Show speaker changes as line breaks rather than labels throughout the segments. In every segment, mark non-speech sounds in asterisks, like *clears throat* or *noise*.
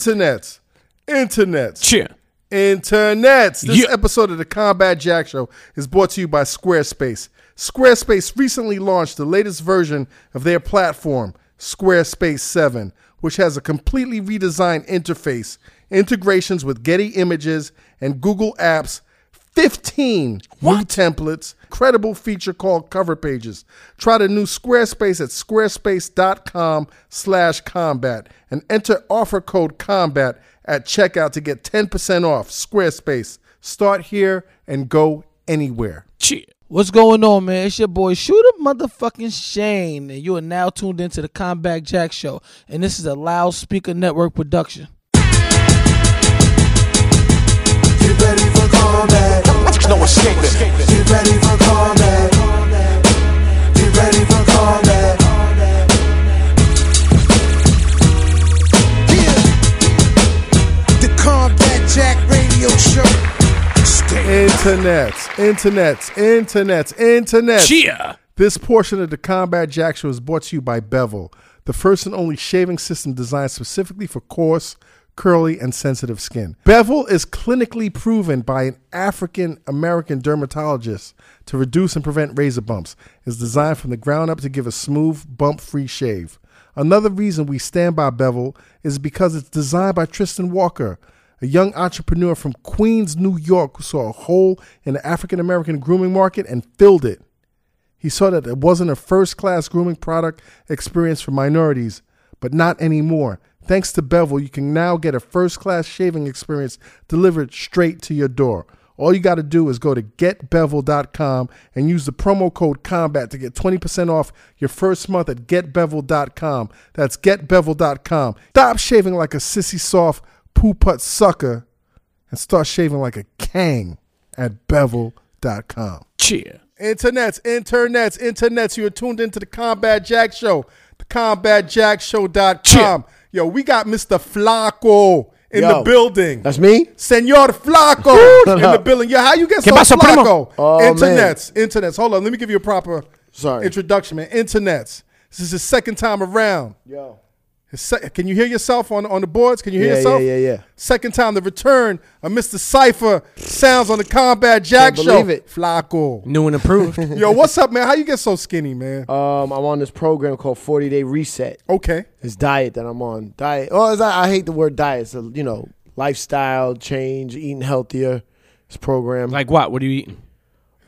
internets, internets,
Cheer.
internets. This
Yeah.
episode of the Combat Jack Show is brought to you by Squarespace. Squarespace recently launched the latest version of their platform, Squarespace 7, which has a completely redesigned interface, integrations with Getty Images and Google Apps. 15 new templates, incredible feature called cover pages. Try the new Squarespace at squarespace.com slash combat and enter offer code combat at checkout to get 10% off Squarespace. Start here and go anywhere.
Cheer.
What's going on, man? It's your boy Shooter Motherfucking Shane, and you are now tuned into the Combat Jack Show, and this is a Loudspeaker Network production.
Get ready for combat. No escaping. Get ready for combat. Get ready for combat. Yeah. The Combat Jack Radio Show. Stay.
Internets, internets, internets, internets.
Cheer.
This portion of the Combat Jack Show is brought to you by Bevel, the first and only shaving system designed specifically for coarse, curly, and sensitive skin. Bevel is clinically proven by an African American dermatologist to reduce and prevent razor bumps. It's designed from the ground up to give a smooth, bump free shave. Another reason we stand by Bevel is because it's designed by Tristan Walker a young entrepreneur from Queens, New York, who saw a hole in the African American grooming market and filled it. He saw that it wasn't a first class grooming product experience for minorities, but not anymore. Thanks to Bevel, you can now get a first class shaving experience delivered straight to your door. All you got to do is go to getbevel.com and use the promo code COMBAT to get 20% off your first month at getbevel.com. That's getbevel.com. Stop shaving like a sissy soft poo putt sucker and start shaving like a kang at bevel.com.
Cheer.
Internets, internets, internets. You're tuned into the Combat Jack Show, the combatjackshow.com. Yo, we got Mr. Flacco in
Yo,
the building.
That's me?
Senor
*laughs*
Flacco in the
up?
building. Yo, how you get so
¿Qué pasó, primo?
Flacco?
Oh, man.
internets, internets. Hold on, let me give you a proper
Sorry.
introduction, man. Internets. This is his second time around.
Yo.
His sec- can you hear yourself on, on the boards? Can you hear
Yeah,
yourself?
yeah, yeah, yeah.
Second time, the return of Mr. Cypher sounds on the Combat Jack
Can't
Show.
believe it.
Flacco.
New and improved.
*laughs* Yo, what's up, man? How you get so skinny, man?
Um, I'm on this program called 40 Day Reset.
okay.
This diet that I'm on. Diet. Oh, it's, I, I hate the word diet. It's a, you know, lifestyle change, eating healthier. This program.
like what? What are you eating?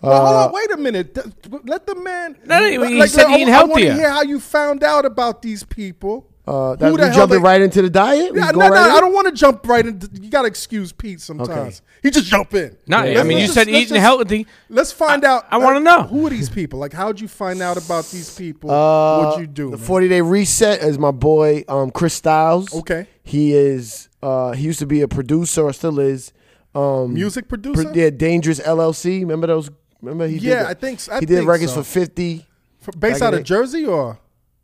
Well, hold
uh,
on, wait a minute. Th- Let the man.
No, he- he said
I-
eating
I wanna
healthier.
hear how you found out about these people.
uh,
who
that,
the
we
hell
jumping
they-
right into the diet? We
Yeah,
go
no, no,
right in?
I don't want to jump right in. You gotta excuse Pete sometimes. He just jump in.
Nah, I
Let's-
mean, you
let's
said
let's
eating healthy.
Let's find out.
I wanna
uh,
know.
who are these people? Like, how'd you find out about these people?
Uh,
What'd you do?
The
man?
40 Day Reset is my boy, um, Chris Styles.
Okay.
He is, uh, he used to be a producer or still is. Um,
music producer.
Pro- yeah, Dangerous LLC. Remember those? Remember he
Yeah,
did the-
I think s- I
he did
think
records
so.
for fifty.
F- based
Back in
out of
the-
Jersey or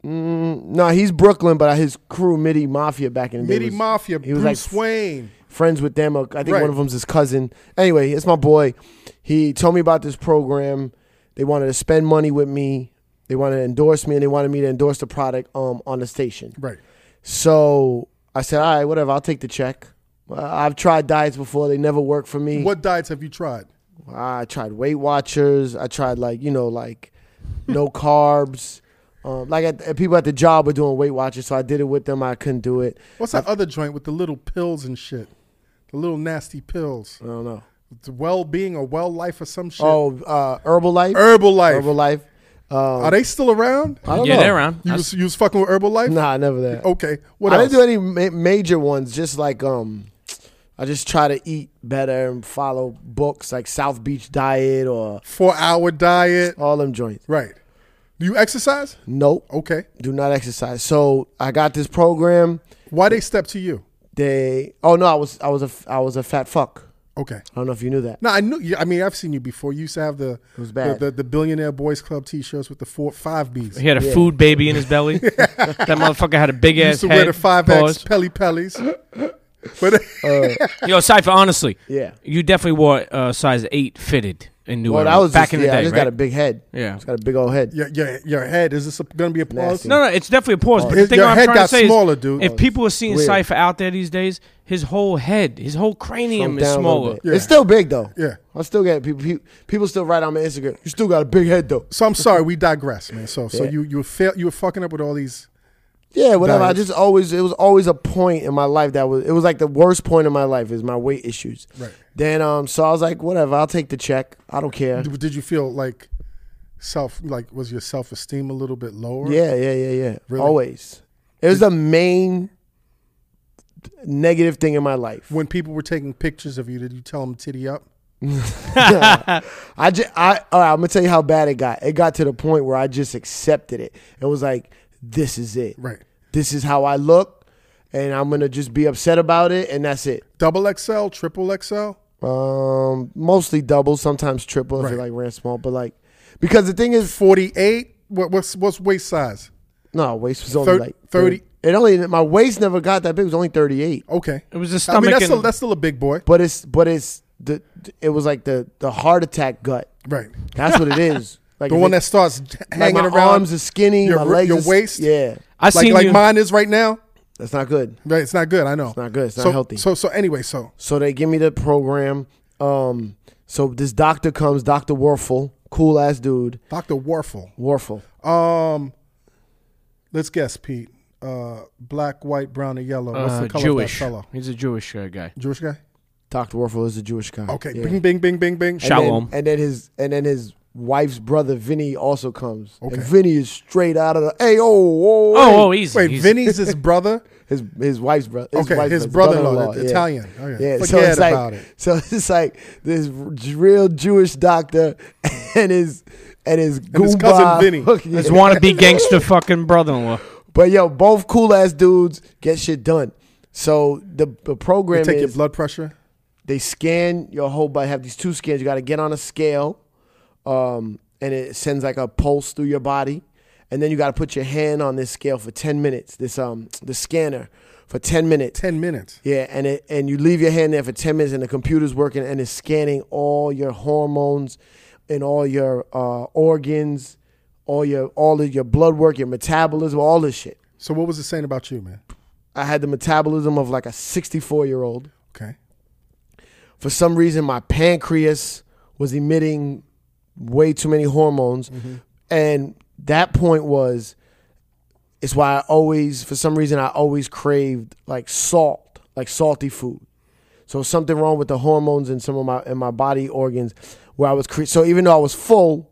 No, he's Brooklyn, but his crew Midi Mafia back in the day.
Midi
was-
Mafia?
He
Bruce
was like
Wayne.
friends with them. I think
Right.
one of them's his cousin. Anyway, it's my boy. He told me about this program. They wanted to spend money with me. They wanted to endorse me, and they wanted me to endorse the product um, on the station.
Right.
So I said, all right, whatever. I'll take the check. Uh, I've tried diets before; they never work for me.
What diets have you tried?
I tried Weight Watchers. I tried like you know like no carbs. Um, like at, at people at the job were doing Weight Watchers, so I did it with them. I couldn't do it.
What's that other joint with the little pills and shit? The little nasty pills.
I don't know.
It's well being or well life or some shit.
Oh, uh, Herbalife.
Herbalife.
Herbalife. Um,
Are they still around?
I don't
yeah,
know.
they're around.
You
I-
was, you was fucking with Herbalife?
Nah, never that.
Okay. What
I
else?
didn't do any ma- major ones. Just like um, I just try to eat better and follow books like South Beach Diet or
Four hour diet.
all them joints.
Right. Do you exercise?
Nope.
Okay.
Do not exercise. So I got this program.
Why they step to you?
They. Oh no, I was I was a f- I was a fat fuck.
Okay.
I don't know if you knew that.
No, I knew you. I mean, I've seen you before. You used to have the
was bad.
The, the, the billionaire boys club T-shirts with the four five Bs.
He had a
*laughs*
food baby in his belly. that motherfucker had a big
You
ass
used to
head.
wear the five
*laughs* Pause.
X Pelly Pellies. But *laughs*
Yo, Cypher, honestly,
Uh, Yeah.
you definitely wore uh, size 8 fitted in New
Well,
Era
that was
back
just,
in the
yeah,
day,
I just
right?
got a big head.
Yeah.
It's got a big old head.
your, your your head is this going to be a pause?
Nasty.
No, no, it's definitely a pause. But the
His-
thing
your
I'm
head
trying to
got
say
smaller,
is,
dude.
if people are seeing
Weird.
Cypher out there these days, his whole head, his whole cranium
Shrunk
is
down a little
smaller.
bit. It's still big though.
Yeah.
I still get people. pe- People still write on my Instagram. You still got a big head though.
So I'm sorry,
*laughs*
we digress, man. So so
Yeah.
you you were fail you were fucking up with all these.
Yeah, whatever. I
Nice.
just always it was always a point in my life that was it was like the worst point in my life is my weight issues.
Right.
Then um, so I was like, whatever. I'll take the check. I don't care.
Did did you feel like self like was your self esteem a little bit lower?
Yeah, yeah, yeah, yeah.
Really?
Always. It was the main negative thing in my life.
When people were taking pictures of you, did you tell them titty up?
I just, I, all right, I'm gonna tell you how bad it got. It got to the point where I just accepted it and was like, this is it.
Right.
This is how I look, and I'm gonna just be upset about it, and that's it.
Double XL, triple XL.
Um, mostly double, sometimes triple if it
Right.
like ran small, but like, because the thing is,
Forty eight. What what's what's waist size?
no, waist was only
Thir-
like
30.
It only my waist never got that big. It was only 38.
Okay.
It was the
I
stomach
mean that's
and
still, that's still a big boy.
But it's but it's the it was like the the heart attack gut.
Right. *laughs*
That's what it is. Like
The
if
one
it-
that starts hanging
like my
around
arms are skinny,
your
my
ri-
legs,
your
are s-
waist.
yeah,
I
like
seen
like
you.
mine is right now.
that's not good.
Right, it's not good. I know. It's
not good. It's not
so,
healthy.
So so anyway, so
So they give me the program. Um, so this doctor comes, Doctor Warfel, cool ass dude,
Dr. Warfel.
Warfel.
Um, let's guess, Pete. Uh, black, white, brown, or yellow. What's
uh,
the color
Jewish.
of that fellow?
He's a Jewish uh, guy.
Jewish guy.
Doctor Warfel is a Jewish guy.
Okay.
Yeah.
Bing, bing, bing, bing, bing.
And then-
Shalom.
And then his and then his wife's brother Vinny also comes.
Okay.
And Vinny is straight out of the hey oh
Oh,
oh,
oh,
hey.
easy.
Wait,
he's,
Vinny's
*laughs*
his brother.
his his wife's brother.
Okay,
wife's
his brother-in-law, the Italian. Okay.
Yeah, so
Forget
it's like
about it.
*laughs* so it's like this r- real Jewish doctor *laughs* and his and his
And his
goomba-
cousin
*laughs*
Vinny.
His wannabe gangster fucking brother-in-law.
But yo, both cool ass dudes get shit done. So the,
They
the program
take your
is
blood pressure.
they scan your whole body. Have these two scans. You got to get on a scale, um, and it sends like a pulse through your body, and then you got to put your hand on this scale for ten minutes. This um the scanner for ten minutes.
Ten minutes.
Yeah, and it and you leave your hand there for ten minutes, and the computer's working and it's scanning all your hormones, and all your uh, organs, all your all of your blood work, your metabolism, all this shit.
So what was it saying about you, man?
I had the metabolism of like a 64 year old.
Okay.
For some reason, my pancreas was emitting way too many hormones. And that point was, it's why I always, for some reason, I always craved like salt, like salty food. So something wrong with the hormones in some of my in my body organs, where I was cre- so even though I was full,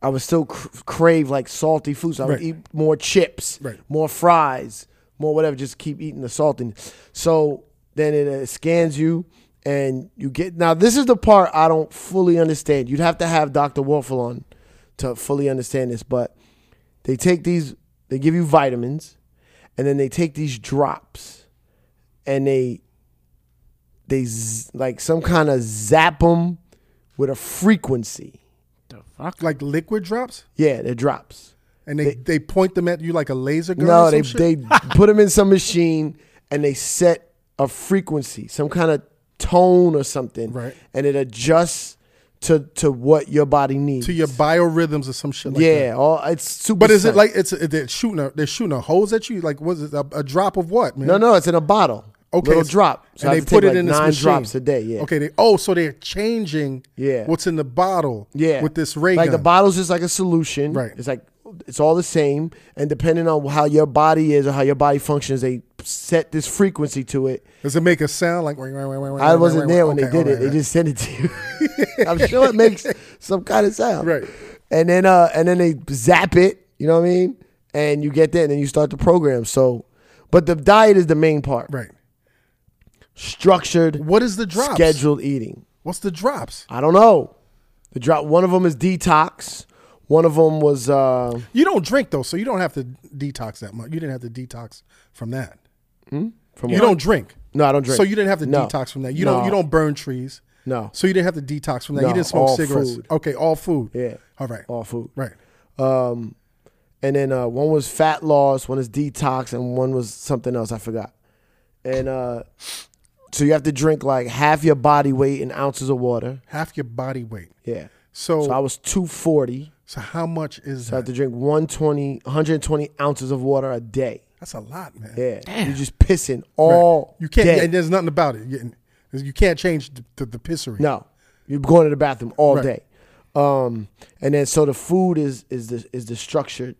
I would still cr- crave like salty food. So I would
Right.
eat more chips,
Right.
more fries, more whatever. Just keep eating the salt. And so then it uh, scans you and you get. Now, this is the part I don't fully understand. You'd have to have Dr. Warfel on to fully understand this, but they take these, they give you vitamins and then they take these drops and they, they z- like some kind of zap them with a frequency.
The fuck?
Like liquid drops,
Yeah, they're drops.
and they, they, point them at you like a laser gun.
No,
or some
they
shit?
they
*laughs*
put them in some machine and they set a frequency, some kind of tone or something,
Right.
And it adjusts to to what your body needs.
to your biorhythms or some shit. like that.
yeah, all, it's super.
But is it
science.
like it's they're shooting a they're shooting a hose at you? Like was it a, a drop of what, man?
no, no? It's in a bottle.
Okay,
little
it's-
drop. So
and
I
they
have to
put
take,
it
like
in this
nine
machine.
drops a day. Yeah,
Okay. They, oh, so they're changing.
Yeah.
What's in the bottle?
Yeah.
With this ray
Like
gun.
the bottle's just like a solution.
Right.
It's like it's all the same. And depending on how your body is or how your body functions, they set this frequency to it.
Does it make a sound like? ring, ring, ring, ring,
I
ring,
wasn't
ring,
there
ring?
when they
Okay,
did it.
alright,
They
alright.
just sent it to
*laughs*
you. *laughs* I'm sure it makes some kind of sound.
Right.
And then uh and then they zap it, you know what I mean? And you get there and then you start the program. So but the diet is the main part.
right.
Structured,
What is the drops?
scheduled eating.
What's the drops?
I don't know. The drop one of them is detox. One of them was uh
You don't drink though, so you don't have to detox that much. You didn't have to detox from that.
Hmm? from
You
what?
don't drink.
No, I don't drink.
So you didn't have to
No.
detox from that. You
No.
don't. You don't burn trees.
No.
So you didn't have to detox from that. you
No,
didn't smoke
all
cigarettes.
food.
Okay, all food.
Yeah.
All right.
All food.
Right.
Um, and then uh, one was fat loss, one is detox, and one was something else. I forgot. And uh, So you have to drink like half your body weight in ounces of water.
Half your body weight.
Yeah.
So
So I
so,
was 240.
how much is
So I had
that?
to drink 120, 120 ounces of water a day.
That's a lot, man.
Yeah. You're just pissing all
You can't.
day.
And there's nothing about it. You, you can't change the, the, the pissery.
No, you're going to the bathroom all
Right.
day, um, and then so the food is is the is the structured.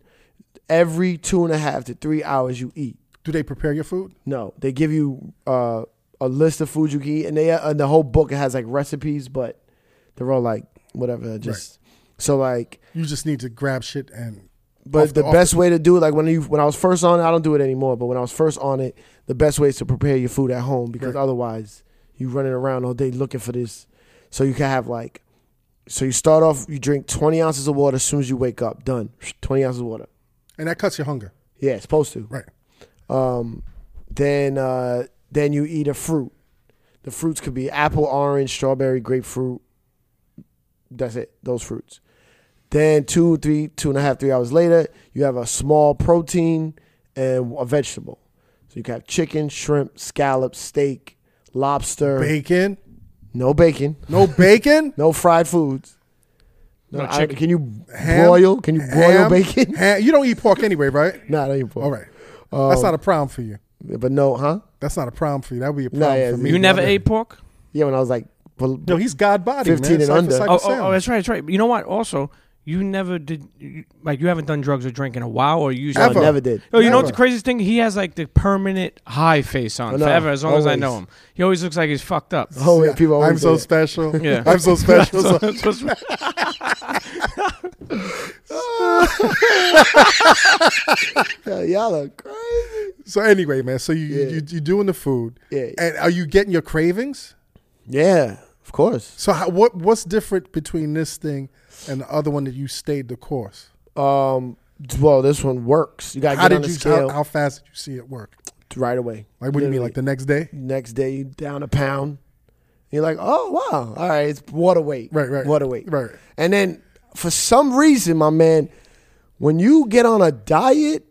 Every two and a half to three hours, you eat.
Do they prepare your food?
No, they give you uh, a list of foods you can eat, and they and the whole book it has like recipes, but they're all like whatever. Just so like,
You just need to grab shit and.
but
off
the,
off
best way to do it, like when you when I was first on, it, I don't do it anymore. But when I was first on it, the best way is to prepare your food at home because
Right.
otherwise you running around all day looking for this. So you can have like, so you start off, you drink twenty ounces of water as soon as you wake up. Done, twenty ounces of water.
and that cuts your hunger.
Yeah, it's supposed to.
Right.
Um, then uh, then you eat a fruit. The fruits could be apple, orange, strawberry, grapefruit. That's it. Those fruits. Then two, three, two and a half, three hours later, you have a small protein and a vegetable. So you can have chicken, shrimp, scallops, steak, lobster.
Bacon.
no bacon.
No bacon.
No fried foods.
No
I-
chicken.
can you
Ham?
broil? Can you broil
Ham?
bacon? *laughs*
Ham- You don't eat pork anyway, right?
no, I don't even broil.
All
Um,
right. That's not a problem for you.
But no, huh?
That's not a problem for you. That would be a
Nah,
problem
yeah,
for me.
You never
brother.
ate pork?
Yeah, when I was like, well,
No, he's God body.
15
man. It's
and
like- it's
under.
like
Oh,
a
oh, oh,
sandwich.
that's right, that's right. You know what? Also, you never did, you, like, you haven't done drugs or drink in a while, or you usually
I
Ever.
never did.
Oh, you know what's the
Never.
craziest thing? He has like the permanent high face on
I know.
forever, as long as I know
Always.
him. He always looks like he's fucked up. *laughs*
Oh, wait, people always
I'm so
say that.
special.
Yeah.
I'm so special. So-
Yeah, y'all are crazy.
So anyway, man, so you,
Yeah.
you you doing the food,
Yeah.
and are you getting your cravings?
Yeah, of course.
So how, what what's different between this thing and the other one that you stayed the course?
Um, well, this one works. You gotta
How
get on
did
the
you
scale
how, how fast did you see it work?
right away.
Like what do you mean, like the next day?
Literally. next day you down a pound. You're like, oh wow, all right, it's water weight,
Right, right,
water weight,
right.
And then for some reason, my man, when you get on a diet,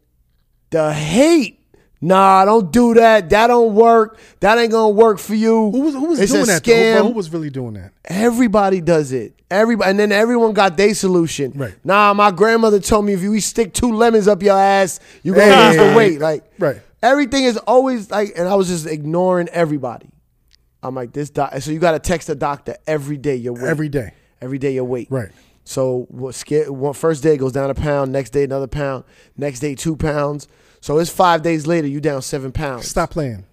the hate. Nah, don't do that. That don't work. That ain't gonna work for you.
Who was who was
It's a
doing that? though? Who-
Scam.
Who, was really doing that?
Everybody does it. Everybody, and then everyone got their solution.
Right.
Nah, my grandmother told me if you stick two lemons up your ass, you gonna lose the
Hey.
weight. Like,
Right.
Everything is always like, and I was just ignoring everybody. I'm like this doc. So you gotta text the doctor every day your weight.
Every day.
Every day your weight.
Right.
So what scared, one, first day it goes down a pound. Next day another pound. Next day two pounds. So it's five days later. You down seven pounds.
Stop playing.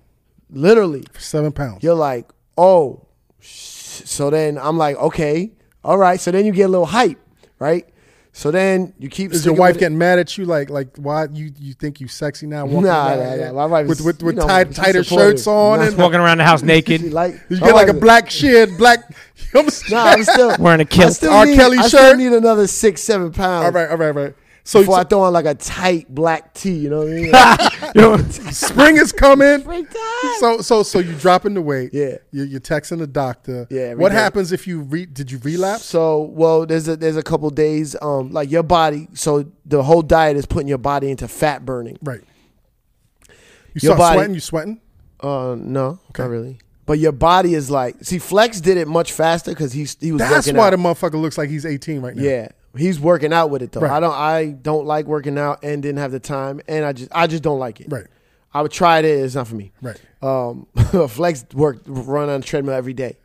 Literally
For seven pounds.
you're like, oh, sh- so then I'm like, okay, all right. So then you get a little hype, right? So then you keep.
Is your
sticking
wife
with it.
getting mad at you? Like, like why you you think you sexy now? walking
Nah,
around
nah,
here
nah. My wife
with
is-
with, with
you know,
tight,
she's
tighter
supportive.
shirts on,
Nah.
and
walking around the house
She *laughs*
naked.
like
you
my
get like a
wife is-
black shed, black. *laughs* You understand?
*laughs* Nah, I'm still
Wearing a
I
kilt.
still
R.
Need,
Kelly
I still
shirt.
need another six, seven pounds.
All right, all right, all right. So,
Before I
so
throw on like a tight black tee, you know what I
*laughs*
mean? Like,
You know,
spring is
*laughs*
coming. So so so you dropping the weight.
Yeah.
You you're texting the doctor.
Yeah, every
What
day.
happens if you re did you relapse?
so, well, there's a there's a couple days, um, like your body. So the whole diet is putting your body into fat burning.
Right. You
Your
start
body-
sweating, you sweating?
Uh, no, not really. But your body is like, see, Flex did it much faster because he he was.
That's
working
why
out.
the motherfucker looks like he's 18 right now.
Yeah, he's working out with it though.
Right.
I don't. I don't like working out and didn't have the time, and I just I just don't like it.
Right.
I would try it. It's not for me.
Right.
Um, *laughs* Flex worked run on a treadmill every day,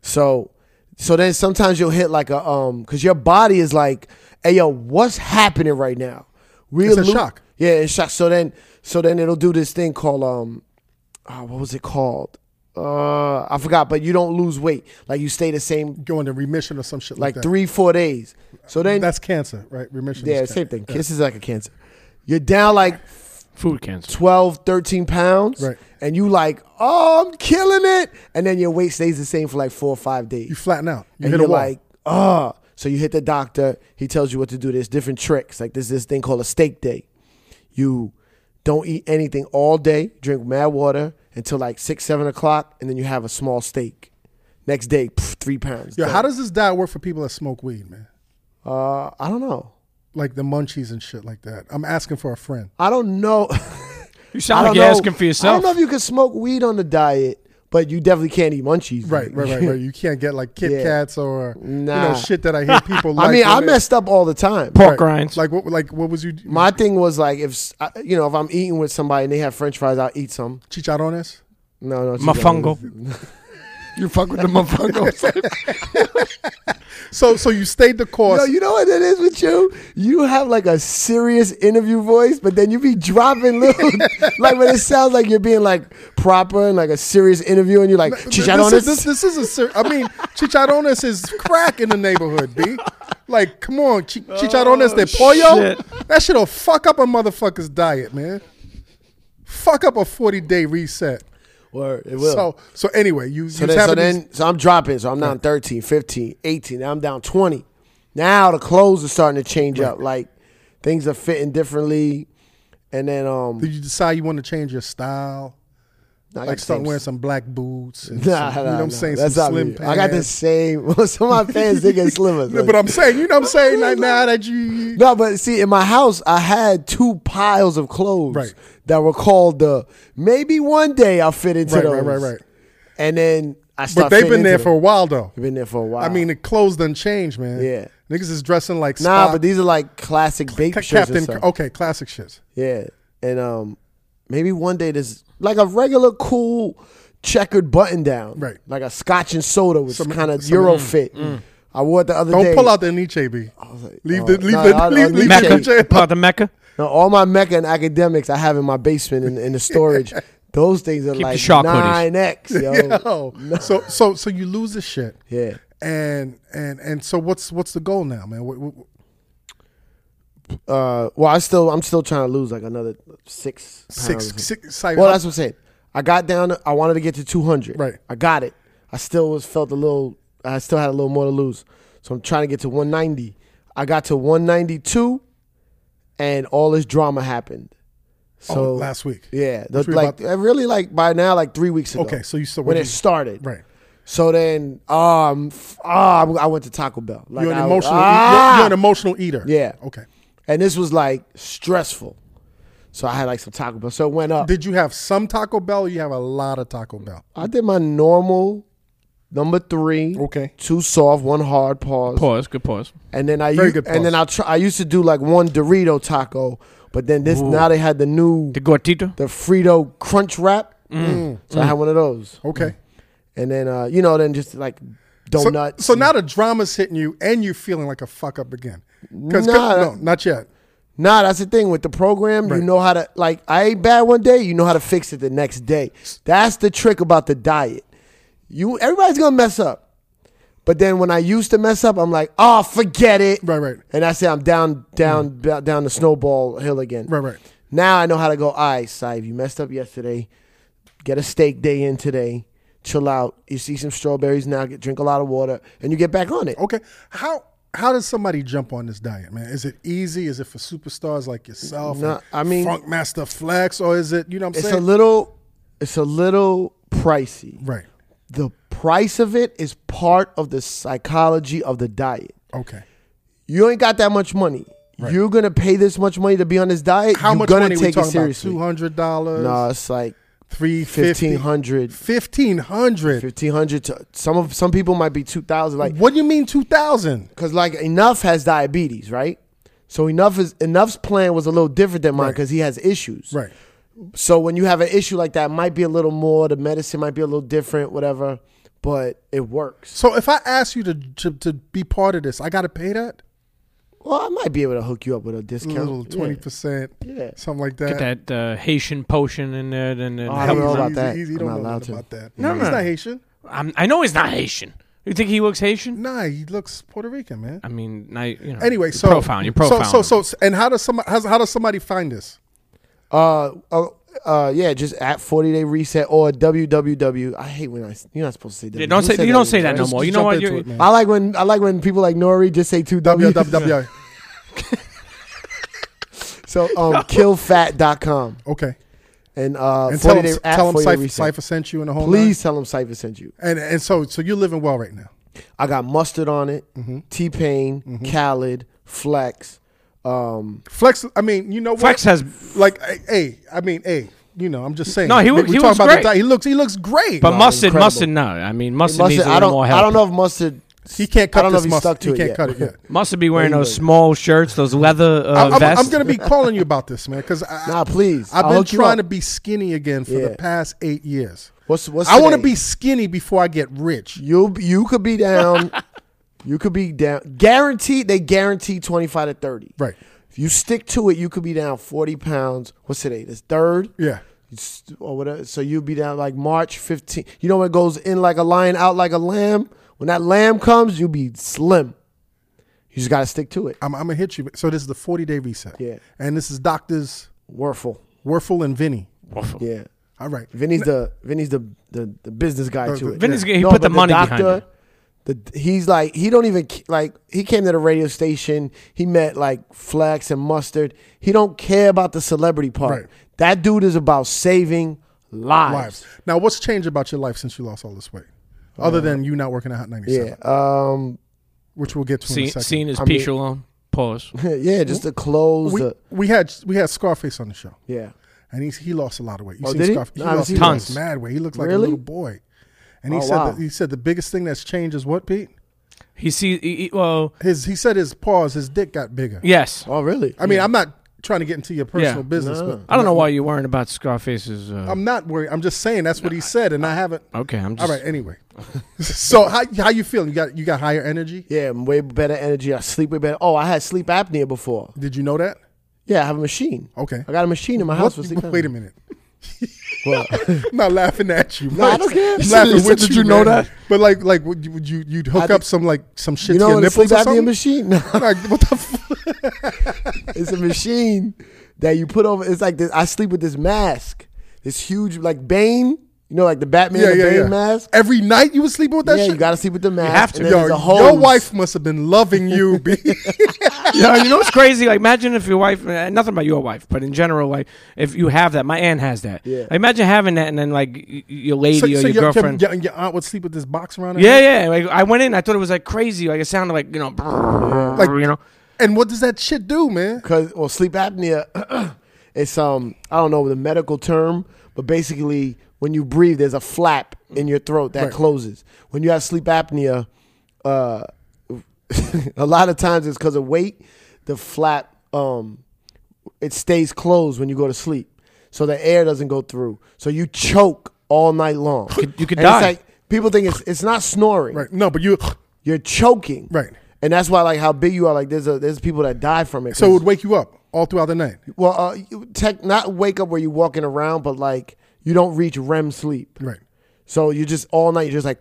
so so then sometimes you'll hit like a um because your body is like, hey yo, what's happening right now? We
It's a shock.
Yeah, it's shock. So then so then it'll do this thing called um, ah, what was it called? Uh, I forgot. But you don't lose weight. Like you stay the same
Go into remission or some shit like,
like
that.
three four days. So then
That's cancer, right? Remission.
yeah,
is
same
cancer.
thing. This is like a cancer. You're down like
food cancer.
12, 13 pounds.
Right.
And you like, oh, I'm killing it. And then your weight stays the same for like four or five days.
You flatten out. You
and
hit
you're
a wall.
like, oh. So you hit the doctor. He tells you what to do. There's different tricks. Like there's this thing called a steak day. You don't eat anything all day. Drink mad water until like six, seven o'clock. And then you have a small steak. Next day, pff, three pounds.
Yo,
done.
how does this diet work for people that smoke weed, man?
uh, I don't know.
Like the munchies and shit like that. I'm asking for a friend.
I don't know.
You
I
sound
don't
like you're
know-
asking for
I
yourself.
don't know if you can smoke weed on the diet, but you definitely can't eat munchies.
Right, right, right, right. You can't get like Kit
Yeah.
Kats or you
Nah.
know shit that I hear people. like
*laughs* I mean,
on
I
it.
messed up all the time.
Pork rinds.
Like what? Like what was you?
My thing was like if s- I- you know if I'm eating with somebody and they have French fries, I'll eat some.
chicharrones.
No, no, it's-
Mofongo.
You fuck with the
*laughs*
motherfucker.
*laughs* So, so you stayed the course.
No, you know what it is with you? You have like a serious interview voice, but then you be
*laughs*
dropping little like when it sounds like you're being like proper and like a serious interview, and you're like
Th-
chicharrones.
This is, this, this is a. Ser- I mean, chicharrones is crack in the neighborhood, b. Like, come on, chi-
Oh,
chicharrones de pollo.
*laughs*
shit.
That shit'll fuck up a motherfucker's diet, man. Fuck up a forty day reset.
Word, it will.
So, so anyway, you
So
you
then,
having
so
these-
then, so I'm dropping. So I'm down 13, 15, 18. Now I'm down 20. Now the clothes are starting to change up. Like things are fitting differently. And then um,
did you decide you want to change your style?
I got
Like
the
start
same-
wearing some black boots.
*laughs*
And
Nah,
some- you know
nah,
what I'm
nah.
saying?
That's
some
not
slim
me. I got the
pants.
same. *laughs* Some of my fans they get
*laughs*
slimmer.
No, but I'm saying, you know what I'm saying? Like, now that you.
No, but see, in my house, I had two piles of clothes
Right.
that were called the maybe one day I'll fit into
Right,
those.
right, right, right.
And then I
But
started.
they've been there for a while, though.
Been there for a while.
I mean, the clothes done changed, man.
Yeah.
Niggas is dressing like
nah,
Spock,
but these are like classic
Ca-
vape shirts. and
Captain.
stuff.
Okay, classic shits.
Yeah, and um, maybe one day this like a regular cool checkered button down,
Right.
Like a Scotch and soda was
Some-
kind of
some- mm,
Euro fit. I wore it the other
Don't
day.
pull out the Nietzsche, B. Leave the
oh,
leave
no,
the
I'll-
leave,
I'll
leave
Nietzsche.
the
Mecca.
Nietzsche.
Part of the Mecca.
Now, all my Mecca and academics I have in my basement in, in
*laughs*
the storage. Those things are
the
like
shark hoodies.
nine X, yo. Oh,
*laughs* Yo. So so so you lose the shit.
Yeah.
And and and so what's what's the goal now, man? What, what,
Uh, well, I still I'm still trying to lose like another six
six
pounds.
six. Like,
Uh, Well, that's what I'm saying. I got down. to- I wanted to get to 200.
Right.
I got it. I still was felt a little. I still had a little more to lose. So I'm trying to get to 190. I got to 192, and all this drama happened.
oh,
So
last week.
yeah, the,
Which we
like uh,
about-
really like by now like three weeks ago.
Okay, so you so
when
what
it
you-
started,
right.
So then, um, f- ah, I went to Taco Bell. Like,
You're an
I-
emotional.
ah!
You're, you're an emotional eater.
Yeah.
Okay.
and this was like stressful. So I had like some Taco Bell. So it went up.
Did you have some Taco Bell? or You have a lot of Taco Bell.
I did my normal number three.
Okay.
Two soft, one hard pause.
Pause. Good pause.
And then I
Very
u-
good pause.
and then I try, I used to do like one Dorito taco, but then this now they had the new
The Gortito.
the Frito crunch wrap. Mm. So I had one of those.
Mm.
Mm.
Okay.
And then uh, you know, then just like
So,
donuts.
so now the drama's hitting you, and you're feeling like a fuck up again. 'Cause- 'cause-
Nah.
no, not yet.
Nah, that's the thing with the program.
Right.
You know how to like I ate bad one day, you know how to fix it the next day. That's the trick about the diet. You everybody's gonna mess up. But then when I used to mess up, I'm like, oh, forget it.
Right, right.
And I say I'm down, down, ba- down the snowball hill again.
Right, right.
Now I know how to go. All right, Si, if you messed up yesterday, get a steak day in today. Chill out. You see some strawberries now. Get drink a lot of water, and you get back on it.
Okay. How how does somebody jump on this diet, man? Is it easy? Is it for superstars like yourself?
Nah,
and
I mean-
Funk Master Flex, or is it you know what I'm
It's a
saying?
little, it's a little pricey.
right.
the price of it is part of the psychology of the diet.
Okay.
You ain't got that much money. You're gonna pay this much money to be on this diet.
How
you're
much
gonna
money
take
we
it
talking about?
seriously.
Two hundred dollars.
No, it's like
three
fifteen hundred.
Fifteen hundred.
Fifteen hundred. to- Some of some people might be two thousand. Like
What do you mean two thousand?
because like enough has diabetes, right? So enough is enough's plan was a little different than mine
Right.
because he has issues.
Right.
So when you have an issue like that, it might be a little more. The medicine might be a little different, whatever. But it works.
So if I ask you to to, to be part of this, I got to pay that
Well, I might be able to hook you up with a
a
discount.
little
Yeah.
twenty percent,
Yeah.
something like
Get
that.
that uh, Haitian potion in there. Then, then
Oh, I don't know
Easy,
about
easy,
that.
easy. You
I'm
don't
not
know
allowed
nothing
to.
about that.
No,
he's
no.
not Haitian.
I'm, I know he's not Haitian. You think he looks Haitian?
Nah, he looks Puerto Rican, man.
I mean, now, you know.
Anyway,
you
so
profile. You profile.
So, so so and how does somebody how, how does somebody find this?
Uh, uh, uh, yeah, just at 40 day reset or www. I hate when I you're not supposed to say that.
Yeah, don't say you don't say that no more. You know
jump
what?
into
You're,
it, man.
I like when I like when people like Nori just say two W.
*laughs* www.
So
*laughs*
um, killfat.com *laughs*
Okay,
and uh,
and tell
40
him
day at
tell
40
him
day
Cypher,
reset.
Cypher sent you in the whole.
Please tell them Cypher sent you.
nine? and and so so you're living well right now.
I got mustard on it,
Mm-hmm.
T Pain, Khaled, Flex. Um,
Flex, I mean, you know what?
Flex has
like, hey, I mean, hey, you know, I'm just saying.
No, he
We-
wa-
we
he
talking
was
about the
great.
di- he looks he looks great.
But mustard,
incredible.
mustard, no. I mean, mustard,
Mustard,
needs a
I
little
don't.
more help.
I don't know if mustard.
he can't
I
cut
don't know
this
if he's
mustard.
stuck to
he
it
can't
yet.
cut it
*laughs*
yet.
Mustard be wearing
Anyway.
those small shirts, those leather uh,
I'm, I'm,
vests.
I'm gonna be calling you about this, man, because I,
*laughs* Nah, please.
I've
I'll
been
hook you
trying to
up.
be skinny again for the
Yeah.
past eight years.
What's what's?
I want to
today?
be skinny before I get rich.
You you could be down. you could be down. Guaranteed, they guarantee twenty five to thirty.
Right.
If you stick to it, you could be down forty pounds. What's today? This third.
Yeah.
It's- Or whatever. So you'll be down like March fifteenth. You know when it goes in like a lion, out like a lamb. When that lamb comes, you'll be slim. You just gotta stick to it.
I'm, I'm gonna hit you. So this is the 40 day reset.
Yeah.
And this is doctors
Worthful.
Werfel and Vinny.
Yeah.
All right.
Vinny's the Vinny's the the, the business guy to it.
Vinny's good. He put
but
the money behind it.
The, he's like he don't even c- like he came to the radio station. He met like Flex and Mustard. He don't care about the celebrity part.
Right.
That dude is about saving lives.
Lives. Now, what's changed about your life since you lost all this weight, other than you not working at Hot 97,
Uh, Yeah. Um. *laughs*
which we'll get to in a
Seen,
second.
seen his
mean-
peach alone. Pause.
Yeah. Just the clothes.
we,
the,
we had we had Scarface on the show,
yeah.
and he's, he lost a lot of weight. You
Oh,
seen
did he?
Scarface?
No, I haven't
lost
seen
he lost
him.
mad weight. He looked like a
Really?
little boy. And he
Oh,
said
wow.
that, he said the biggest thing that's changed is what Pete.
He see. He, he- well,
His he said his paws, his dick got bigger.
yes.
Oh really?
I mean, I'm not trying to get into your personal
Yeah.
business, but
I don't know why you're worrying about Scarface's. Uh,
I'm not worried. I'm just saying that's what he said, and I haven't.
okay, I'm
All
just.
right.
*laughs*
Anyway, so how how you feeling? You got you got higher energy?
yeah. I'm way better energy. I sleep way better. Oh, I had sleep apnea before.
Did you know that?
Yeah. I have a machine.
Okay.
I got a machine in my house for
What-
sleep. apnea.
*laughs* wait a minute.
*laughs* What?
I'm not laughing at you.
No, I don't care.
I'm laughing
You said- you
with
said, did you know that?
But like, like, would you would you you'd hook
I
up
did-
some like some shit
you
to
know
your
what a sleep
nipples or
apnea
something?
machine? *laughs* No.
like, what the? F-
It's a machine that you put over. It's like this. I sleep with this mask, this huge like Bane. You know, like the Batman
yeah,
the
yeah,
Bane
yeah.
mask.
Every night you were sleeping with that
yeah,
shit.
you gotta sleep with the mask.
have to.
And then
Yo,
there's a
your
hose.
wife must have been loving you. *laughs* B.
*laughs* Yo, you know what's crazy? Like, imagine if your wife, uh, nothing about your wife, but in general, like, if you have that, my aunt has that.
Yeah.
Like, imagine having that, and then like y- y- your lady or your,
your,
girlfriend.
your, your aunt would sleep with this box around. her
yeah,
neck?
yeah, Like, I went in, I thought it was like crazy. Like, it sounded like you know, like you know,
And what does that shit do, man?
Cause well, sleep apnea. *clears throat* it's um, I don't know the medical term, but basically when you breathe, there's a flap in your throat that
Right.
closes. When you have sleep apnea, uh, *laughs* a lot of times it's because of weight. The flap um, it stays closed when you go to sleep, so the air doesn't go through. So you choke all night long.
you could
And
die.
It's like, people think it's it's not snoring.
Right. No, but you.
You're choking.
Right.
And that's why, like, how big you are. Like, there's a there's people that die from it.
So it
'cause-
would wake you up all throughout the night.
well, uh, you tech not wake up where you're walking around, but like you don't reach REM sleep.
Right.
So you just all night you're just like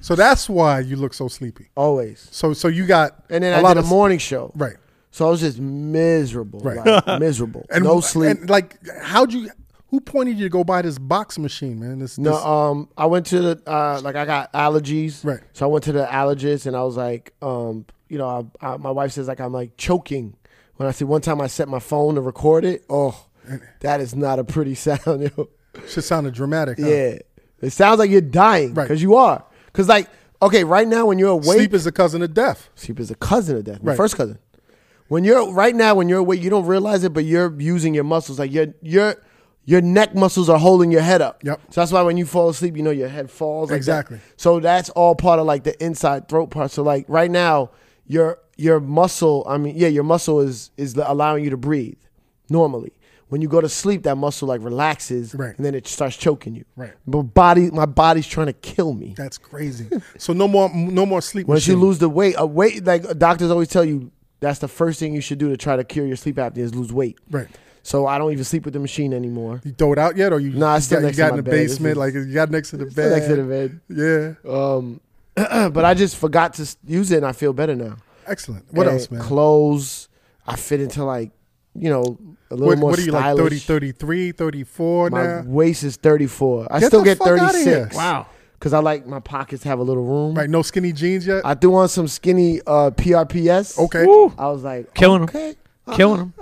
So that's why you look so sleepy.
always.
So so you got
And then
a
I
lot
did a
of
morning show.
Right.
So I was just miserable.
Right. *laughs*
Like, miserable.
And
no sleep.
And like, how'd you? Who pointed you to go buy this box machine, man? This,
no,
this-
um, I went to the uh, like I got allergies.
Right.
So I went to the allergist and I was like, um, you know, I, I, my wife says like I'm like choking when I see one time I set my phone to record it. Oh, that is not a pretty *laughs* sound. Yo.
shit sounded dramatic. huh?
Yeah. It sounds like you're dying
Right.
because you are. Because, like, okay, right now when you're awake,
Sleep is the cousin of death.
sleep is a cousin of death, my
Right.
first cousin. When you're right now, when you're awake, you don't realize it, but you're using your muscles. Like, your your your neck muscles are holding your head up.
Yep.
So that's why when you fall asleep, you know your head falls. like that.
Exactly.
So that's all part of like the inside throat part. So like right now, your your muscle, I mean, yeah, your muscle is is allowing you to breathe normally. When you go to sleep, that muscle like relaxes,
Right.
and then it starts choking you.
Right.
My body, my body's trying to kill me.
That's crazy. *laughs* so no more, no more sleep.
Once you
machine.
lose the weight, a weight like doctors always tell you, that's the first thing you should do to try to cure your sleep apnea is lose weight.
right?
So I don't even sleep with the machine anymore.
You throw it out yet, or you?
Nah,
you
it's still
got,
next
you got
to
in
my
the
bed. This
basement,
is-
like you got next to the
*laughs*
bed.
Next to the bed.
Yeah,
Um, *clears throat* but I just forgot to s- use it, and I feel better now.
excellent. What
And
else, man?
Clothes. I fit into like, you know, a little
What,
more
what are you like? 30,
stylish.
33, 34
My
now.
waist is 34. I
Get
still
the
get
fuck outta here.
36.
wow.
Because I like my pockets have a little room.
Right? No skinny jeans yet.
I threw on some skinny uh, PRPS.
okay.
Woo.
I was like,
Killing 'em.
okay.
killing him.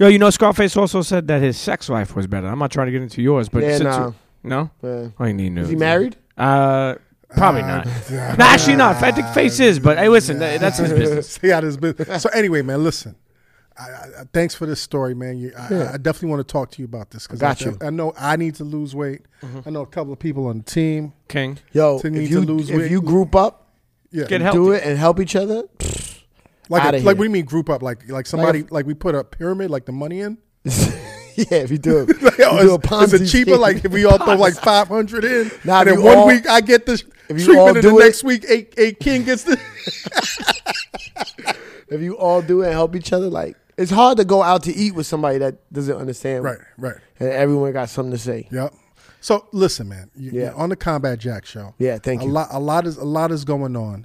Yo, you know, Scarface also said that his sex life was better. I'm not trying to get into yours, but
Yeah,
since
nah.
you- no,
Man.
I need news.
Is he married?
Uh, probably
Uh,
not.
*laughs*
No, actually not. I think Face is, but hey, listen, that- that's his business.
He got his business. So anyway, man, listen. I, I, I- thanks for this story, man. You, I, I definitely want to talk to you about this because
Got
I,
you.
I know I need to lose weight.
Mm-hmm.
I know a couple of people on the team.
King.
Yo,
To need
if
to
you
lose
if
weight.
you group up,
Yeah,
Get help.
do
Healthy.
it and help each other. *laughs*
like
Outta
a, like
here.
what do you mean group up? Like like somebody like, we put a pyramid like the money in. *laughs*
yeah, if you do it,
Like,
you
oh,
do a
is, is it
*laughs* Ponzi
cheaper?
scheme.
Like if we all throw like five hundred in,
Nah, if
and then
you
one
all-
week I get this
you
treatment,
all
and the
do it-
next week eight eight king gets
*laughs*
the. *laughs*
if you all do it and help each other, like it's hard to go out to eat with somebody that doesn't understand.
right, right.
And everyone got something to say.
Yep. So listen, man. You,
Yeah.
yeah. On the Combat Jack show.
Yeah, thank
a
you.
Lot, a lot is a lot is going on.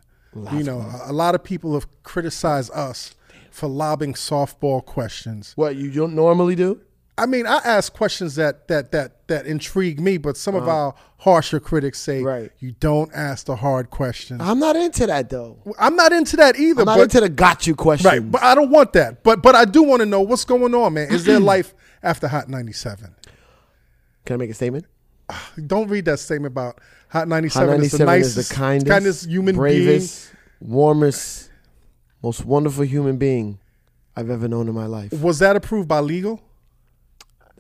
you know, a, a lot of people have criticized us for lobbing softball questions.
What you don't normally do?
I mean, I ask questions that that that that intrigue me, but some of our harsher critics say
Uh-huh. Right.
you don't ask the hard questions.
I'm not into that though.
I'm not into that either.
I'm not
but,
into the got you question.
right, but I don't want that. But but I do want to know what's going on, man. Is
*clears throat*
there life after Hot 97?
Can I make a statement?
Don't read that statement about Hot 97,
Hot 97
is the nicest,
is the kindest,
human
bravest, warmest, most wonderful human being I've ever known in my life.
being. Was that approved by legal?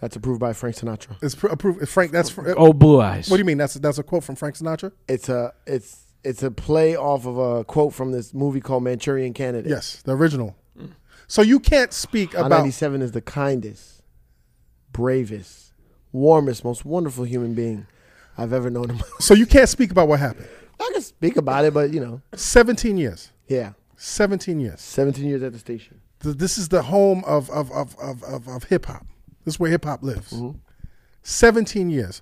That's approved by Frank Sinatra.
It's pr- approved. uh, Frank, that's fr-
Oh, blue eyes.
what do you mean? That's that's a quote from Frank Sinatra.
It's a it's it's a play off of a quote from this movie called Manchurian Candidate.
Yes, the original. So you can't speak
Hot
about
97 is the kindest, bravest, warmest, most wonderful human being I've ever known in my *laughs* life.
so you can't speak about what happened.
I can speak about it, but you know,
17 years.
yeah,
17 years.
17 years at the station.
Th- This is the home of of of of of, of hip hop. This is where hip hop lives.
Mm-hmm.
17 years.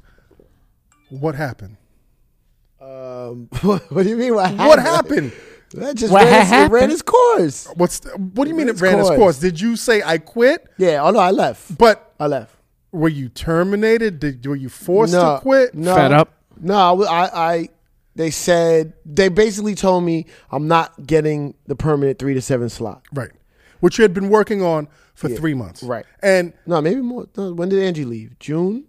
What happened?
Um, *laughs* what do you mean? What happened?
What happened?
That just
What
ran, its, it
happened?
ran its course.
What's the, what do you mean it
Its
ran its
course.
course? Did you say I quit?
Yeah. Oh no, I left.
But
I left.
were you terminated? Did were you forced
no,
to quit?
No,
Fed up?
No, I, wa- I, I- They said they basically told me I'm not getting the permanent three to seven slot.
Right. Which you had been working on for three months.
right.
And
No, maybe more. No, when did Angie leave? June.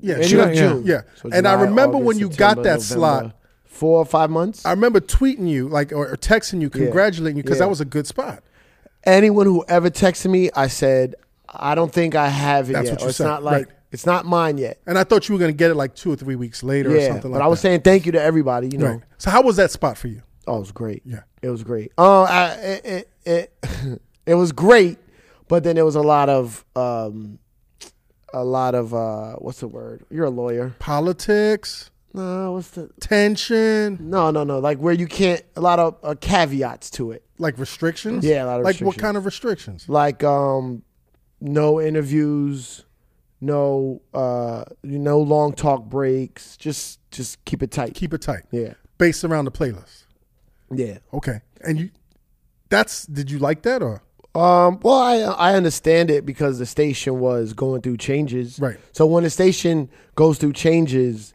yeah,
End
June,
of
yeah.
June.
yeah.
So
and I
July,
remember
August,
when you
September,
got that
November,
slot.
Four or five months.
I remember tweeting you, like, or, or texting you, congratulating you, because
Yeah.
that was a good spot.
Anyone who ever texted me, I said I don't think I have it
That's
yet.
what
or
you
it's
said,
not like
right.
it's not mine yet.
And I thought you were going to get it like two or three weeks later or
Yeah,
something
but
like that.
I was saying thank you to everybody. You know,
Right. So how was that spot for you?
Oh, it was great.
Yeah.
it was great. Oh, I, it it it, *laughs* it was great, but then there was a lot of um, a lot of uh, what's the word? You're a lawyer.
Politics,
No, what's the
tension,
no no no? Like where you can't a lot of uh, caveats to it.
like restrictions?
Yeah, a lot of
Like what
restrictions.
kind of restrictions?
Like um, no interviews, no uh, no long talk breaks. Just just keep it tight.
Keep it tight.
yeah,
Based around the playlist.
yeah.
Okay. And you, that's, did you like that or?
Um, well, I I understand it because the station was going through changes.
Right.
So when the station goes through changes,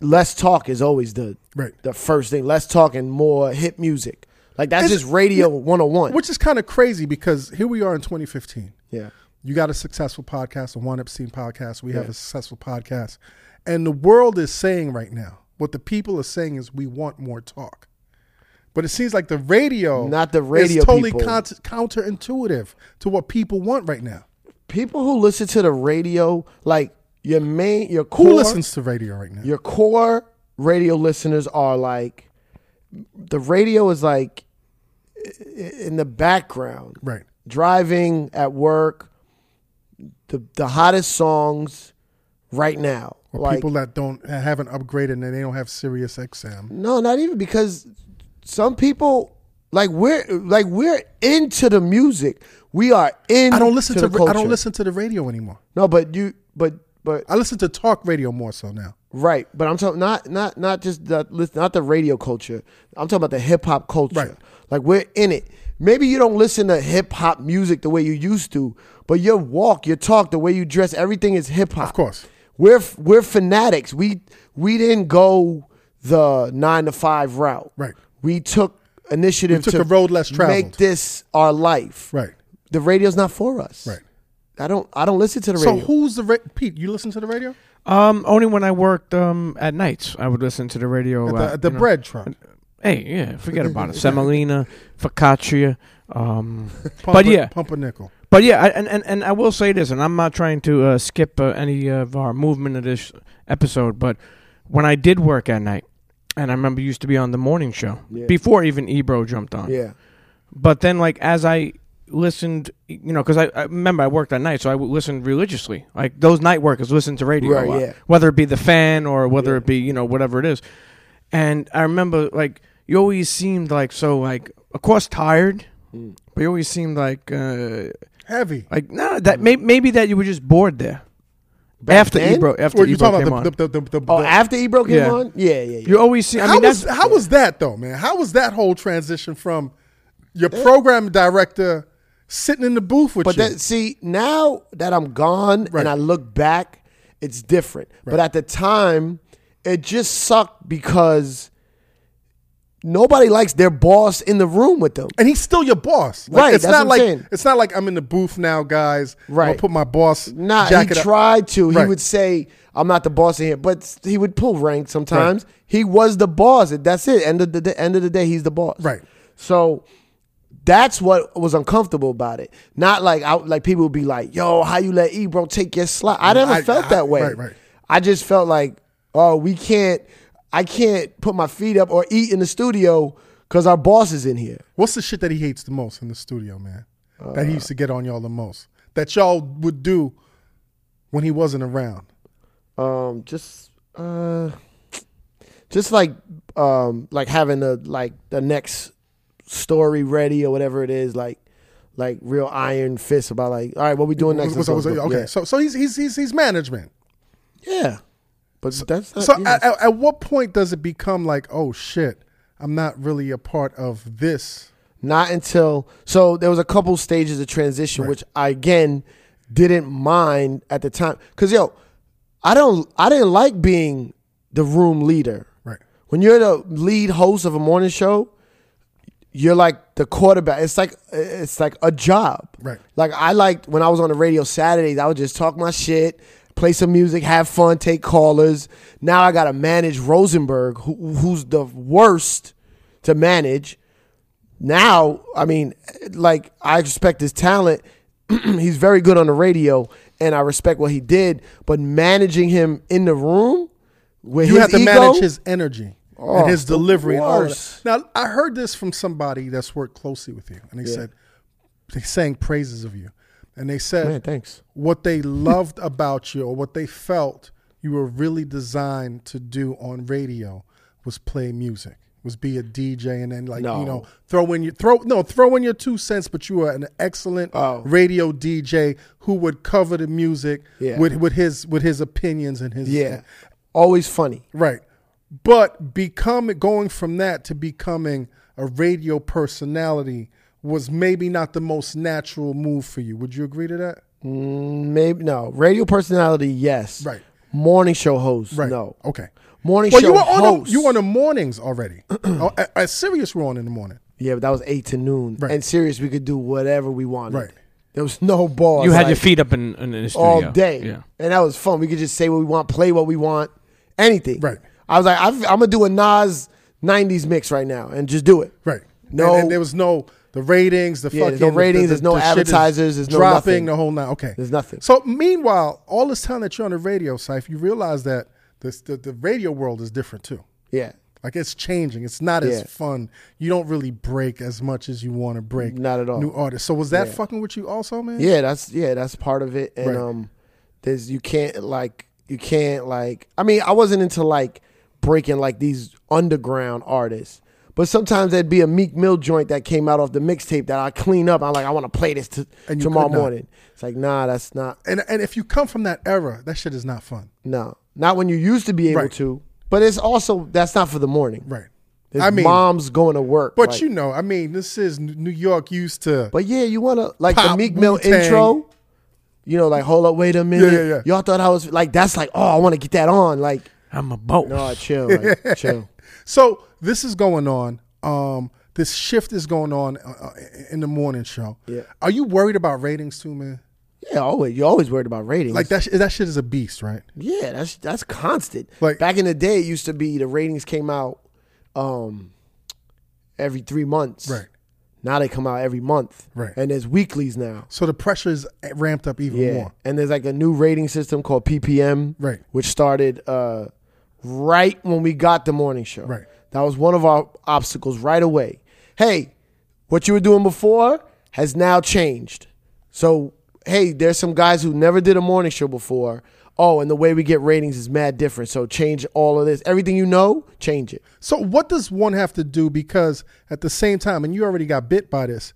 less talk is always the
Right.
the first thing. Less talk and more hip music. Like that's
It's-
just radio 101.
Which is kind of crazy because here we are in 2015.
yeah.
You got a successful podcast, a One Epstein podcast. We have a successful podcast. And the world is saying right now, what the people are saying is we want more talk. But it seems like the radio
Not the radio
is totally
people.
counter- counterintuitive to what people want right now.
People who listen to the radio, like your main your core
Who listens to radio right now?
your core radio listeners are like the radio is like i- i- in the background.
Right.
driving at work the the hottest songs right now
Or
like
people that don't haven't upgraded and they don't have Sirius XM.
no not even because some people like we're like we're into the music we are in
I don't listen to,
the
ra- I
culture.
don't listen to the radio anymore.
no but you but but
I listen to talk radio more so now.
right but i'm talking not not not just the listen not the radio culture i'm talking about the hip hop culture
Right.
like we're in it maybe you don't listen to hip hop music the way you used to but your walk your talk the way you dress everything is hip hop
Of course.
we're we're fanatics. We we didn't go the nine to five route.
Right.
We took initiative
We took
to
a road less traveled.
Make this our life.
Right.
The radio's not for us.
Right.
I don't I don't listen to the
So
radio.
who's the ra- Pete? You listen to the radio?
Um, only when I worked um at nights, I would listen to the radio.
At
uh,
the, at the
you know.
bread truck.
Hey,
*laughs*
yeah, forget about it. Semolina, focaccia. Um,
Pumper-
but yeah,
pumpernickel.
But yeah, I, and, and and I will say this, and I'm not trying to uh, skip uh, any of our movement of this episode, but when I did work at night, and I remember used to be on the morning show
Yeah.
before even Ebro jumped on.
Yeah.
But then, like as I listened, you know, because I, I remember I worked at night, so I would listen religiously. Like those night workers listen to radio, a
Right,
lot,
yeah.
whether it be the fan or whether it be you know whatever it is. And I remember like you always seemed like so like of course tired, but you always seemed like. uh
Heavy.
like no, that may, maybe that you were just bored there. after
then?
Ebro, after
Well, you
Ebro
talking
came
about
on,
the, the, the, the, the,
Oh, after Ebro came
Yeah.
on? Yeah, yeah, yeah.
you always see. I
how
mean,
was
that's
how was that though, man? How was that whole transition from your program director sitting in the booth with
Eh. But
you?
that, see, now that I'm gone
Right.
and I look back, it's different. But at the time, it just sucked because nobody likes their boss in the room with them.
and he's still your boss, Like,
Right,
It's
that's
not
what
like
I'm saying.
it's not like I'm in the booth now, guys. I'm gonna
Right.
put my boss
Nah,
jacket
he
up.
tried to. He
Right.
would say, "I'm not the boss in here," but he would pull rank sometimes. He was the boss. That's it. End of the day, end of the day, he's the boss.
Right.
So that's what was uncomfortable about it. Not like I, like people would be like, "Yo, how you let Ebro take your slot?" I never
I-
felt
I-
that way.
right, right.
I just felt like, "Oh, we can't. I can't put my feet up or eat in the studio because our boss is in here."
What's the shit that he hates the most in the studio, man? that
Uh.
he used to get on y'all the most. That y'all would do when he wasn't around.
um just uh just like um like having the like the next story ready or whatever it is like like real iron fist about like all right what we doing next
Was- was- was- okay,
yeah,
so so he's he's he's, he's management.
yeah. but that's not,
So
Uh, yeah.
at, at, at what point does it become like, oh shit, I'm not really a part of this?
not until so there was a couple stages of transition which i again didn't mind at the time because yo i don't i didn't like being the room leader
Right.
when you're the lead host of a morning show you're like the quarterback it's like it's like a job
Right.
like i liked when i was on the radio saturdays i would just talk my shit play some music have fun take callers now i gotta manage rosenberg who, who's the worst to manage now, I mean, like I respect his talent. *clears throat* He's very good on the radio, and I respect what he did. But managing him in the room, with
You
his
have to
ego,
manage his energy
Oh,
and his
the
delivery and all of that.
worst.
Now I heard this from somebody that's worked closely with you, and they said they sang praises of you, and they said,
Man, thanks.
what they loved about you or what they felt you were really designed to do on radio was play music was be a DJ and then like you
No.
know throw in your throw no throw in your two cents but you are an excellent
Oh.
radio DJ who would cover the music
Yeah.
with with his with his opinions and his
Yeah, always funny.
Right. But become going from that to becoming a radio personality was maybe not the most natural move for you. Would you agree to that?
Mm, Maybe no radio personality, yes.
Right.
Morning show host,
Right.
no.
Okay.
Morning
Well,
show
you were on
host.
the, you were on the mornings
*clears throat*
already. oh, at, at Sirius, we're on in the morning.
yeah, but that was eight to noon.
Right.
And serious, we could do whatever we wanted.
Right.
There was no ball.
you had your feet up in, in, in the studio
all day,
Yeah,
and that was fun. We could just say what we want, play what we want, anything.
Right.
I was like, I've, I'm gonna do a Nas '90s mix right now and just do it.
Right.
No.
And, and there was no the ratings. The
Yeah,
fucking
there's no
the- the-
ratings,
the-
there's no
the shit is
advertisers, there's no
dropping
nothing.
the whole night. Okay.
There's nothing.
So meanwhile, all this time that you're on the radio, Syfe, you realize that this, the the radio world is different too.
Yeah.
Like it's changing. It's not as
Yeah.
fun. You don't really break as much as you want to break.
Not at all.
New artists. So was that fucking with you also, man?
Yeah, that's yeah, that's part of it. And
Right.
um there's you can't like you can't like I mean, I wasn't into like breaking like these underground artists. But sometimes there'd be a Meek Mill joint that came out off the mixtape that I clean up. I'm like, I want to play this t-
And you
tomorrow
could not.
morning. It's like, nah, that's not
And and if you come from that era, that shit is not fun.
no, not when you used to be able
Right.
to. But it's also that's not for the morning.
Right.
There's
I mean,
mom's going to work.
but
like-
you know, I mean, this is N- New York used to.
But yeah, you wanna like
Pop,
the Meek Mill
Wu-Tang.
intro. You know, like hold up, wait a minute.
yeah, yeah.
Y'all thought I was like that's like oh I want to get that on like
I'm a boat.
no chill
*laughs*
like, chill
so this is going on. Um, this shift is going on uh, uh, in the morning show.
Yeah.
Are you worried about ratings too, man?
yeah always you're always worried about ratings
Like that. Sh- that shit is a beast, right?
yeah that's that's constant
Like-
like back in the day it used to be the ratings came out um every three months
Right.
Now they come out every month,
Right.
And there's weeklies now.
So the pressure is ramped up even
Yeah,
more.
and there's like a new rating system called PPM,
Right.
Which started uh, right when we got the morning show,
Right.
That was one of our obstacles right away. Hey, what you were doing before has now changed. So hey, there's some guys who never did a morning show before. Oh, and the way we get ratings is mad different. So change all of this. Everything you know, change it.
So what does one have to do? Because at the same time, and you already got bit by this,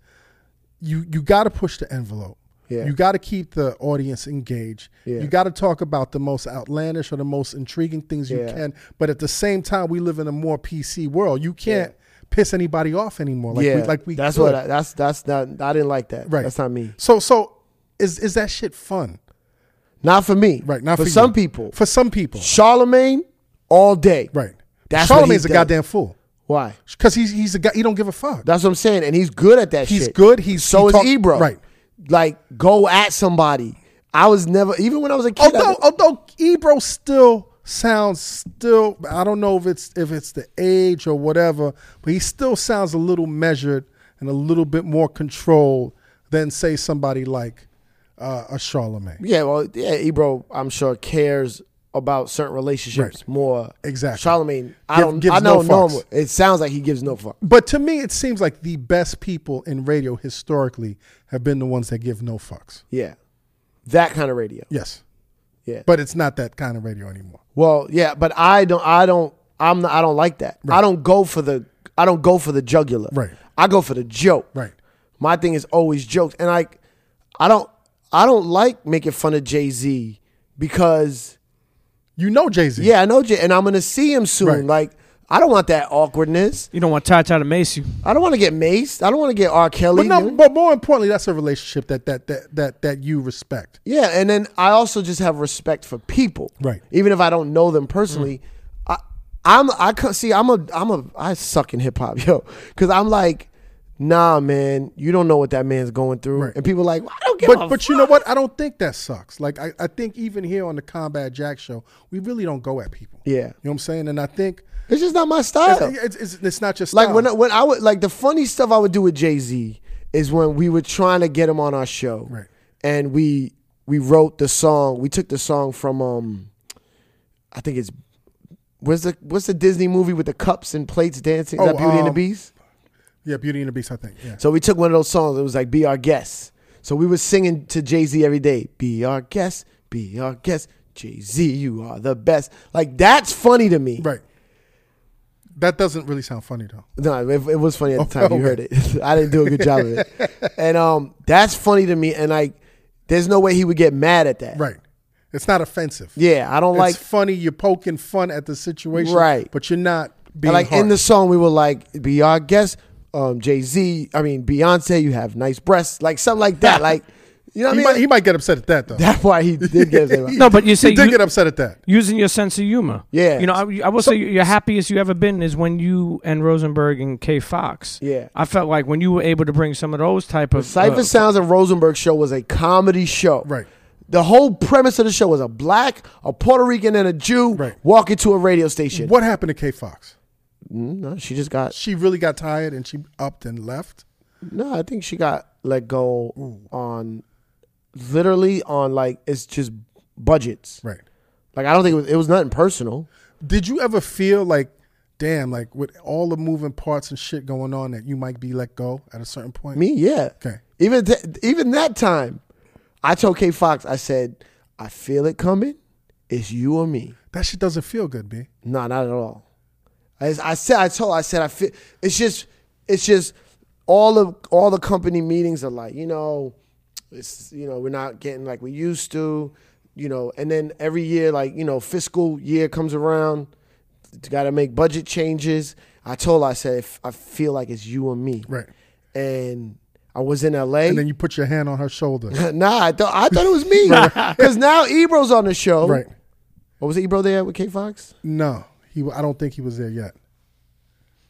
you you got to push the envelope.
Yeah.
You got to keep the audience engaged.
Yeah.
You got to talk about the most outlandish or the most intriguing things you
Yeah.
can. But at the same time, we live in a more PC world. You can't piss anybody off anymore. Like
yeah,
we, like we.
That's
could.
what. I, that's that's not. I didn't like that.
Right.
That's not me.
So so is is that shit fun?
Not for me.
Right. Not for,
for
you.
some people.
For some people.
Charlemagne all day.
Right.
That's what
Charlemagne's a
he does.
goddamn fool
Why?
because he's he's a guy. He don't give a fuck.
That's what I'm saying, and he's good at that.
He's
shit.
good, he's-
so
he
is
talk-
Ebro.
right.
Like go at somebody. I was never even when I was a kid. I
although
was-
although Ebro still sounds still I don't know if it's if it's the age or whatever, but he still sounds a little measured and a little bit more controlled than say somebody like uh, a Charlemagne.
yeah, well, yeah, Ebro. I'm sure cares about certain relationships
Right.
more.
Exactly.
Charlemagne. I
Give-
don't.
gives
I
no
don't know.
fucks.
him. It sounds like he gives no fuck.
But to me, it seems like the best people in radio historically have been the ones that give no fucks.
Yeah, that kind of radio.
Yes,
Yeah.
but it's not that kind of radio anymore.
Well, yeah, but I don't. I don't. I'm. Not, I don't like that. I don't go for the. I don't go for the jugular.
Right.
I go for the joke.
Right.
My thing is always jokes, and like, I don't. I don't like making fun of Jay Z because
You know Jay Z.
yeah, I know Jay, and I'm gonna see him soon.
Right.
Like, I don't want that awkwardness.
You don't want Ty Ty to mace you.
I don't want to get maced. I don't want to get R.
But
Kelly.
no,
man.
but more importantly, that's a relationship that that that that that you respect.
Yeah, and then I also just have respect for people.
Right. Mm-hmm.
Even if I don't know them personally, I I'm I co- see I'm a I'm a I suck in hip hop, *laughs* yo, cuz I'm like nah, man, you don't know what that man's going through.
Right.
And people like, I don't give
but
a
but you know what? I don't think that sucks. Like I, I think even here on the Combat Jack show, we really don't go at people.
Yeah.
You know what I'm saying? And I think
it's just not my
it's,
style.
it's, it's, it's not just
Like when I, when I would like the funny stuff I would do with Jay Z is when we were trying to get him on our show,
Right.
And we we wrote the song. We took the song from um, I think it's what's the what's the Disney movie with the cups and plates dancing? Is
Oh,
that Beauty and the
um,
Beast.
yeah, Beauty and the Beast. I think yeah.
So we took one of those songs. It was like "Be Our Guest." So we were singing to Jay Z every day. Be our guest, be our guest, Jay Z, you are the best. Like that's funny to me.
right. That doesn't really sound funny though.
No, it, it was funny at the time.
okay.
You heard it. *laughs* I didn't do a good job of
*laughs*
it. And um, that's funny to me. And like, there's no way he would get mad at that.
Right. It's not offensive.
Yeah, I don't
It's
like.
funny. You're poking fun at the situation.
Right.
But you're not being
and, like in
harsh.
the song, we were like, "Be our guest, um, Jay Z. I mean, Beyonce. You have nice breasts, like something like that. Like,
*laughs*
you know what
He,
I mean?
might, he might get upset at that though.
that's why he did get upset. about it.
No, but you
*laughs*
say
he did
you-
get upset at that.
using your sense of humor.
Yeah.
You know, I, I will say your happiest you ever been is when you and Rosenberg and K Fox.
Yeah.
I felt like when you were able to bring some of those type of
Cipher
uh,
Sounds and Rosenberg show was a comedy show.
Right.
The whole premise of the show was a black, a Puerto Rican, and a Jew
Right.
walking to a radio station. Mm,
What happened to K Fox?
No, she just got
She really got tired and she upped and left.
No, I think she got let go on literally on like it's just budgets.
Right.
Like I don't think it was, it was nothing personal.
Did you ever feel like, damn, like with all the moving parts and shit going on, that you might be let go at a certain point?
Me, yeah.
Okay.
Even th- even that time, I told K Fox, I said, I feel it coming. It's you or me.
That shit doesn't feel good, B.
No, not at all. As I said, I told, I said, I feel. It's just, it's just all of all the company meetings are like, you know, it's you know we're not getting like we used to, you know, and then every year like you know fiscal year comes around, got to make budget changes. I told, her, I said, if I feel like it's you and me,
Right.
And I was in L.A.
And then you put your hand on her shoulder.
*laughs* nah, I thought I thought it
*laughs*
was me *laughs* because now Ebro's on the show.
right.
What was Ebro there with K Fox?
No, he. I don't think he was there yet.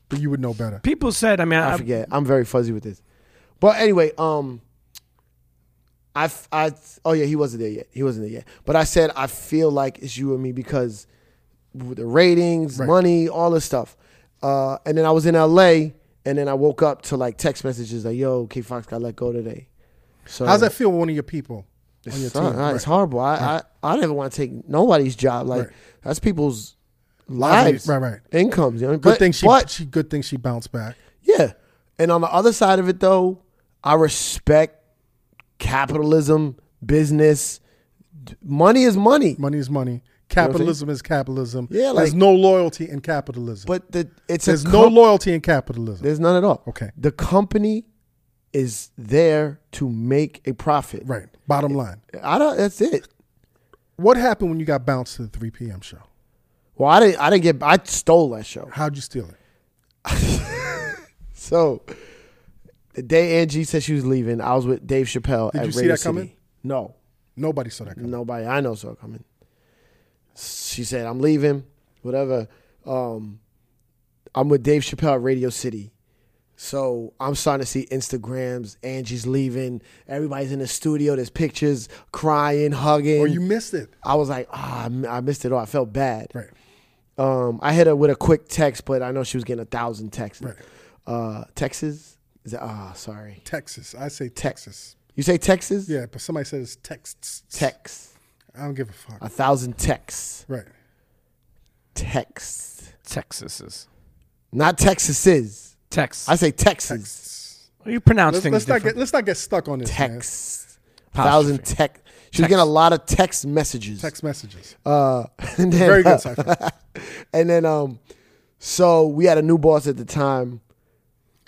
But you would know better.
people said. I mean, I,
I forget. I'm very fuzzy with this. But anyway, um, I, f- I, oh yeah, he wasn't there yet. He wasn't there yet. But I said I feel like it's you and me because with the ratings,
Right.
money, all this stuff. Uh, and then I was in L.A. and then I woke up to like text messages like, "Yo, K Fox got let go today." So
How's that feel with one of your people on your
It's,
team?
not- nah, it's horrible. I, I I never want to take nobody's job. Like
Right.
that's people's
Lives,
lives,
right, right.
Incomes. You know?
Good
but,
thing she,
but-
she good thing she bounced back.
yeah. And on the other side of it, though, I respect capitalism, business. D- Money is money.
Money is money. Capitalism is capitalism.
Yeah,
there's
like-
no loyalty in capitalism.
But the, it's
there's
a
no
com-
loyalty in capitalism.
There's none at all.
Okay.
The company is there to make a profit.
Right. Bottom line.
I don't. That's it.
What happened when you got bounced to the 3 p.m. show?
Well, I didn't. I didn't get. I stole that show. *laughs*
How'd you steal it?
So the day Angie said she was leaving, I was with Dave Chappelle.
Did
at
you see
Radio
that coming?
City. No,
Nobody saw that coming.
nobody I know saw coming. She said, "I'm leaving, whatever." Um, I'm with Dave Chappelle at Radio City, so I'm starting to see Instagrams. Angie's leaving. Everybody's in the studio. There's pictures, crying, hugging.
Or you missed it.
I was like, ah, I m- I missed it all. I felt bad.
Right.
Um, I hit her with a quick text, but I know she was getting a thousand texts.
Right.
Uh, Texas? Is that, ah, sorry.
Texas. I say Texas.
You say Texas?
Yeah, but somebody says it's texts.
Text.
I don't give a fuck.
A thousand texts.
right.
Text.
Texases.
Not Texases.
Texas.
I say Texas.
Texts.
You pronounce
Let's,
things
let's not *laughs*
different.
get let's not get stuck on this. man.
Text. A thousand text. She was getting a lot of text messages.
Text messages.
Uh, *laughs* and then,
Very good, Cypher.
and then, um, so we had a new boss at the time.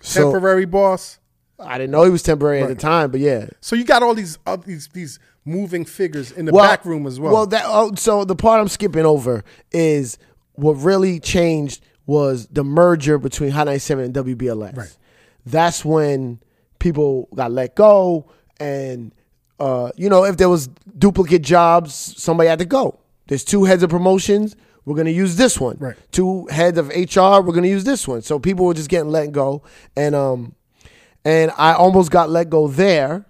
So
Temporary boss.
I didn't know he was temporary at the time, but yeah,
So you got all these uh, these these moving figures in the back room as well.
Well, that oh, so the part I'm skipping over is what really changed was the merger between Hot 97 and WBLS.
Right.
That's when people got let go, and uh, you know if there was duplicate jobs, somebody had to go. There's two heads of promotions. We're gonna use this one.
Right.
Two heads of HR. We're gonna use this one. So people were just getting let go, and um, and I almost got let go there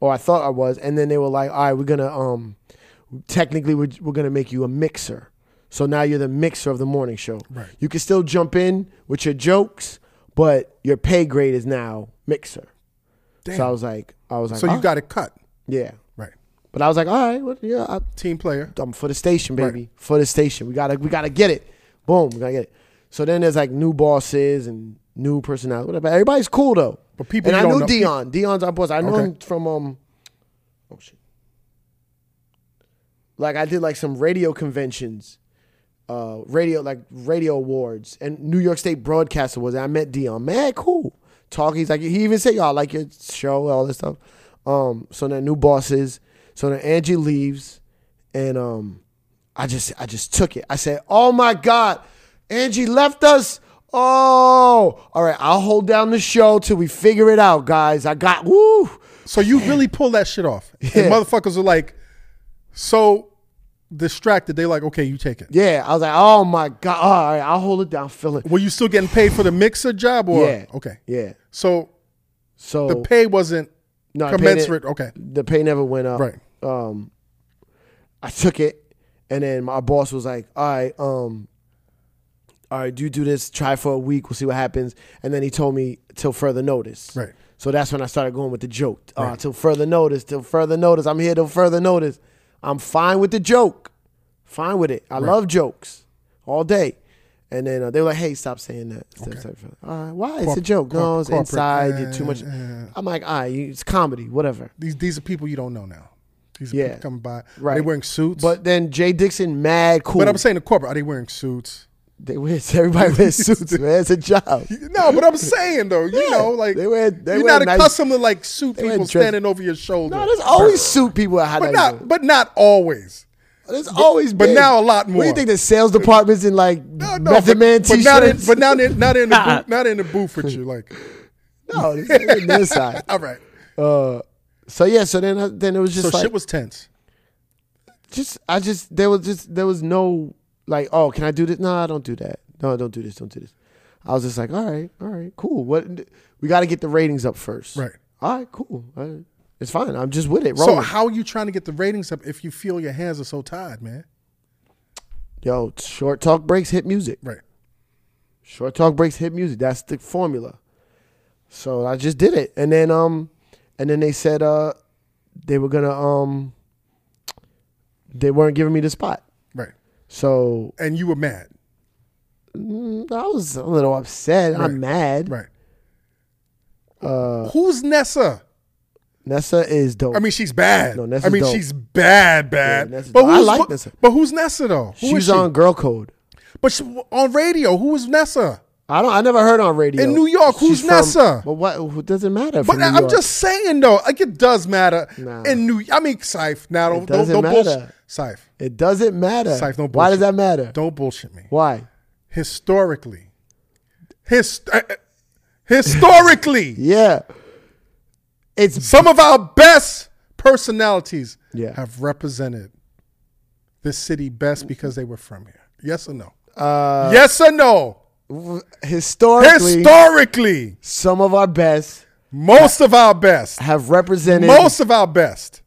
or I thought I was, and then they were like, "All right, we're gonna um, technically we're, we're gonna make you a mixer. So now you're the mixer of the morning show.
Right.
You can still jump in with your jokes, but your pay grade is now mixer. So I was like, I was like,
so you
"Oh,
got it cut.
yeah,
Right.
but I was like, all right, well, yeah, I,
Team player.
I'm for the station, baby. For the station. We gotta we gotta get it. Boom, we gotta get it. So then there's like new bosses and new personalities, whatever. Everybody's cool though.
But people
and
you
I
don't
knew
know-
Dion. Dion's our boss. I knew
Okay.
him from um oh shit. Like I did like some radio conventions, uh radio like radio awards and New York State Broadcast Awards. And I met Dion. Man, cool. Talk, he's like he even said, Y'all like your show, all this stuff. Um, so then new bosses. So then Angie leaves and um I just I just took it. I said, "Oh my God, Angie left us." Oh, all right. I'll hold down the show till we figure it out, guys. I got woo.
So you really pulled that shit off.
Yeah.
And motherfuckers are like so distracted. They like, okay, you take it.
Yeah, I was like, "Oh my God, all right. I'll hold it down, Phil." it.
Were you still getting paid for the mixer job or
Yeah.
okay.
Yeah.
So
So
the pay wasn't
no, the pay ne-
commensurate. okay.
the pay never went up.
Right.
Um, I took it, and then my boss was like, "All right, um, all right, do you do this? Try for a week. We'll see what happens." And then he told me till further notice.
Right.
So that's when I started going with the joke. Uh, Till further notice. Till further notice. I'm here till further notice. I'm fine with the joke. Fine with it. I love jokes all day. And then uh, they were like, "Hey, stop saying that." Stop, stop- stop. All right, why? it's a
Corp-
joke.
corp-
no, it's
corporate.
inside. You're too
Uh,
much.
uh.
I'm like, all right, you- it's comedy, whatever.
These these are people you don't know now. These are
Yeah.
people coming by. Are they
Right.
wearing suits?
But then Jay Dixon, mad cool.
but I'm saying the corporate, are they wearing suits?
they wear everybody wears suits, man. It's a job.
No, but I'm saying though, you know, like
they wear- they
you're
wear
not
nice-
accustomed to like suit
wear
people
dress-
standing over your shoulder.
No, there's always suit people at Hot
but
97.
not but not always.
There's always,
but
been.
now a lot
What do
more.
you think the sales departments in like
No, no,
Method
but,
Man
but not in,
t-shirts?
but not in not in the booth, not in the booth with you. Like,
no, it's on their side.
all right.
So yeah, so then I- then it was
So
just like
shit was tense.
just I just there was just there was no like oh can I do this? No, I don't do that. No, don't do this. Don't do this. I was just like all right, all right, cool. What we got to get the ratings up first,
Right.
All right, cool. All right. It's fine. I'm just with it.
So
Rolling.
how are you trying to get the ratings up if you feel your hands are so tied, man?
Yo, short talk breaks hit music.
Right.
Short talk breaks hit music. That's the formula. So I just did it, and then um, and then they said uh, they were gonna um, they weren't giving me the spot.
Right.
So
And you were mad.
mm, I was a little upset.
Right.
I'm mad.
Right.
Uh,
Who's Nessa?
Nessa is dope.
I mean, she's bad.
No, Nessa's
I mean,
dope.
she's bad, bad.
Yeah, Nessa's
but
dope. I
who's,
like
but-
Nessa.
But who's Nessa though? Who is
she's
she?
on Girl Code.
But she, on radio, who is Nessa?
I don't. I never heard on radio
In New York, who's
She's from-
Nessa?
But what? Who doesn't matter?
But
from New
I'm
York.
just saying though, like it does matter.
Nah.
In New, I mean, Scythe. Now don't don't,
doesn't
don't bullshit.
matter.
Scythe,
It doesn't matter.
Scythe, no
Why does
bullshit.
that matter?
don't bullshit me.
Why?
Historically, his uh, uh, historically,
*laughs* Yeah. It's
some of our best personalities
Yeah.
have represented this city best because they were from here. Yes or no?
uh,
yes or no?
historically
Historically,
some of our best
most of our best,
have represented
most of our best,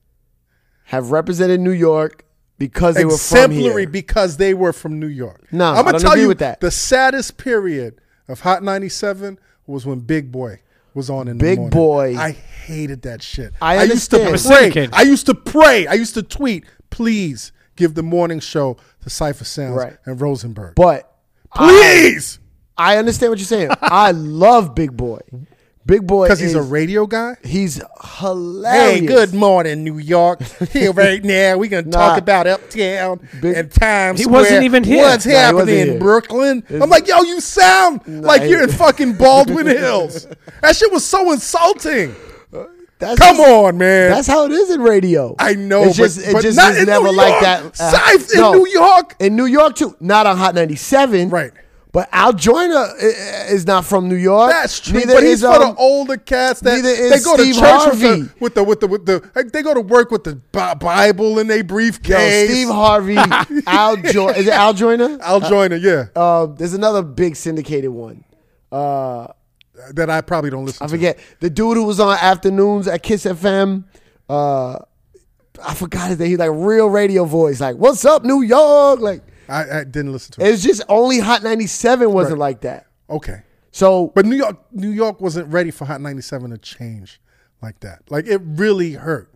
have represented New York because they were from
exemplary
here.
because they were from New York.
Nah,
I'm
I
gonna
don't
tell
agree
you
with that.
the saddest period of Hot 97 was when Big Boy was on in
Big
the morning.
Boy.
I hated that shit.
I
used
understand.
to
I was
pray.
thinking.
I used to pray. I used to tweet, please give the morning show to Cypher Sounds
Right.
and Rosenberg.
But
please!
I understand what
*laughs*
you're saying. I love Big Boy. Big Boy
Because he's
is-
a radio guy?
he's hilarious.
Hey, good morning, New
*laughs*
York. Here right now, we're gonna
Nah.
talk about uptown
Big-
and Times
He
Square.
wasn't even here.
What's
Nah, he wasn't
happening in
here.
Brooklyn? I'm like, yo, you sound like
he- *laughs*
you're in fucking Baldwin Hills. That shit was so insulting.
That's
Come
just-
on, man.
That's how it is in radio.
I know,
It's
but-
just, it
but
just
not
is
in
never
New
like
York.
that. uh,
Size in New York.
in New York too. Not on Hot ninety seven,
Right.
But Al Joyner i- i- is not from New York.
That's true,
Neither
but he's
is,
for the
um,
older cast that
neither is
they go
Steve
to church with
Harvey.
the, with the with the with the like, they go to work with the Bi- Bible in their
Yo,
briefcase. *laughs*
Steve Harvey, Al Joyner. Is it Al Joyner?
Al Joyner, yeah,
Uh, there's another big syndicated one. Uh,
that I probably don't listen.
I
to.
forget the dude who was on afternoons at Kiss FM. Uh, I forgot his name. He's like real radio voice. Like, what's up, New York? Like,
I, I didn't listen to it.
it's just only Hot ninety seven wasn't like that.
Okay.
So
But New York, New York wasn't ready for Hot 97 to change like that. Like it really hurt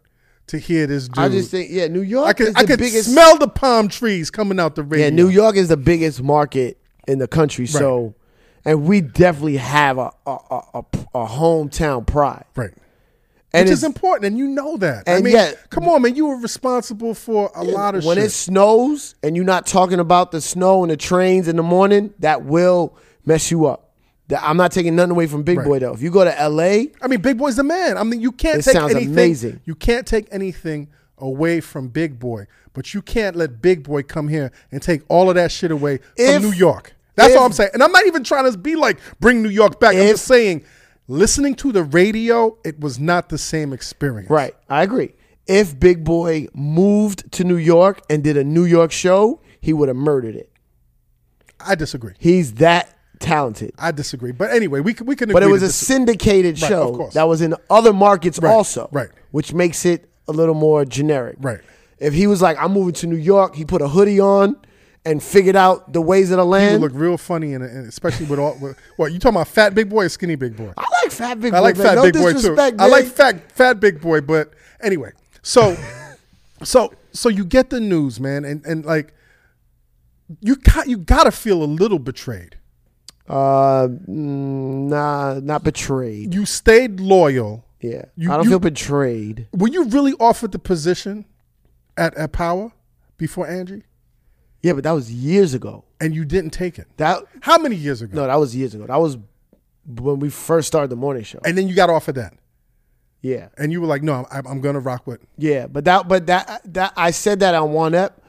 to hear this dude.
I just think, yeah, New York
I
is
could,
the
I could
biggest.
smell the palm trees coming out the radio.
yeah, New York is the biggest market in the country. So, and we definitely have a a, a, a- a hometown pride,
right?
and
Which is
it's-
important, and you know that. I
and
mean,
yet-
come on, man, you were responsible for a lot of
when
shit.
it snows and you're not talking about the snow and the trains in the morning, that will mess you up. That- I'm not taking nothing away from Big
Right.
Boy though. If you go to L.A.,
I mean, Big Boy's the man. I mean, you can't
It
take
sounds
anything.
amazing.
You can't take anything away from Big Boy, but you can't let Big Boy come here and take all of that shit away
If-
from New York. That's
if-
all I'm saying. And I'm not even trying to be like bring New York back. I'm
If-
just saying, listening to the radio, it was not the same experience.
right? I agree. If Big Boy moved to New York and did a New York show, he would have murdered it.
I disagree.
He's that talented.
I disagree. But anyway, we can we can.
But it
agree
was
to
a
dis-
syndicated
Right,
show
of course.
that was in other markets also,
right.
Which makes it a little more generic,
Right.
If he was like, "I'm moving to New York," he put a hoodie on and figured out the ways of the
It would
land.
look real funny, and especially with all. With, what you talking about? Fat Big Boy or skinny Big Boy?
I like Fat Big Boy.
I like
man.
Fat
no
Big Boy too.
disrespect,
I
man.
like Fat Fat Big Boy, but anyway, so *laughs* so so you get the news, man, and and like you got you gotta feel a little betrayed.
Uh, mm, nah, not betrayed.
You stayed loyal.
Yeah,
You-
I don't
you-
feel betrayed.
Were you really offered the position at at Power before Angie,
Yeah, but that was years ago.
and you didn't take it?
That
How many years ago?
no, that was years ago. That was when we first started the morning show.
And then you got offered that,
Yeah,
and you were like, "No, I'm, I'm gonna rock with."
Yeah, but that, but that, that I said that on one up,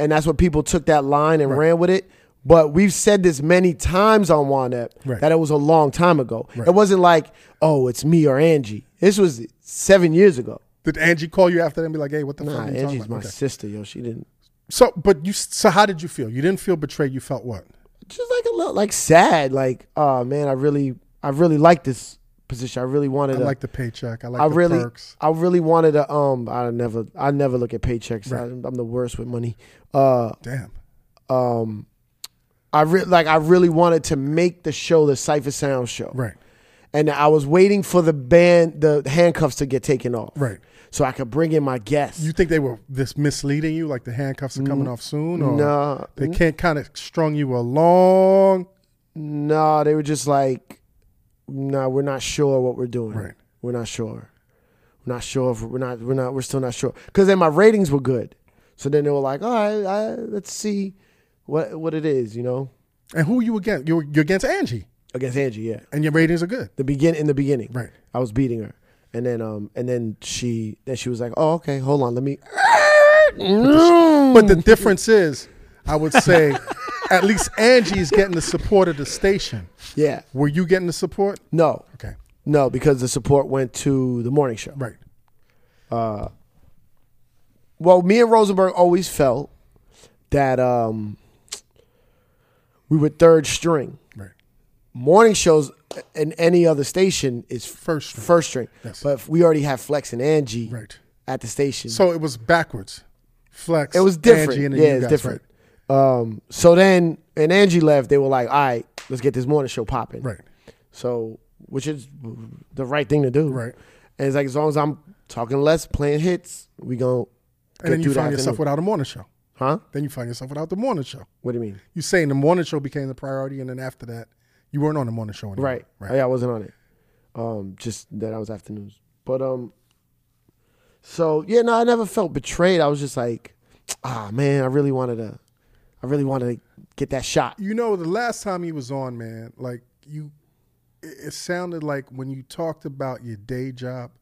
and that's what people took that line and ran with it. But we've said this many times on one up
Right.
that it was a long time ago. It wasn't like, oh, it's me or Angie. This was seven years ago.
Did Angie call you after that and be like, "Hey, what the
Nah,
fuck?" Are you talking
Angie's
about?
my
Okay.
sister, yo. She didn't
So, but you. So, how did you feel? You didn't feel betrayed. You felt what?
just like a little like sad, like, oh man, I really, I really like this position. I really wanted.
I
to-
like the paycheck. I like
I
the
really,
perks.
I really wanted to. Um, I never, I never look at paychecks. I, I'm the worst with money. Uh,
Damn.
um, I re- like I really wanted to make the show the Cypher Sound show.
Right.
and I was waiting for the band, the handcuffs to get taken off,
Right.
So I could bring in my guests.
You think they were this misleading you, like the handcuffs are coming off soon, or
Nah.
they can't kind of strung you along?
No, they were just like, no, nah, we're not sure what we're doing.
Right.
We're not sure. We're not sure if we're not. We're not. We're still not sure. Because then my ratings were good. So then they were like, all right, I, let's see what what it is. You know,
And who you against? You're, you're against Angie,
against Angie, yeah.
and your ratings are good.
The begin in the beginning,
Right.
I was beating her, and then um, and then she then she was like, oh, okay, hold on, let me.
But
Mm.
the difference is, I would
*laughs*
say, at least Angie's getting the support of the station.
Yeah,
Were you getting the support?
no,
Okay,
no, because the support went to the morning show.
right.
well, me and Rosenberg always felt that um, we were third string.
Right.
Morning shows in any other station is
First string.
First string.
Yes.
But we already have Flex and Angie
Right.
at the station.
So it was backwards. Flex.
it was different.
Angie, and then
yeah,
you
it's
guys,
different. Um, so then, and Angie left. They were like, "All right, let's get this morning show popping."
Right.
So, which is the right thing to do.
Right.
And it's like as long as I'm talking less, playing hits, we gonna get
And then you
through the
find yourself
afternoon.
without a morning show.
huh?
Then you find yourself without the morning show.
What do you mean?
You saying the morning show became the priority, and then after that, you weren't on the morning show anymore.
Right. right. Yeah, I wasn't on it. Um, just that I was afternoons. But um, so yeah, no, I never felt betrayed. I was just like, ah, man, I really wanted to, I really wanted to get that shot.
You know, the last time he was on, man, like you, it it sounded like when you talked about your day job,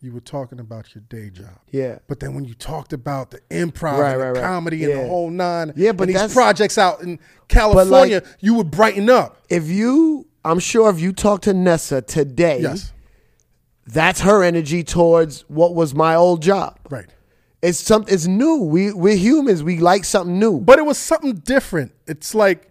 you were talking about your day job.
Yeah.
But then when you talked about the improv
Right,
and the
right, right.
comedy and
Yeah.
the whole nine,
Yeah, but
and
that's-
these projects out in California, you would brighten up.
If you, I'm sure if you talk to Nessa today,
Yes.
that's her energy towards what was my old job.
Right.
It's something. It's new. We we're humans. We like something new.
But it was something different. It's like,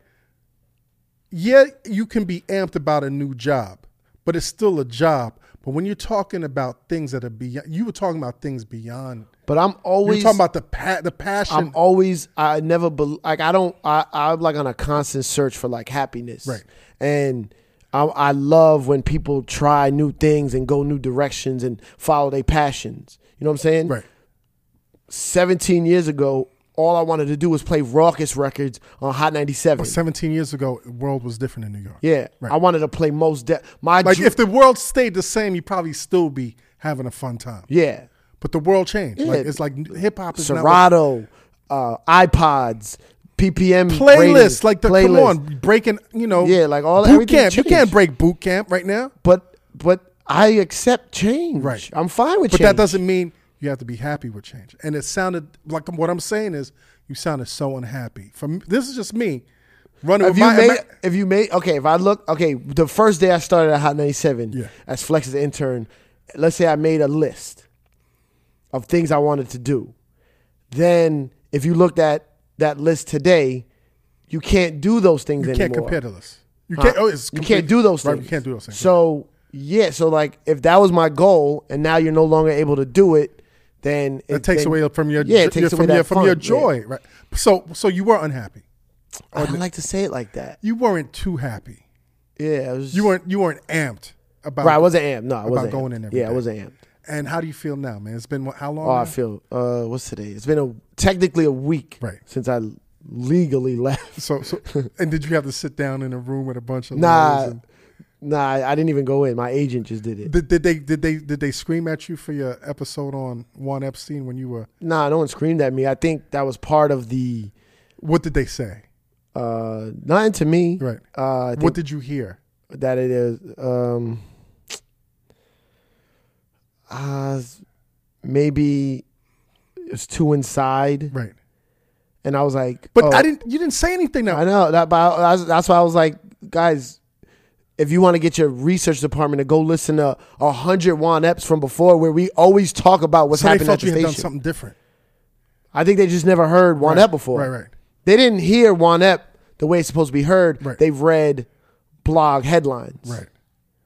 yeah, you can be amped about a new job, but it's still a job. But when you're talking about things that are beyond, you were talking about things beyond.
But I'm
You were
always
talking about the pa- the passion.
I'm always I never bel like I don't I I'm like on a constant search for like happiness.
Right.
And I, I love when people try new things and go new directions and follow their passions. You know what I'm saying?
right.
17 years ago, all I wanted to do was play raucous records on Hot 97.
17 years ago, the world was different in New York.
yeah.
Oh, Right.
I wanted to play most de- my
Like
dr-
if the world stayed the same, you'd probably still be having a fun time.
yeah.
But the world changed. Like
Yeah.
it's like hip hop is not what-
Serato, uh, iPods, PPM ratings,
playlists. Like the come
playlists.
on breaking. You know.
Yeah, like all-
boot
everything
camp. You can't
changed.
break boot camp right now.
But but I accept change.
Right.
I'm fine with
But
change.
that doesn't mean you have to be happy with change. And it sounded like what I'm saying is you sounded so unhappy. From this is just me running
If
with
you
my.
made,
ima-
if you made, okay. If I look, okay. The first day I started at Hot 97
Yeah.
as Flex's intern, let's say I made a list of things I wanted to do. Then, if you looked at that list today, you can't do those things
you
anymore.
can't compare to this. You
Huh?
can't. Oh, it's
you
complete-
can't do those
right,
things.
You can't do those things.
So yeah, so like if that was my goal, and now you're no longer able to do it, then
it takes
then-
away from your jo-
yeah, it takes
your-
away
from your
that
from your
fun, yeah.
joy, right? So so you were unhappy.
I don't like to say it like that.
You weren't too happy.
Yeah, I was,
You weren't you weren't amped about
Right, I wasn't amped. No, I wasn't
going
amped.
in every
Yeah, I
day.
wasn't amped.
And how do you feel now, man? It's been what, how long?
Oh,
now?
I feel. Uh, what's today? It's been a technically a week
Right.
since I
*laughs*
legally left.
so
*laughs*
so and did you have to sit down in a room with a bunch of lawyers
Nah,
and-
nah, I I didn't even go in. My agent just did it.
Did, did they did they did they scream at you for your episode on Juan Epstein when you were?
Nah, no one screamed at me. I think that was part of the
What did they say?
uh, not into me.
Right.
Uh, I think
What did you hear?
that it is. Um, uh, maybe it's too inside,
Right.
and I was like,
But
oh.
I didn't. You didn't say anything. Now
I know that, but I, that's- that's why I was like, guys, if you want to get your research department to go listen to a hundred Juan Epps from before, where we always talk about what's
so they
happening at
felt
the
you had
station.
done something different.
I think they just never heard Juan
Right,
Epp before.
right, right.
They didn't hear Juan Epp the way it's supposed to be heard.
Right.
They've read blog headlines.
Right.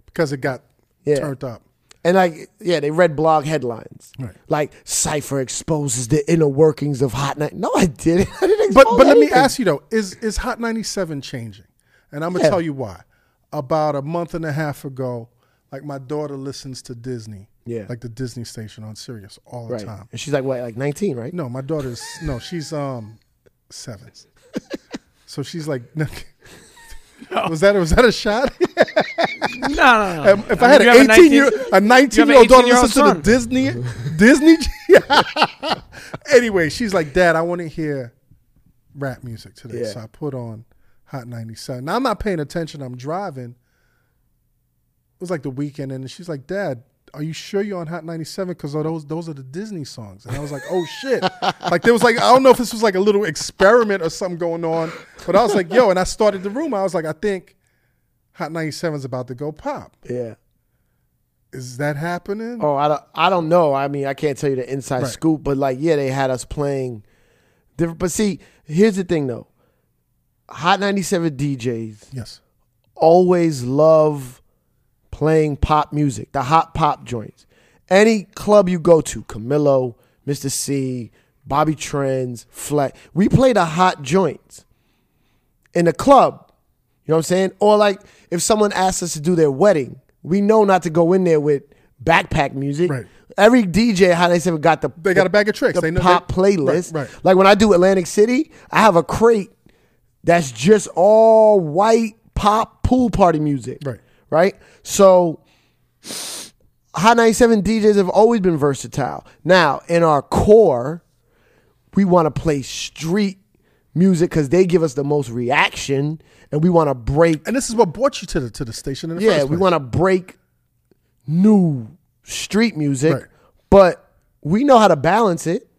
Because it got
Yeah.
turned up.
And like, yeah, they read blog headlines.
Right.
Like, Cypher exposes the inner workings of Hot Night. No, I didn't. *laughs* I didn't
But
expose
but let me
anything.
ask you though: Is is Hot ninety seven changing? And I'm gonna
Yeah.
tell you why. about a month and a half ago. Like my daughter listens to Disney,
Yeah.
like the Disney station on Sirius all the
Right.
time.
And she's like, what, like 19, right?
No, my daughter's no, she's um seven. so she's like, *laughs* was that was that a shot?
No, no, no.
Um, if I, had
mean, you
an
have a
eighteen year
19
a nineteen year old daughter
18-year-old
listen to the Disney
*laughs*
Disney. *laughs* anyway, she's like, Dad, I want to hear rap music today,
Yeah.
so I put on Hot ninety seven. Now I'm not paying attention. I'm driving. It was like the weekend, and she's like, Dad. Are you sure you're on Hot 97? Because those those are the Disney songs, and I was like, "Oh
*laughs*
shit!" like there was like I don't know if this was like a little experiment or something going on, but I was like, "Yo!" And I started the room. I was like, "I think Hot 97 is about to go pop."
Yeah.
Is that happening?
Oh, I don't, I don't know. I mean, I can't tell you the inside
Right.
scoop, but like, yeah, they had us playing different. But see, here's the thing though Hot 97 DJs
Yes.
always love playing pop music, the hot pop joints. Any club you go to, Camilo, Mr. C, Bobby Trends, Fleck, we play the hot joints in the club. You know what I'm saying? Or like if someone asks us to do their wedding, we know not to go in there with backpack music.
Right.
Every DJ, how they say, got the
They got a bag of tricks.
the
They know-
pop
they-
playlist.
Right, right.
Like when I do Atlantic City, I have a crate that's just all white pop pool party music.
Right.
Right? So Hot 97 DJs have always been versatile. Now, in our core, we want to play street music because they give us the most reaction and we want to break
And this is what brought you to the to the station in the
yeah,
first
we
place.
want to break new street music,
Right.
but we know how to balance it.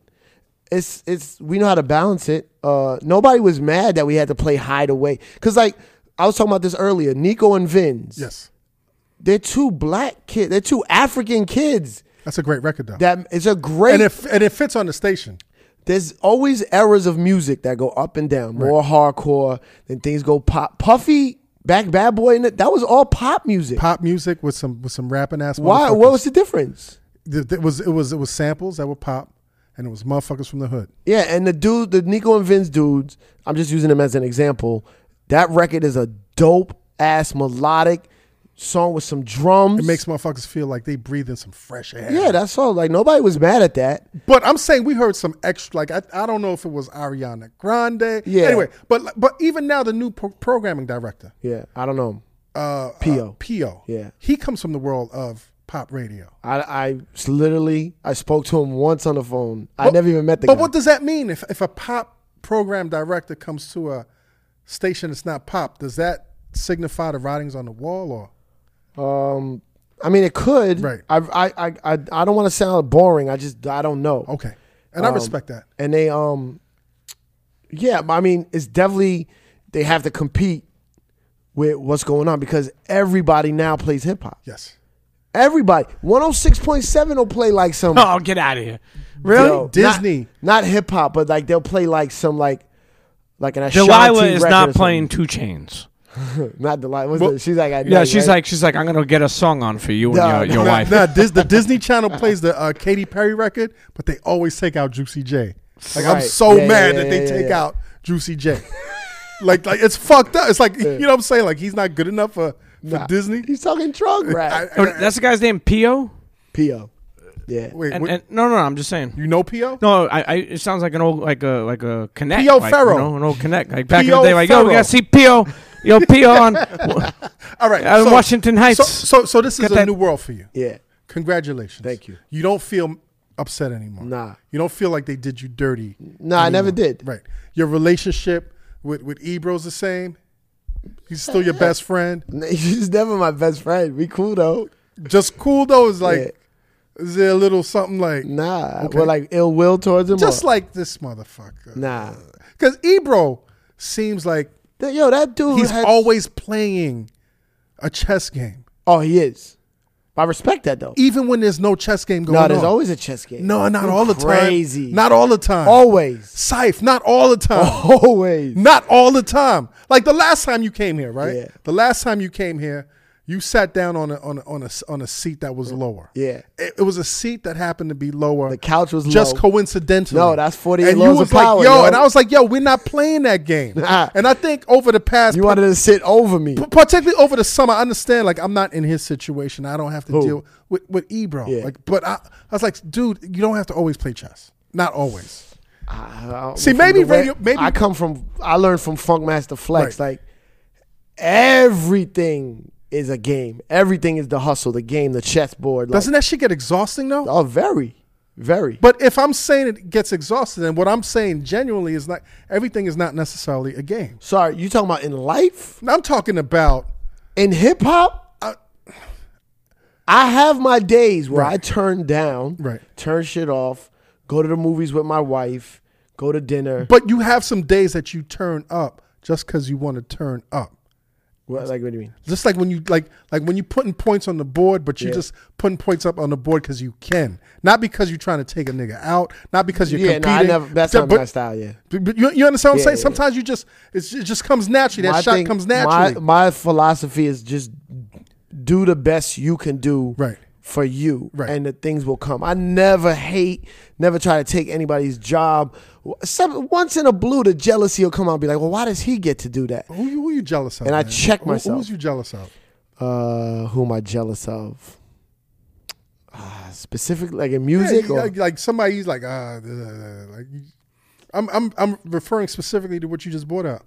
It's it's we know how to balance it. Uh, nobody was mad that we had to play Hideaway because like I was talking about this earlier. Nico and Vins,
Yes.
they're two black kids. They're two African kids.
That's a great record though.
That it's a great.
and if and it fits on the station.
there's always eras of music that go up and down, more hardcore. Then things go pop. Puffy, back bad boy, and that that was all pop music.
Pop music with some with some rapping ass.
Why?
motherfuckers.
What was the difference?
Th- th- it was it was it was samples that were pop and it was motherfuckers from the hood.
Yeah, and the dude, the Nico and Vince dudes, I'm just using them as an example. That record is a dope ass melodic song with some drums.
It makes motherfuckers feel like they breathe in some fresh air.
yeah, that's all. Like nobody was mad at that.
But I'm saying we heard some extra. Like I, I don't know if it was Ariana Grande.
Yeah.
Anyway, but but even now the new pro- programming director,
Yeah, I don't know.
uh,
P.O..
uh, P.O.
Yeah.
He comes from the world of pop radio.
I, I s- literally I spoke to him once on the phone. I
But-
never even met the
But
guy.
what does that mean if if a pop program director comes to a station that's not pop? Does that signify the writings on the wall or
um, I mean, it could.
Right.
I I I I, I don't want to sound boring. I just I don't know.
okay? And I
Um,
respect that.
And they um yeah, but I mean it's definitely they have to compete with what's going on because everybody now plays hip hop.
Yes.
Everybody. 106.7 will play like some
Oh, get out of here! *laughs* Really?
yo, not-
Disney.
Not, hip hop, but like they'll play like some like like an Ashanti
Delilah is not
record or something.
playing Two Chains.
Not Delilah. What's
Well-
the- she's like at
Yeah,
night,
she's
right?
like, she's like, I'm gonna get a song on for you and
No,
your, your
no,
Now,
wife.
now this, the Disney Channel plays the uh, Katy Perry record, but they always take out Juicy J. Like I'm
Right.
so
Yeah,
mad
yeah,
that they
yeah,
take
yeah.
out Juicy
*laughs*
J. like like it's fucked up. It's like you know what I'm saying. Like he's not good enough for, for Disney.
He's talking drug
I-
rap.
Oh, that's the guy's name, Pio.
P.O. Yeah.
Wait,
And,
what-
and no, no, no, I'm just saying.
you know P.O.
No, I, I, it sounds like an old, like a, like a connect,
P.O.
like,
Ferro.
you know, an old connect. Like back in
P.O.
the day, like yo,
Ferro.
we gotta see Pio, yo,
*laughs*
Pio on,
All right,
out of Washington Heights.
So so, so this is
Get
a
that-
new world for you.
Yeah.
Congratulations.
Thank you.
You don't feel upset anymore.
Nah.
You don't feel like they did you dirty.
No, I
Mm.
never did. *laughs*
Right. Your relationship with with Ebro's the same. He's still your best friend.
She's never my best friend. We cool though.
Just cool though is like
Yeah.
is there a little something like
Nah,
Okay.
we're like ill will towards him.
just
or-
like this motherfucker.
nah,
Cuz Ebro seems like
Th- yo, that dude.
he's
had-
always playing a chess game
oh, he is. I respect that though.
even when there's no chess game going
No,
on.
there's always a chess game.
No, not
You
all the time.
Crazy.
Not all the time. *laughs*
always.
Scythe, not all the time.
Always.
Not all the time. Like the last time you came here, right?
Yeah.
The last time you came here, You sat down on a on a, on a s- on a seat that was lower.
Yeah.
it, it was a seat that happened to be lower.
The couch was
just
low.
coincidental.
No, that's 48
And
laws
you
of
was
power,
like, yo,
yo.
and I was like, yo, we're not playing that game.
*laughs* Nah.
and I think over the past,
You wanted to sit over me.
p- particularly over the summer, I understand. Like, I'm not in his situation. I don't have to deal with with Ebro.
Yeah.
Like, but I, I was like, dude, you don't have to always play chess. Not
Oh.
always.
I- I-
See,
from
maybe
the way-
radio- maybe-
I come from. I learned from Funkmaster Flex.
Right.
Like everything is a game. Everything is the hustle, the game, the chessboard. Like,
Doesn't that shit get exhausting though?
oh, very, very.
But if I'm saying it gets exhausted, then what I'm saying genuinely is not everything is not necessarily a game.
Sorry, you talking about in life,
And I'm talking about
in hip hop? I have my days where I turn down,
Right.
turn shit off, go to the movies with my wife, go to dinner.
but you have some days that you turn up just because you want to turn up.
What, like, what do you mean?
Just like when you like like when you putting points on the board, but you
Yeah.
just putting points up on the board because you can, not because you're trying to take a nigga out, not because you're
Yeah, no,
competing.
I never. That's
But-
not my
but,
style. Yeah.
but you, you understand what I'm
Yeah,
saying?
yeah,
Sometimes you just it's, it just comes naturally. That
My
shot
thing-
comes naturally.
My, my philosophy is just do the best you can do
Right.
for you,
Right.
and the things will come. I never hate, never try to take anybody's job. Some, once in a blue, the jealousy will come out and be like, well, why does he get to do that?
who, you, who you jealous of?
And I
man?
check
Who-
myself.
Who's you jealous of?
Uh, who am I jealous of? Ah, specifically, like in
Yeah,
music?
you-
or-
like, like somebody's like, uh, like you- I'm, I'm, I'm referring specifically to what you just brought up.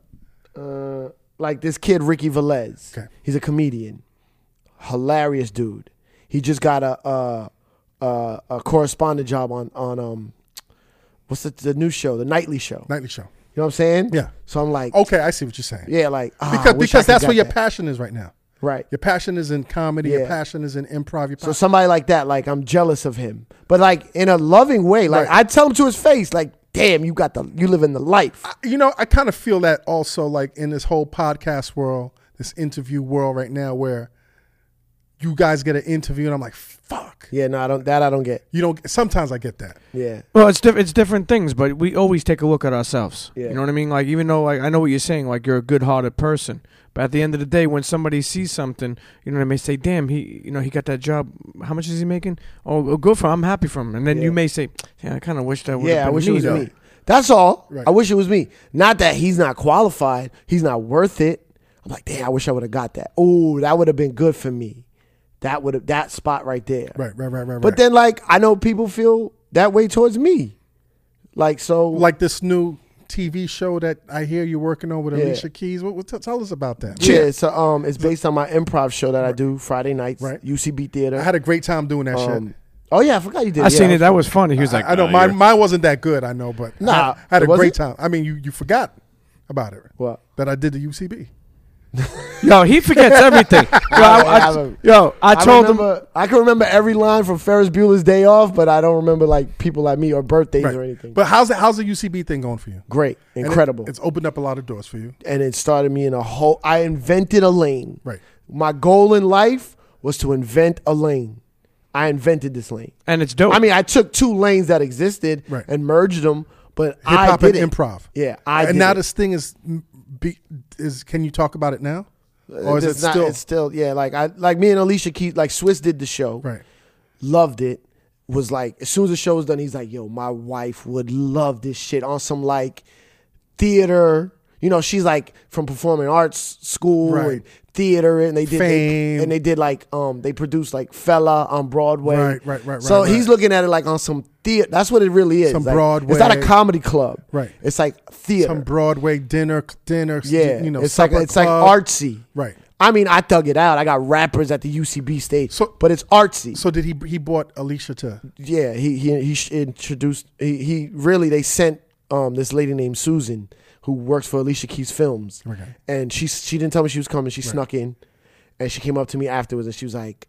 uh, like this kid Ricky Velez.
Okay.
He's a comedian, hilarious dude. He just got a a, a, a correspondent job on on um, what's the, the new show, the nightly show. You
Nightly show.
know what I'm saying?
Yeah.
So I'm like,
Okay, I see what you're saying.
yeah, like ah, I
because
wish I
because
could
that's
got
where your
that.
passion is right now.
right.
Your passion is in comedy. Your
Yeah.
passion is in improv. Your
So
passion,
somebody like that, like I'm jealous of him, but like in a loving way. Like
Right.
I tell him to his face, like, damn, you got the you live in the life.
you know, I kind of feel that also, like in this whole podcast world, this interview world right now, where you guys get an interview, and I'm like, fuck.
yeah, no, I don't. That I don't get.
You know, sometimes I get that.
Yeah.
Well, it's diff- it's different things, but we always take a look at ourselves.
Yeah.
You know what I mean? Like even though like I know what you're saying, like you're a good-hearted person, but at the end of the day, when somebody sees something, you know what I mean? Say, damn, he, you know, he got that job. How much is he making? Oh, oh, good for him. I'm happy for him. And then
Yeah.
you may say, yeah, I kind of wish that. would've
Yeah, I
been
wish
me,
it was
though.
me. That's all.
Right.
I wish it was me. Not that he's not qualified. He's not worth it. I'm like, damn, I wish I would have got that. Oh, that would have been good for me. That would have that spot right there.
Right, right, right, right.
But
right.
then like I know people feel that way towards me. Like so
like this new TV show that I hear you're working on with
Yeah.
Alicia Keys. What, what, tell us about that.
yeah, it's a, um it's based on my improv show that I do Friday nights,
Right.
UCB Theater.
I had a great time doing that
um,
shit.
oh yeah, I forgot you did.
I seen
yeah.
it. That was funny. He was like,
I know
"Nah,
mine,
you're-"
mine wasn't that good. I know, but I
Nah,
had- I had a
was
great
it?
time. I mean, you you forgot about it.
What?
That I did the UCB.
Yo, he forgets
*laughs*
everything. yo, I, I-
I haven't-
yo, I
I
told him.
remember, I can remember every line from Ferris Bueller's Day Off, but I don't remember like people like me or birthdays or anything.
But how's the how's the UCB thing going for you?
Great,
And it-
incredible.
it's opened up a lot of doors for you.
and it started me in a whole I invented a lane.
Right.
My goal in life was to invent a lane. I invented this lane.
and it's dope.
I mean, I took two lanes that existed
Right.
and merged them, but
Hip
I
hop
did
and
it.
improv.
Yeah, I
and
did
now
it.
this thing is be, is can you talk about it now, or is
Uh, It's
it
not-
still
It's still yeah. Like I like me and Alicia Keys. Like Swiss did the show.
right?
loved it. Was like as soon as the show was done, he's like, "Yo, my wife would love this shit on some like theater." You know, she's like from performing arts school
Right.
and theater, and they did they-
Fame.
and they did like um they produced like Fella on Broadway.
Right, right, right,
So
right,
he's
right.
looking at it like on some theater. That's what it really is.
Some
Like,
Broadway.
It's not a comedy club.
Right.
It's like theater.
Some Broadway dinner dinner.
yeah.
you know,
it's like
supper
it's
club.
like artsy.
Right.
I mean, I thug it out. I got rappers at the UCB stage,
So-
but it's artsy.
So did he? He bought Alicia to
yeah, he he he sh- introduced he, he really they sent um this lady named Susan who works for Alicia Keys Films,
Okay.
and she she didn't tell me she was coming. She snuck in, and she came up to me afterwards, and she was like.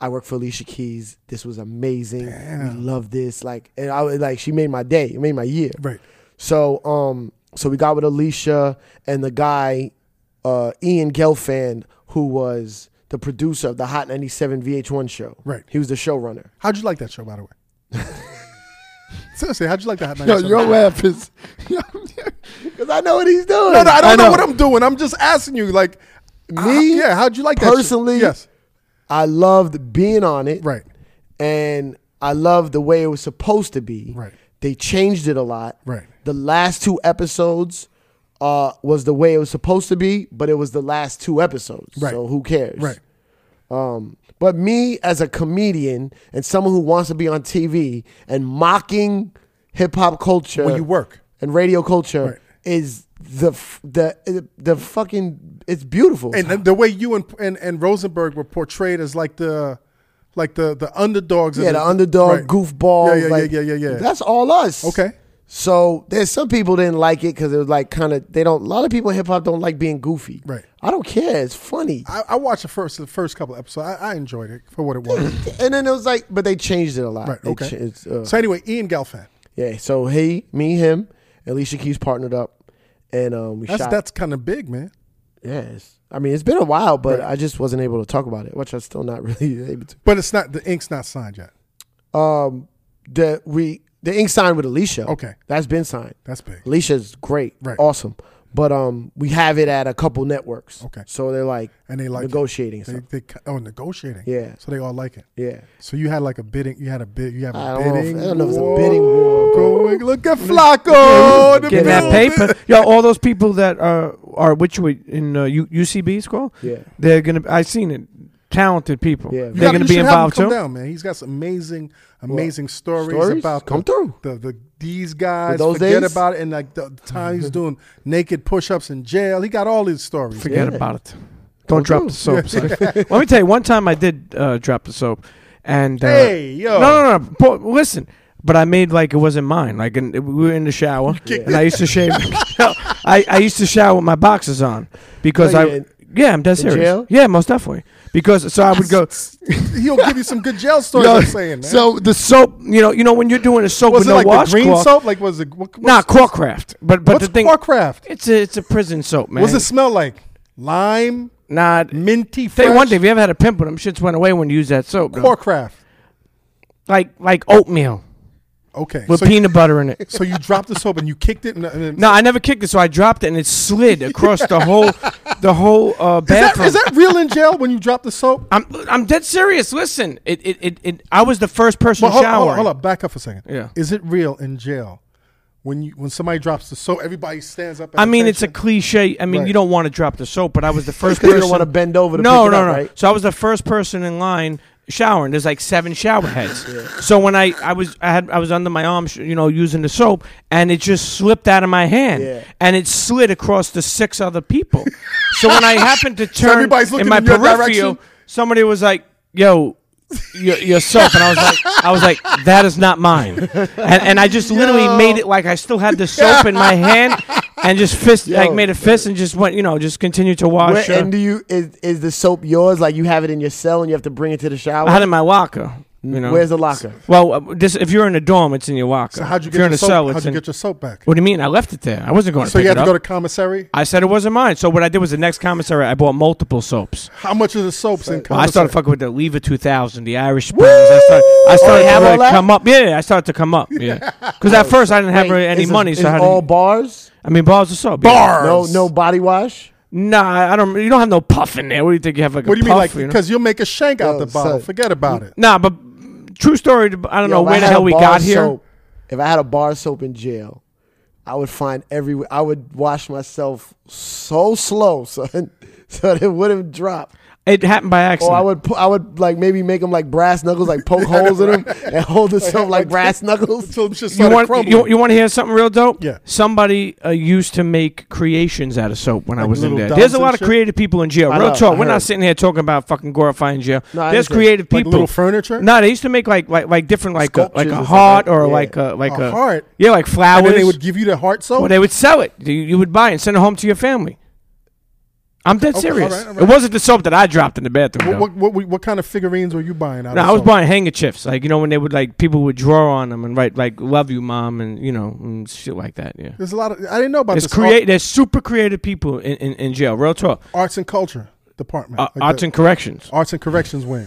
I work for Alicia Keys. This was amazing. We love this. Like, and I was like, she made my day. It made my year.
right.
So um so we got with Alicia and the guy uh Ian Gelfand who was the producer of the Hot 97 VH1 show.
Right.
He was the showrunner.
How'd you like that show, by the way? *laughs* Seriously, how'd you like that?
Yo, your laugh is. *laughs*
Cuz I know what he's doing.
No, no, I don't
I
know.
know.
what I'm doing. I'm just asking you. Like, How-
Me,
yeah, how'd you like that? shit?
personally,
yes,
I loved being on it.
right,
And I loved the way it was supposed to be.
Right.
They changed it a lot.
Right.
The last two episodes uh, was the way it was supposed to be, but it was the last two episodes.
Right.
So who cares?
right.
But me as a comedian and someone who wants to be on TV and mocking hip hop culture
When you work.
and radio culture
Right.
is the f- the the fucking it's beautiful.
And the, the way you and, and and Rosenberg were portrayed as like the like the the underdogs. of
yeah, the underdog
right.
goofball.
Yeah, yeah,
like,
yeah, yeah, yeah, yeah.
That's all us.
Okay.
So there's some people didn't like it because it was like kind of they don't. A lot of people in hip hop don't like being goofy.
Right.
I don't care. It's funny.
I, I watched the first the first couple episodes. I, I enjoyed it for what it
*laughs*
was.
and then it was like, but they changed it a lot.
right.
They
Okay.
cha- it's, uh,
so anyway, Ian Gelfand.
yeah. So he, me, him, Alicia Keys partnered up, and um, we
That's
shot.
that's kind of big, man.
Yes. I mean, it's been a while, but I just wasn't able to talk about it, which I'm still not *laughs* really able to.
But it's not the ink's not signed yet.
Um, the we the ink signed with Alicia.
Okay.
that's been signed.
That's big.
Alicia's great,
Right.
awesome, but um, we have it at a couple networks.
Okay.
so they're like
And they like it.
negotiating.
They,
stuff.
they ca- oh negotiating.
Yeah.
So they all like it.
yeah,
So you had like a bidding. You had a bid. You have a
I don't know if-
bidding.
I don't know if it's a
war
bidding war,
Going. Look at Flacco. in the
Getting that
building.
*laughs*
paper, yo! All those people that are are which we in uh, U- UCB school,
Yeah.
they're gonna. I seen it. Talented people,
Yeah. You
You
they're
gotta-
gonna
you
be
should have him
involved
come
too.
Down, man. He's got some amazing, amazing stories,
Stories?
about
Come
the,
through.
The, the these guys.
those
forget
days?
about it, and like the time he's doing naked push-ups in jail. He got all his stories.
Forget
Yeah.
about it. Don't drop
do.
the soap. son. Let me tell you, one time I did uh, drop the soap, and uh,
Hey, yo.
no, no, no, po- listen. But I made like it wasn't mine. Like and we were in the
*laughs*
shower, and I used to shave. I, I used to shower with my boxers on because
Oh,
I
yeah.
yeah I'm dead
In
serious.
jail?
Yeah, most definitely. Because so I would go.
He'll give you some good
*laughs*
jail stories.
Yo,
I'm saying, man.
So the soap, you know, you know when you're doing a soap
was it
with no
like the green
washcloth,
soap? Like was it? What,
nah,
what's-
Corcraft. But but
What's
the thing,
Warcraft?
it's a it's a prison soap, man.
What's it smell like? Lime,
Nah,
minty,
Say
fresh?
one thing, if you ever had a pimple, them shits went away when you used that soap. though.
Warcraft.
Like like oatmeal
Okay.
with
so,
peanut butter in it.
so you dropped the soap and you kicked it. And,
*laughs*
and,
No, I never kicked it, so I dropped it and it slid across the
*laughs*
whole the whole uh,
is that,
bathroom.
is that real in jail when you drop the soap?
I'm I'm dead serious. Listen, it it, it, it I was the first person
Well, hold,
showering.
hold, hold up, back up for a second.
Yeah.
Is it real in jail when you when somebody drops the soap, everybody stands up? At
I mean, it's a
attention?
cliche. I mean,
Right.
you don't want to drop the soap, but I
*laughs*
was the first
because
person.
you don't want to bend over. To
no,
pick it
no,
up,
no.
Right?
So I was the first person in line showering. There's like seven shower
*laughs*
heads. So when I, I was I had I was under my arm, sh- you know, using the soap, and it just slipped out of my hand,
Yeah.
and it slid across the six other people. so when I happened
*laughs*
to turn
everybody's
in
looking
my
in your
peripheral,
direction?
somebody was like, "Yo." Your, your soap and I was like I was like that is not mine and, and
*laughs*
I just literally made it like I still had the soap in my hand and just
*laughs*
fist like made a fist and just went you know just continued to wash
Where,
uh,
And do you is is the soap yours? Like you have it in your cell and you have to bring it to the shower.
I had it in my locker. You know,
Where's the locker?
well, uh, this, if you're in a dorm, it's in your locker.
So how'd you
If
get
you're
your
in a
soap?
cell,
how'd
it's
you
in.
get your soap back?
What do you mean? I left it there. I wasn't going to.
So you
pick
had
it
to
up.
go to commissary.
I said it wasn't mine. So what I did was the next commissary, I bought multiple soaps.
How much is the soaps in
Well, I
commissary?
started fucking with the Lever 2000, the Irish Springs. I started, I
Oh,
started
they have
to
all that?
come up. Yeah, I started to come up. Yeah, because at first I didn't have
Wait,
any
is it-
money,
Is
so I
it
had
all
to,
bars.
I mean bars of soap.
bars.
No, no body wash.
No, I don't. You don't have no puff in there. What do you think you have like
What do
a
you mean,
puff?
like
you know?
because you'll make a shank out the
Yo,
bottle?
son.
Forget about it.
Nah, but true story. I don't know
Yo, if I
where the
had a
hell we
bar
got here.
soap- if I had a bar soap in jail, I would find every. I would wash myself so slow, *laughs* son, so that it wouldn't drop.
It happened by accident.
Or Oh, I would, pu- I would like maybe make them like brass knuckles,
*laughs*
like poke holes in them and hold the soap like brass knuckles.
Until it's just
you
started
want
crumbling.
you, you want to hear something real dope?
Yeah.
Somebody uh, used to make creations out of soap when I
Like
was in
little
there.
dolls
There's a
and
lot of
shit?
creative people in jail.
I
Real
know,
talk.
I
We're not
heard.
sitting here talking about fucking glorifying jail.
No, I
There's
understand.
creative
like
people.
little furniture.
no, they used to make like like like different like a, like a
Sculptures and stuff
heart
like-
or
yeah.
like a like a,
A heart?
Yeah, like
and
flowers.
then they would give you the heart soap.
Well, they would sell it. You, you would buy it and send it home to your family. I'm dead
Okay,
serious.
all right, all
It
right.
wasn't the soap that I dropped in the bathroom.
what,
though.
what, what, what, kind of figurines were you buying? Out
No,
of
I was
soap?
buying handkerchiefs. Like you know, when they would like people would draw on them and write like "Love you, mom" and you know and shit like that. Yeah,
There's a lot of. I didn't know about
it's
this
create. There's super creative people in, in, in jail. Real talk,
art- arts and culture department.
uh,
Like
arts
the-
and corrections.
arts and corrections
*laughs*
wing.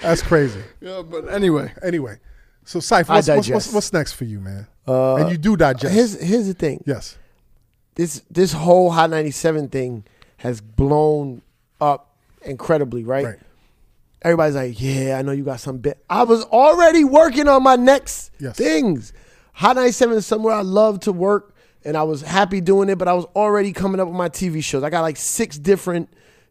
That's crazy.
Yeah, but anyway,
Anyway, so Syph,
I
what's, what's, what's,
digest.
what's next for you, man?
Uh,
and you do digest.
here's here's the thing.
yes.
This this whole Hot 97 thing has blown up incredibly, right?
Right.
Everybody's like, yeah, I know you got some bit. I was already working on my next
Yes.
things. Hot 97 is somewhere I love to work, and I was happy doing it, but I was already coming up with my TV shows. I got like six different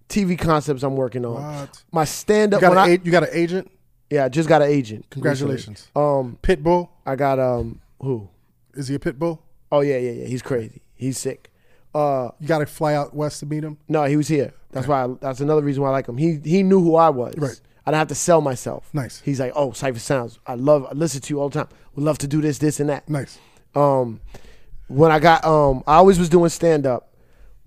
TV concepts I'm working on.
What?
My stand
You
up,
got,
when
an
I,
a- you got an agent?
yeah, I just got an agent.
Congratulations.
Um,
Pitbull?
I got um, who?
Is he a pitbull?
Oh yeah, yeah, yeah. He's crazy. He's sick. Uh,
You got to fly out west to meet him?
no, he was here. That's why. I, that's another reason why I like him. He he knew who I was.
Right.
I didn't have to sell myself.
Nice.
He's like, oh, Cipher Sounds. I love. I listen to you all the time. Would love to do this, this, and that.
Nice.
Um, when I got um, I always was doing stand up,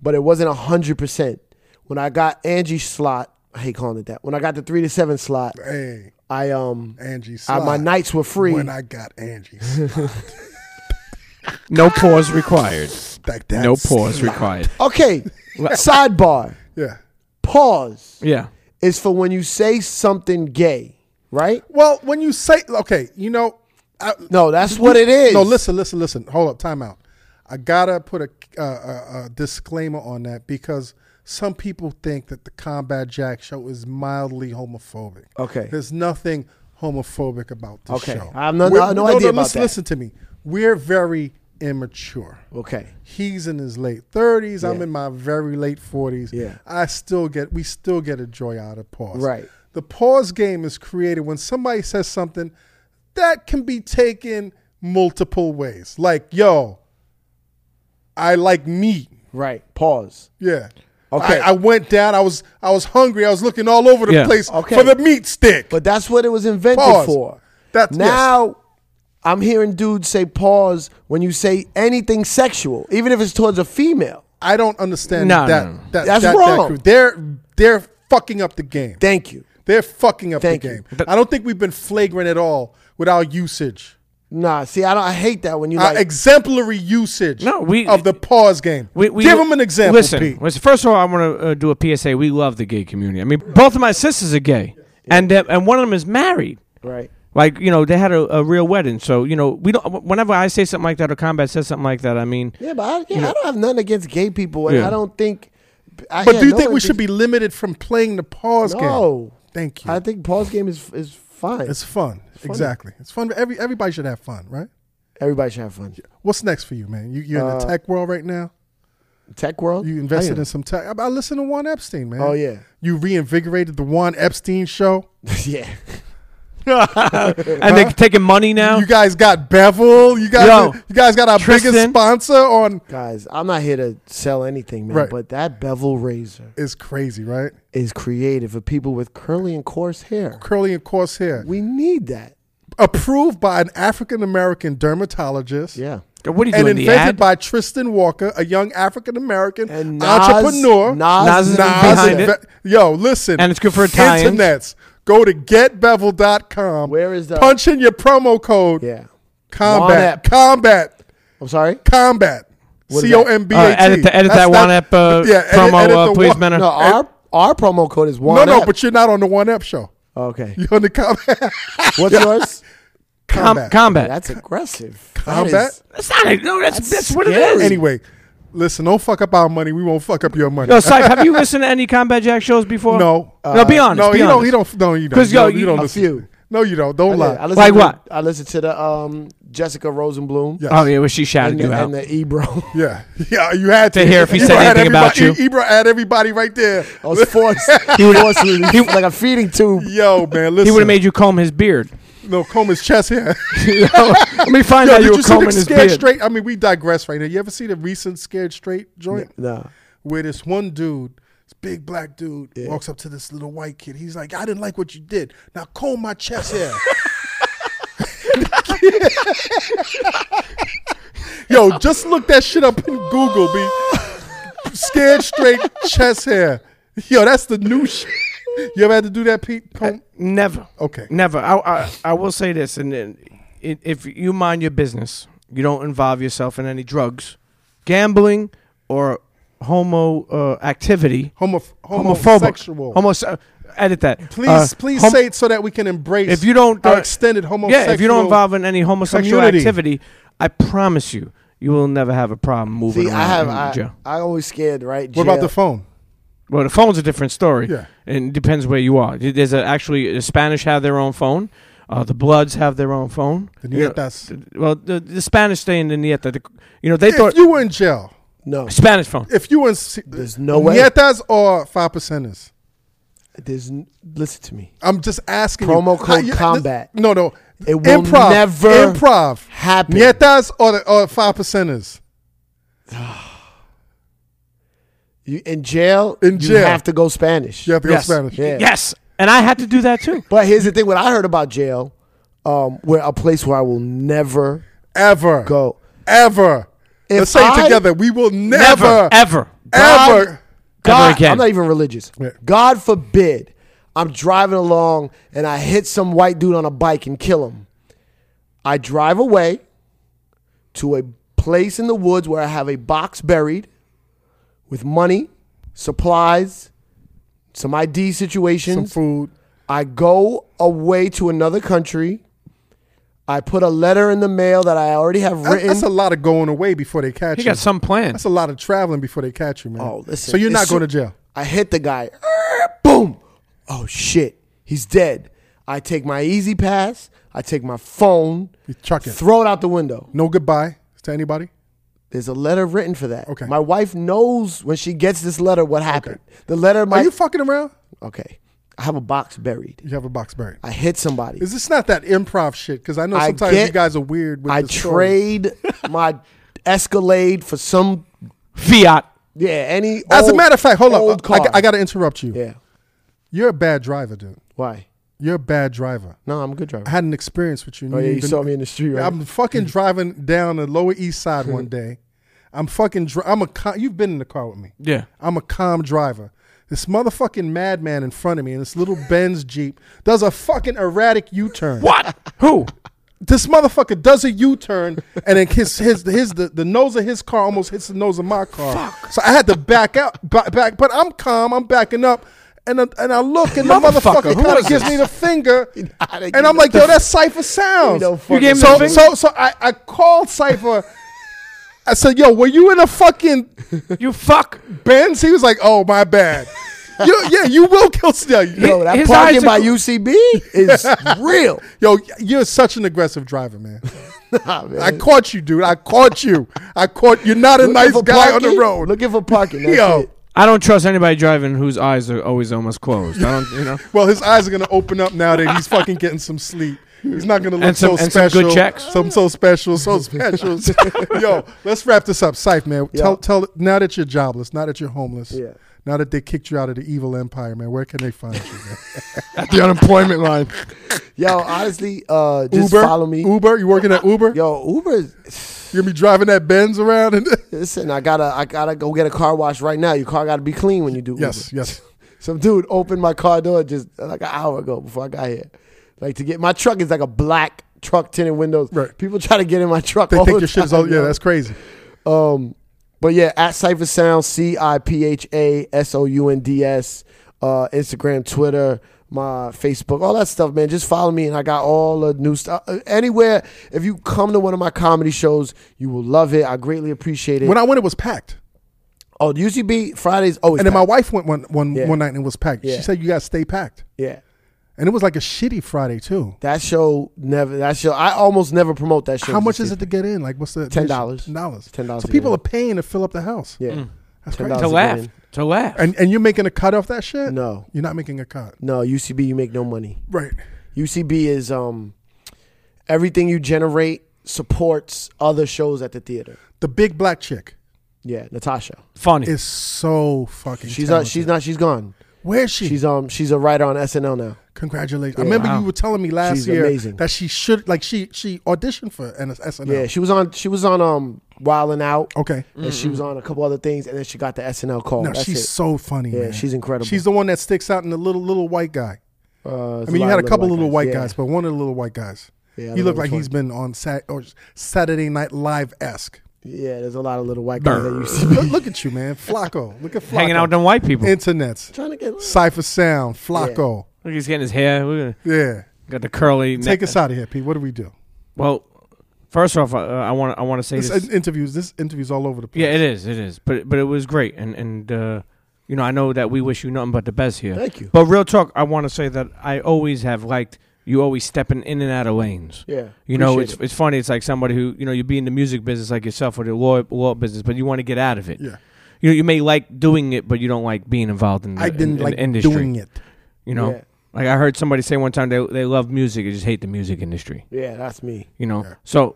but it wasn't hundred percent. When I got Angie's slot, I hate calling it that. When I got the three to seven slot,
Hey,
I um,
Angie.
I, my
Slide.
nights were free.
When I got Angie. *laughs* Slide.
No pause required.
like that. *laughs*
No pause required.
*laughs* okay. sidebar.
Yeah.
Pause.
Yeah.
is for when you say something gay, right?
Well, when you say, okay, you know, I,
No, that's what it is.
No, listen, listen, listen. Hold up, time out. I gotta put a, uh, a, a disclaimer on that because some people think that the Combat Jack show is mildly homophobic.
Okay.
there's nothing homophobic about this
Okay.
show.
I have no-
We're-
I have no idea about
listen,
that.
Listen to me. We're very immature.
Okay.
He's in his late thirties. I'm
Yeah.
in my very late forties.
Yeah.
I still get we still get a joy out of pause.
Right.
The pause game is created when somebody says something that can be taken multiple ways. Like, yo, I like meat.
Right. Pause.
Yeah.
Okay.
I, I went down. I was I was hungry. I was looking all over the
Yeah.
place
Okay.
for the meat stick.
But that's what it was invented
Pause.
for.
That's-
now I'm hearing dudes say pause when you say anything sexual, even if it's towards a female.
I don't understand
No,
that,
no, no.
that.
That's
that- that
wrong.
crew. they're they're fucking up the game.
Thank you.
They're fucking up
Thank
the
you.
game. I don't think we've been flagrant at all with our usage,
Nah, see, I don't. I hate that when you
our
like.
exemplary usage
No, we-
of the pause game.
We, we,
Give them an example,
Listen,
Pete.
listen, first of all, I want to uh, do a PSA. We love the gay community. I mean, both of my sisters are gay, and uh, and one of them is married.
right.
Like you know, they had a, a real wedding. So you know, we don't. Whenever I say something like that or Combat says something like that, I mean,
Yeah, but I, yeah, I don't have nothing against gay people, and
Yeah.
I don't think. I,
But
yeah,
do you
no
think
one
we
thinks-
should be limited from playing the pause game?
No.
Thank you.
I think pause game is is fine.
it's fun. exactly. It's fun. Every everybody should have fun, right?
Everybody should have fun.
What's next for you, man? You, you're in the tech world right now.
Tech world.
You
Uh, I
invested
am.
in some tech. I, I listen to Juan Epstein, man.
Oh, yeah.
You reinvigorated the Juan Epstein show.
yeah. *laughs*
Uh-huh.
and they're taking money now.
You guys got Bevel. You guys,
Yo,
you guys got our biggest
Tristan.
sponsor on.
Guys, I'm not here to sell anything, man.
Right.
But that bevel razor
It's crazy, right?
is creative for people with curly and coarse hair.
Curly and coarse hair,
We need that.
approved by an African American dermatologist.
Yeah.
what are you
And
doing? The ad?
invented by Tristan Walker, a young African American
And Nas-
entrepreneur.
Nas,
Nas is
Nas
behind
and
it.
Ve- Yo, listen.
And it's good for Italians.
Internets. Go to getbevel.com.
Where is the-
Punch in your promo code.
Yeah. Juan
Combat.
App.
Combat.
I'm sorry.
Combat.
is
C
that?
O M B
All
A
right,
T.
Oh, Uh, edit the- edit
That's
that
not-
one app, uh, promo, uh,
the
please,
one-
man.
No, our our promo code is
No,
one.
no,
F.
but you're not on the one app show. *laughs*
okay.
You're on the combat.
What's yours?
Com-
combat.
combat.
That's aggressive.
Combat?
That's not it. No, that's that's, what it
scary.
is.
anyway, listen, don't fuck up our money. We won't fuck up your money.
Yo, Sype, have you listened to any Combat Jack shows before?
No. uh,
no, be honest.
no,
be
you don't,
honest.
you don't. No, you don't.
'Cause,
you
yo,
don't, you
you-
don't
a
listen.
few.
No, you don't. Don't lie.
listened
Like
to-
what?
I listened to the um, Jessica Rosenblum
Yes.
Oh yeah, well she shouted
and,
you
the,
out.
and the Ebro. *laughs*
Yeah, yeah, you had to,
To hear if he
Ebro
said
had
anything about
everybody- Ebro had everybody right there.
I was forced. he was like a feeding tube.
Yo, man, listen.
He would have made you comb his beard.
no comb his chest
*laughs*
hair.
Let me find
Yo,
out
did
you
you,
were
see
combing
the
his
scared
beard.
straight? I mean, we digress right now. You ever see the recent scared straight joint
No.
where this one dude, this big black dude, walks up to this little white kid. He's like, "I didn't like what you did. Now comb my chest hair." Yo, just look that shit up in Google. Be scared straight chest hair. Yo, that's the new shit. You ever had to do that,
Uh,
Pete? Comb?
Never.
Okay.
Never. I, I I will say this, and then i- if you mind your business, you don't involve yourself in any drugs, gambling, or homo uh, activity.
Homo- homosexual.
Homophobic. Homo. uh, Edit that.
Oh. Please,
Uh,
please
hom-
say it so that we can embrace.
If you don't,
our
uh,
extended homosexual.
Yeah, if you don't involve in any homosexual
community.
activity, I promise you, you will never have a problem moving
See,
around
I have.
in
I,
jail.
I always scared, right?
What about the
Jail.
phone?
Well, the phone's a different story.
Yeah.
And it depends where you are. There's a, actually, the Spanish have their own phone. Uh, the Bloods have their own phone.
The
You know,
Nietas.
well, the, the Spanish stay in the Nieta. The, you know, they
If
thought
you were in jail,
No,
Spanish phone.
if you were in, se-
There's no way.
Nietas or five percenters.
there's n- listen to me.
I'm just asking.
Promo
you.
code
you-
combat.
this- no, no.
It will
improv.
never
improv.
happen.
Nietas or the, or five percenters.
You in jail?
In
you
jail.
have to go Spanish.
You have to
Yes.
go Spanish.
Yeah.
Yes. And I had to do that too.
But here's the thing: what I heard about jail, um, where a place where I will never
Ever.
go.
Ever.
If
Let's say it
I-
together. We will
Never,
never,
ever.
ever.
God,
again.
I'm not even religious.
Yeah.
God forbid I'm driving along and I hit some white dude on a bike and kill him. I drive away to a place in the woods where I have a box buried with money, supplies, some ID
Some
situations.
food.
I go away to another country. I put a letter in the mail that I already have
That-
written.
That's a lot of going away before they catch
He
you.
got some plan.
That's a lot of traveling before they catch you, man.
Oh, listen.
So you're
as
not
soo-
going to jail.
I hit the guy. er, Boom. Oh shit. He's dead. I take my easy pass. I take my phone.
You chuck it.
Throw it out the window.
No goodbye to anybody.
There's a letter written for that.
Okay.
My wife knows when she gets this letter what happened. The letter
Are
might.
you fucking around?
okay. I have a box buried.
You have a box buried.
I hit somebody.
Is this not that improv shit? Because I know
I
sometimes
get-
you guys are weird. With
I
the stories. *laughs*
trade my Escalade for some.
Fiat.
Yeah. Any.
As a
old-
matter of fact, hold
old
up. I,
car.
got to interrupt you.
Yeah.
You're a bad driver, dude.
Why?
You're a bad driver.
No, I'm a good
I
driver.
had an experience with you. and
Oh yeah, you
even-
saw me in the street. *laughs* Right?
I'm fucking driving down the Lower East Side
*laughs*
one day. I'm fucking. Dri- I'm a. Con- You've been in the car with me.
Yeah.
I'm a calm driver. This motherfucking madman in front of me in this little Benz Jeep does a fucking erratic U-turn.
What? Who?
This motherfucker does a U-turn and then his his his the, the nose of his car almost hits the nose of my car. So I had to back out ba- back but I'm calm, I'm backing up. And, I- and I look and the
Motherfucker,
motherfucker
who
kind
was
of gives
this?
me the
*laughs*
finger,
I'd have
and I'm
given
like, "Yo, that's Cipher Sounds."
You know,
gave me
so
the finger?
so so I, I called Cipher. I said, "Yo, were you in a fucking
You fuck.
Benz, he was like, "Oh my bad." you, yeah, you will kill Snell.
Yo,
Yo,
that
His eyes
parking
are
by
cl-
UCB *laughs* is real.
yo, you're such an aggressive driver, man.
Nah, man.
I caught you, dude. I caught you. I caught. You're not a nice
for
guy on the
parking,
road.
Looking for parking. That's
yo.
it.
I don't trust anybody driving whose eyes are always almost closed. I don't, you know.
Well, his eyes are gonna open up now that he's fucking getting some sleep. He's not gonna look
And some-
so
and some
special.
good checks.
Some so special,
*laughs*
so special. yo, let's wrap this up, Syph, man. Tell, tell now that you're jobless, now that you're homeless,
Yeah.
now that they kicked you out of the evil empire, man. Where can they find you? Man?
*laughs* At the unemployment line.
Yo, honestly, uh, *laughs* just
Uber,
follow me.
Uber, you working
*laughs*
at Uber?
Yo, Uber. is-
You're gonna be driving that Benz around and *laughs*
Listen, I gotta, I gotta go get a car wash right now. Your car gotta be clean when you do Uber.
yes, yes.
*laughs* Some dude opened my car door just like an hour ago before I got here. Like to get my truck is like a black truck, tinted windows.
Right.
People try to get in my truck.
They
all
think
the
your shit is
time,
all yeah.
yo.
That's crazy.
Um, but yeah, at Cipher Sound, C I P H A S O U N D S, uh, Instagram, Twitter, my Facebook, all that stuff, man. Just follow me, and I got all the new stuff Uh, anywhere. If you come to one of my comedy shows, you will love it. I greatly appreciate it.
When I went, it was packed,
oh, the UCB Fridays always.
and then my
packed.
wife went one one
Yeah.
one night and it was packed.
Yeah.
She said you gotta stay packed,
yeah,
and it was like a shitty Friday too.
that show never. That show I almost never promote that show.
How much is it to get in? Like what's the admission?
$10.
Ten dollars.
$10
So
to
people
get
are Mm.
in.
paying to fill up the house.
Yeah,
That's
$10
crazy.
To
How's it
laugh.
going?
To laugh.
And and you're making a cut off that shit?
no,
you're not making a cut.
no UCB, you make no money.
Right.
UCB is um everything you generate supports other shows at the theater.
The big black chick
Yeah, Natasha.
Funny.
is so fucking.
She's not.
talented.
She's not. She's
*clears throat*
gone.
Where's she?
She's um. She's a writer on SNL now.
Congratulations. I remember
Wow.
you were telling me last
She's
year
amazing.
that she should like she she auditioned for an SNL.
Yeah, she was on. She was on um Wild and Out,
Okay.
and she was on a couple other things, and then she got the SNL call.
Mm-hmm. No,
Oh, That's
she's
it.
so funny.
Yeah,
man.
she's incredible.
She's the one that sticks out in the little little white guy.
Uh,
I mean, you had a couple little white guys, but one of the little white guys.
Yeah, I
he looked
love him
like
for
he's
it.
been on Sat- or Saturday Night Live esque.
Yeah, there's a lot of little white guys that used *laughs* to be
look, look at you, man, Flacco. Look at Flacco.
Hanging out with them white people.
Internets,
trying to get.
Cipher Sound, Flacco.
Look, he's getting his hair. Look at-
Yeah,
Got the curly. neck.
take us out of here, Pete. What do we do?
Well, first off, I want I want to say
This
this.
interviews, this interviews all over the place.
Yeah, it is. It is. But but it was great, and and uh, you know, I know that we wish you nothing but the best here.
*laughs* Thank you.
But real talk, I want to say that I always have liked you always stepping in and out of lanes.
Yeah,
You know,
appreciate
it's
it.
it's funny. It's like somebody who you know you be in the music business like yourself or the law law business, but you want to get out of it.
Yeah.
You know, you may like doing it, but you don't like being involved in the,
I didn't
in- in the
like
industry.
doing it.
You know,
Yeah.
like I heard somebody say one time they they love music, they just hate the music industry.
Yeah, that's me.
You know, so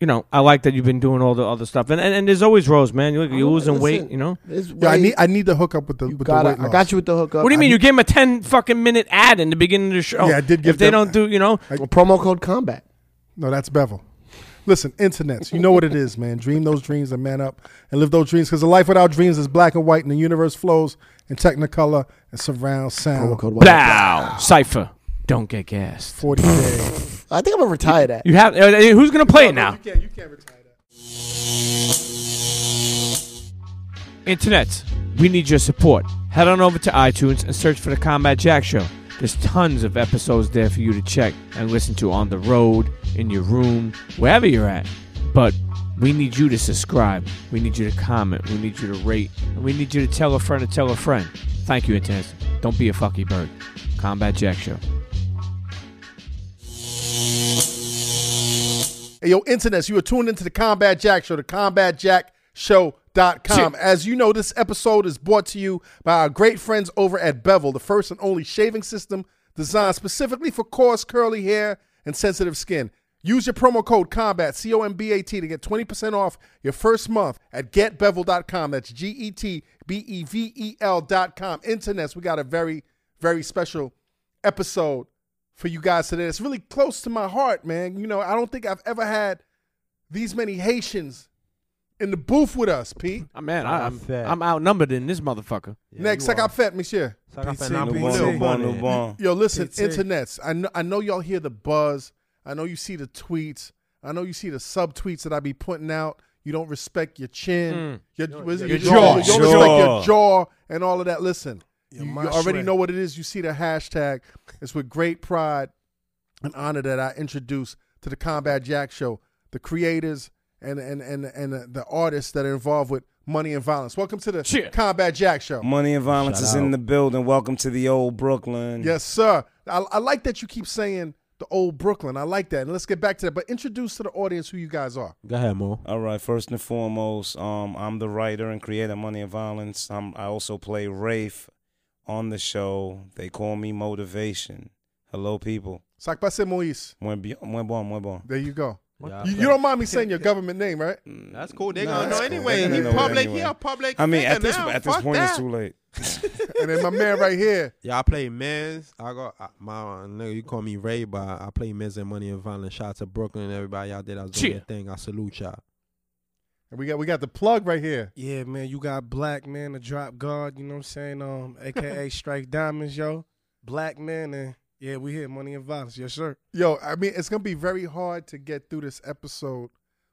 you know I like that you've been doing all the other stuff, and and, and there's always roles, man. You're, you're losing weight.
Listen,
You know,
there's
Yeah, I
ways-
need I need to hook up with the
you
with
gotta-
the weight
I
loss.
got you with the hookup.
what do you
I
mean?
need
you gave him a ten fucking minute ad in the beginning of the show.
Yeah, I did give
If they
them-
don't do, you know,
a promo code combat?
No, that's Bevel. Listen, internets, you know what it is, man. Dream those dreams and man up and live those dreams because a life without dreams is black and white and the universe flows in technicolor and surround
Promo
sound.
code.
blow cipher. Don't get gassed.
40 days.
I think I'm gonna retire that.
You have uh, who's gonna play it now?
can't, you can't retire that.
Internet, we need your support. Head on over to iTunes and search for the Combat Jack Show. There's tons of episodes there for you to check and listen to on the road, in your room, wherever you're at. But we need you to subscribe. We need you to comment. We need you to rate. And we need you to tell a friend to tell a friend. Thank you, Internet. Don't be a fucky bird. Combat Jack Show.
Hey, yo, internets, you are tuned into the Combat Jack Show, the combatjackshow.com. As you know, this episode is brought to you by our great friends over at Bevel, the first and only shaving system designed specifically for coarse, curly hair and sensitive skin. Use your promo code COMBAT, C O M B A T, to get 20% off your first month at getbevel.com. That's G E T B E V E L.com. Internets, we got a very, very special episode for you guys today. It's really close to my heart, man. You know, I don't think I've ever had these many Haitians in the booth with us, Pete.
Ah, man,
I- I'm- I'm
outnumbered in this motherfucker.
Next, I got fat, monsieur. Yo, listen,
Pete, say-
internets. I know, I know y'all hear the buzz. I know you see the tweets. I know you see the subtweets that I be putting out. You don't respect your chin, your, what is it?
your
You don't-
jaw.
You don't respect your
Jaw.
jaw and all of that. Listen, you, you
my
already
shred.
know what it is. You see the hashtag. It's with great pride an honor that I introduce to the Combat Jack Show, the creators and and and and the, the artists that are involved with money and violence. Welcome to the
Cheer.
Combat Jack Show.
Money and violence is in the building. Welcome to the old Brooklyn.
Yes, sir. I, I like that you keep saying the old Brooklyn. I like that, and let's get back to that. But introduce to the audience who you guys are.
Go ahead,
Uh-huh.
Mo.
All right. First and foremost, um, I'm the writer and creator of Money and Violence. I'm, I also play Rafe on the show. They call me Motivation. Hello, people.
Sakbase Moise.
Muy bien, muy bon, muy bon.
There you go.
Uh,
You, you don't mind me saying your government name, right?
Mm.
That's cool. They
Nah,
gonna
that's
know
cool.
anyway.
They gonna
He
know
public.
anyway.
He a public.
I mean,
figure
at this
now.
at this
Fuck
point,
that.
it's too late.
And then my man right here.
Yeah, I play men's. I got I- my uh, nigga. You call me Ray, but I play men's and money and violence. Shout out to Brooklyn and everybody out there that's doing their
Cheer.
thing. I salute y'all.
And we got we got the plug right here.
Yeah, man, you got black man, the drop guard, you know what I'm saying? Um, aka Strike Diamonds, yo. Black man and yeah, we here, money and violence, yes sir.
Yo, I mean, it's gonna be very hard to get through this episode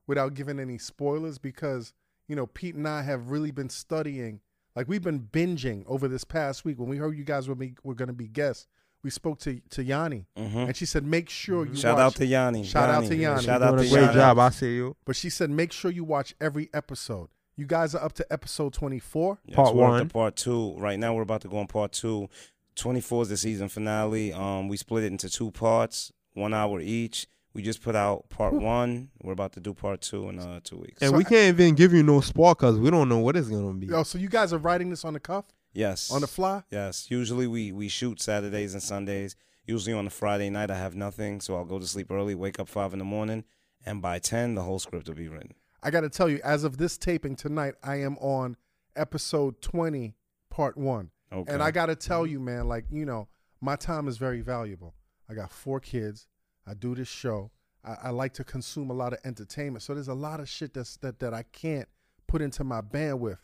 without giving any spoilers because you know Pete and I have really been studying, like we've been binging over this past week. When we heard you guys were be, were gonna be guests, we spoke to to Yanni,
Mhm.
and she said make sure you
Mm-hmm. Shout
watch,
out to Yanni.
Shout out to Yanni.
Shout out to
Great
Yanni.
job. I see you.
But she said make sure you watch every episode. You guys are up to episode twenty four.
Yes,
Part
we're up to
one.
part two. Right now, we're about to go on part two. 24 is the season finale. Um, we split it into two parts, one hour each. We just put out part one. We're about to do part two in uh, two weeks.
And
So
we
I-
can't even give you no spoil because we don't know what it's gonna be.
Yo, so you guys are writing this on the cuff,
yes.
on the fly.
Yes. Usually we we shoot Saturdays and Sundays. Usually on a Friday night, I have nothing, so I'll go to sleep early, wake up five in the morning, and by ten, the whole script will be written.
I got to tell you, as of this taping tonight, I am on episode 20, part one.
Okay.
And I got to tell you, man, like, you know, my time is very valuable. I got four kids. I do this show. I, I like to consume a lot of entertainment. So there's a lot of shit that's, that, that I can't put into my bandwidth.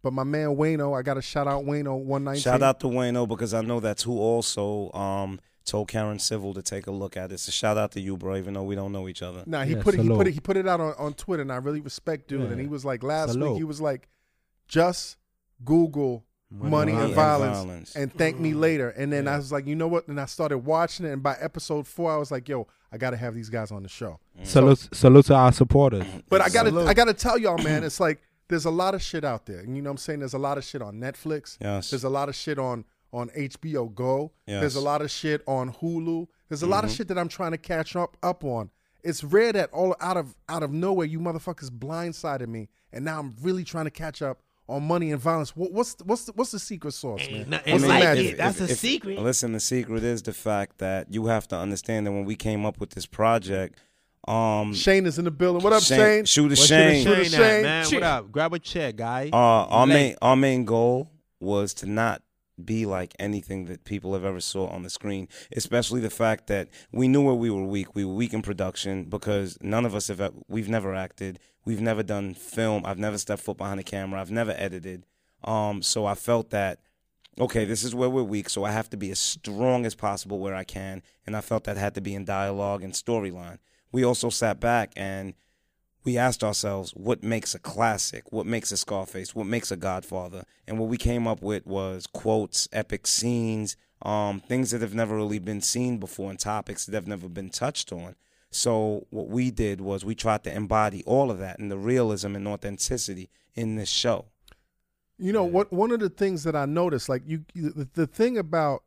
But my man Wayno, I got to shout out Wayno 119.
Shout out to Wayno because I know that's who also um, told Karen Civil to take a look at it. So shout out to you, bro. Even though we don't know each other.
Nah, he
Yes,
put it, he
hello.
put it he put it out on, on Twitter, and I really respect dude. And he was like last
Hello.
week, he was like, just Google money, and,
and
violence,
violence.
and thank me later. And then I was like, you know what? And I started watching it, and by episode four, I was like, yo, I got to have these guys on the show.
Salute, salute to our supporters.
But I gotta I gotta tell y'all, man, it's like there's a lot of shit out there. And you know what I'm saying? There's a lot of shit on Netflix.
Yes.
There's a lot of shit on on HBO Go.
Yes. Mm-hmm.
There's a lot of shit on Hulu. There's a lot of shit that I'm trying to catch up up on. It's rare that all out of out of nowhere you motherfuckers blindsided me, and now I'm really trying to catch up on money and violence. What, what's the, what's the, what's the secret sauce, man? What's the
I mean,
magic?
if- if- if- Listen, the secret is the fact that you have to understand that when we came up with this project, um,
Shane is in the building. What up, Shane?
Shane- Shooter
What
Shane.
Shooter
Shane,
Shane.
that, man. What up? Grab a chair, guy.
uh, our
Late.
main our main goal was to not be like anything that people have ever saw on the screen, especially the fact that we knew where we were weak. We were weak in production because none of us have ever, we've never acted, we've never done film, I've never stepped foot behind a camera, I've never edited. Um, so I felt that okay, this is where we're weak, so I have to be as strong as possible where I can, and I felt that had to be in dialogue and storyline. We also sat back and we asked ourselves what makes a classic, what makes a Scarface, what makes a Godfather, and what we came up with was quotes, epic scenes, um, things that have never really been seen before, and topics that have never been touched on. So what we did was we tried to embody all of that and the realism and authenticity in this show.
You know what? One of the things that I noticed, like you, you- the, the thing about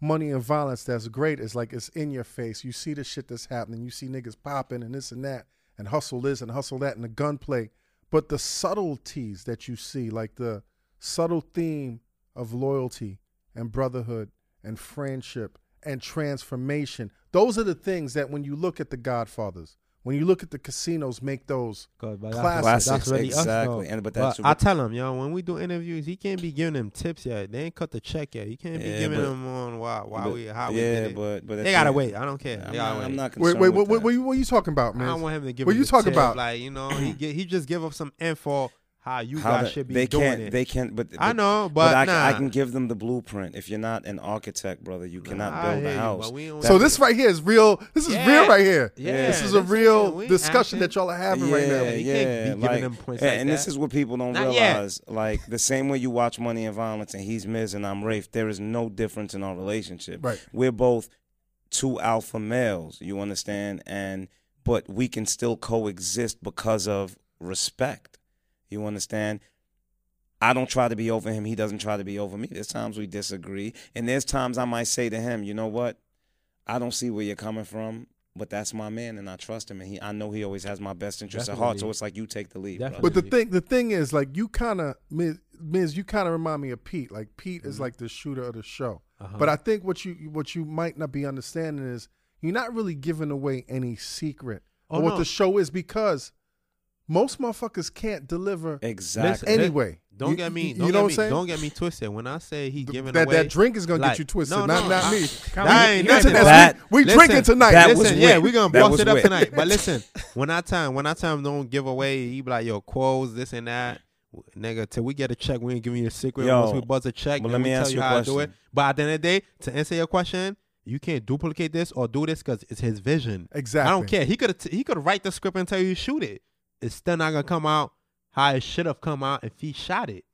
money and violence that's great is like it's in your face. You see the shit that's happening. You see niggas popping and this and that, and hustle this and hustle that, and the gunplay. But the subtleties that you see, like the subtle theme of loyalty and brotherhood and friendship and transformation, those are the things that when you look at the Godfathers, when you look at the casinos, make those
God, but
classics.
That's, that's
Classics,
really
exactly.
Us,
And- but that's-
I tell him, yo, when we do interviews, he can't be giving them tips yet. They ain't cut the check yet. You can't be
Yeah,
giving
but-
them on why, why
but-
we, how we
yeah,
did it.
but- but at
they
the
gotta
end-
wait. I don't care.
I'm
They gotta
not, I'm
wait.
not
Wait, wait,
concerned with
what, what,
that.
what, you- what you talking about,
I
man?
don't want him to give.
What
him
you
the
talking
tip,
about?
Like you know,
*clears throat*
he get, he just give up some info how you
How
guys
the-
should be
they
doing
can't,
it.
They can't. But,
I
but-
know, but
I, can, I
nah.
can give them the blueprint. If you're not an architect, brother, you cannot
I
build
hear
a
you,
house.
but we don't-
So this right here is real. This is
Yeah.
real right here.
Yeah,
This is a
this is-
real
we
discussion
acting.
that y'all are having right now.
You can't be giving them points
and,
like
and this
that.
is what people don't
Not yet.
realize. Like the same way you watch Money and Violence, and he's Miz and I'm Rafe. There is no difference in our relationship.
Right.
We're both two alpha males. You understand? And but we can still coexist because of respect. You understand? I don't try to be over him. He doesn't try to be over me. There's times we disagree, and there's times I might say to him, "You know what? I don't see where you're coming from, but that's my man, and I trust him, and he, I know he always has my best interest at heart. So
Definitely.
it's like you take the lead,
Definitely.
brother.
But the thing, the thing is, like you kind of Miz, Miz, you kind of remind me of Pete. Like Pete
Mm-hmm.
is like the shooter of the show.
Uh-huh.
But I think what you what you might not be understanding is you're not really giving away any secret
Oh,
of what
no.
the show is because most motherfuckers can't deliver.
exactly.
Listen,
Anyway,
Don't
you-
get
you-
me.
you
Don't
know what I'm
get me.
saying?
Don't get me twisted. When I say he
Th-
giving
that-
away
that drink is gonna get
like-
you twisted,
No,
not-
no,
not
I- *laughs*
me.
That
We- listen,
ain't nothing.
that's
That-
me. We
listen,
drinking tonight.
that was
listen, yeah,
wit.
we gonna
That
bust
was
it up
wit.
tonight.
*laughs*
But listen, when I time, when I time, don't give away. He be like, yo, quotes, this and that. Nigga, till we get a check, we ain't giving you a secret.
Yo,
Once we buzz a check,
well,
then
let me
we
ask
tell you
you a
how to do it.
question.
But at the end of the day, to answer your question, you can't duplicate this or do this because it's his vision.
Exactly.
I don't care. He could he could write the script and tell you to shoot it. It's still not gonna come out how it should have come out if he shot it.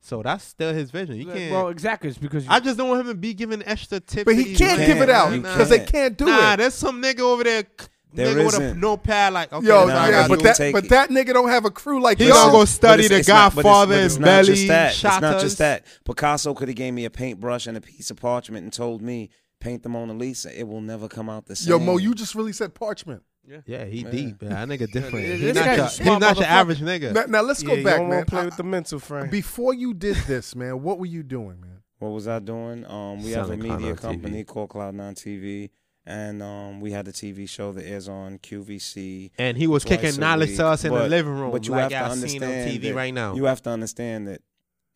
So that's still his vision. You can't.
Well, exactly. It's because you,
I just don't want him to be giving extra tips.
But
to
he
these
can't
women.
give it out
You
because they
can't.
can't do
nah,
it.
there's some nigga over there, c-
There
nigga with a
isn't.
notepad, like okay,
Yo,
Nah,
nah,
yeah,
nah,
but
you
that
take
but
it.
that nigga don't have a crew like
He
this.
don't
Yo,
go study
But
the
it's- it's not- but it's-
Godfather
but it's
and
not just
Belly
that. It's not
shotters.
just that. Picasso could have gave me a paintbrush and a piece of parchment and told me paint the Mona Lisa. It will never come out the same.
Yo, Mo, you just really said parchment.
yeah, he deep. Man. That nigga different.
This
He's
guy's
not,
a
your,
small
he's not your
motherfucker.
average nigga.
Now, now let's
Yeah,
go
you
back,
don't
man.
want to play
I-
with the mental frame.
Before you did this, man, what were you doing, man?
What was I doing? Um, we
Selling
have a media
Cloud9 TV.
company called Cloud Nine TV, and um, we had a TV show that airs on QVC.
and he was
twice
kicking
a
knowledge
week.
to us in the
But-
living room,
But you
like
have to
y'all seen on
understand
TV
that-
right now.
*laughs*
You have to understand that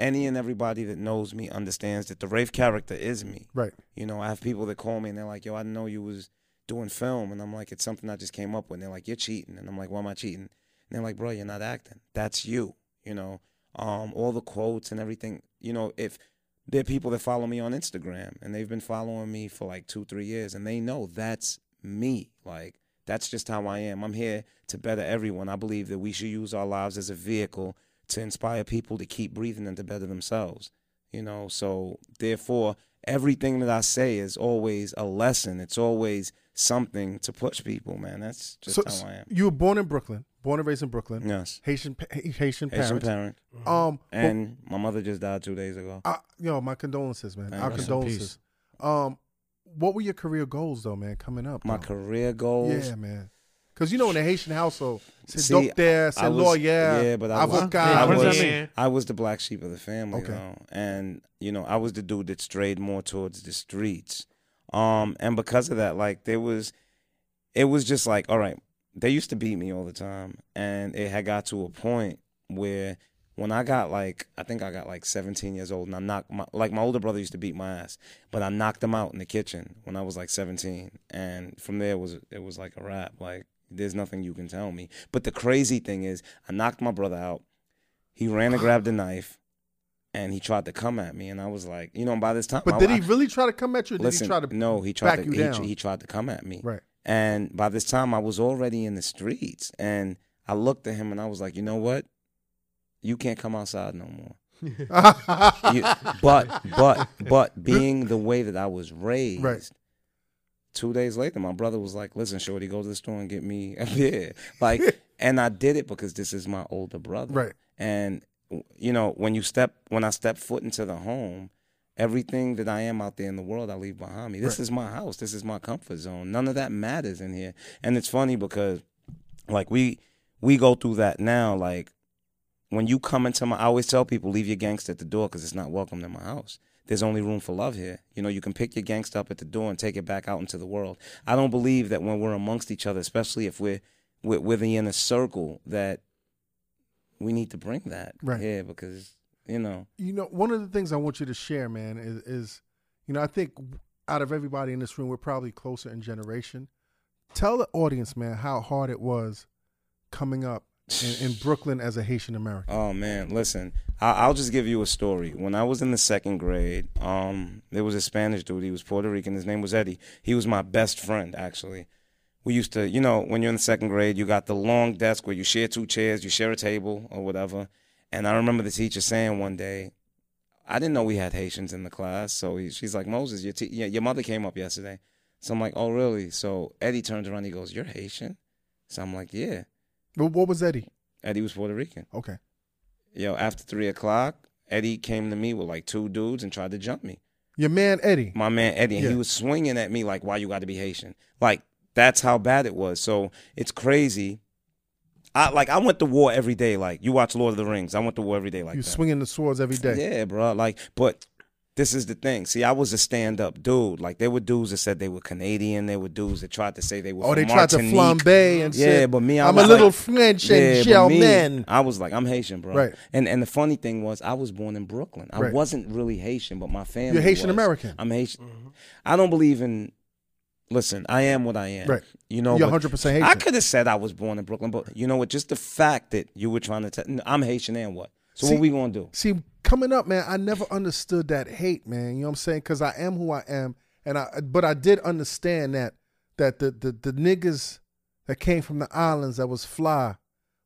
any and everybody that knows me understands that the Rafe character is me.
Right.
You know, I have people that call me and they're like, "Yo, I didn't know you was doing film," and I'm like, "It's something I just came up with." And they're like, "You're cheating," and I'm like, "Why am I cheating?" And they're like, "Bro, you're not acting. That's you." You know, um, all the quotes and everything. You know, if there are people that follow me on Instagram and they've been following me for like two, three years, and they know that's me. Like that's just how I am. I'm here to better everyone. I believe that we should use our lives as a vehicle to inspire people to keep breathing and to better themselves. You know, so therefore, everything that I say is always a lesson. It's always something to push people, man. That's just
so
how I am.
you were born in Brooklyn, born and raised in Brooklyn.
Yes.
Haitian pa- Haitian
Haitian
parents.
parent.
Um, but-
And my mother just died two days ago.
I, yo, my condolences, man.
Man,
Our
rest in
condolences. Um, what were your career goals though, man? Coming up,
My
though?
career goals.
Yeah, man. Because you know, in a Haitian household, c'est
See,
docteur, c'est
I was-
lawyer,
Yeah, but I was,
avocat.
I,
what does that
was
mean?
I was the black sheep of the family,
Okay.
though. and you know, I was the dude that strayed more towards the streets. Um, and because of that, like there was, it was just like, all right, they used to beat me all the time, and it had got to a point where when I got like, I think I got like 17 years old, and I knocked my like my older brother used to beat my ass, but I knocked him out in the kitchen when I was like 17, and from there it was it was like a wrap. Like there's nothing you can tell me. But the crazy thing is, I knocked my brother out. He ran and grabbed a knife, and he tried to come at me, and I was like, you know, by this time,
But
I-
did
I-
he really try to come at you? Or did
listen,
he try to
no, he tried
back
to
you
he,
down?
he tried to come at me.
right.
And by this time, I was already in the streets. And I looked at him and I was like, you know what? You can't come outside no more. You- but, but, but being the way that I was raised,
Right.
two days later, my brother was like, listen, Shorty, go to the store and get me a beer.
*laughs*
Like, and I did it because this is my older brother.
*laughs* Right.
And, you know, when you step, when I step foot into the home, Everything that I am out there in the world, I leave behind me. This is my house. This is my comfort zone. None of that matters in here. And it's funny because, like we we go through that now. Like when you come into my, I always tell people leave your gangster at the door because it's not welcomed in my house. There's only room for love here. You know, you can pick your gangster up at the door and take it back out into the world. I don't believe that when we're amongst each other, especially if we're we're, we're the inner circle, that we need to bring that
Right.
here because you know
you know, one of the things I want you to share, man, is, is you know, I think out of everybody in this room, we're probably closer in generation. Tell the audience, man, how hard it was coming up in,
*sighs*
in Brooklyn as a Haitian American.
Oh man, listen, I- I'll just give you a story. When I was in the second grade, um, there was a Spanish dude. He was Puerto Rican. His name was Eddie. He was my best friend, actually. We used to, you know, when you're in the second grade, you got the long desk where you share two chairs, you share a table or whatever. And I remember the teacher saying one day, I didn't know we had Haitians in the class. So he, she's like, Moses, your, te- yeah, your mother came up yesterday. So I'm like, oh, really? So Eddie turns around. He goes, You're Haitian? So I'm like, Yeah.
But what was Eddie?
Eddie was Puerto Rican
Okay,
yo, after three o'clock, Eddie came to me with like two dudes and tried to jump me.
your man Eddie.
My man Eddie, and
Yeah.
he was swinging at me like, "Why you got to be Haitian?" Like that's how bad it was. So it's crazy. I like I went to war every day. Like you watch Lord of the Rings, I went to war every day like
you
that.
swinging the swords every day.
Yeah, bro. Like, but this is the thing. See, I was a stand-up dude. Like, there were dudes that said they were Canadian. There were dudes that tried to say they were.
Oh,
from
they tried to
Martinique.
flambe and
yeah,
shit,
but me, I
"I'm
was
a little
like-
French and
but
shell
me,
man.
I was like, I'm Haitian, bro.
Right.
And and the funny thing was, I was born in Brooklyn. I
Right.
wasn't really Haitian, but my family.
You're Haitian
was.
American.
I'm Haitian.
Mm-hmm.
I don't believe in. Listen, I am what I am.
Right.
You know,
You're
but
100% Haitian.
I could have said I was born in Brooklyn, but you know what? Just the fact that you were trying to tell, I'm Haitian and what? So
See-
what we gonna do?
See, coming up, man, I never understood that hate, man. You know what I'm saying? Because I am who I am, and I but I did understand that that the the, the niggas that came from the islands that was fly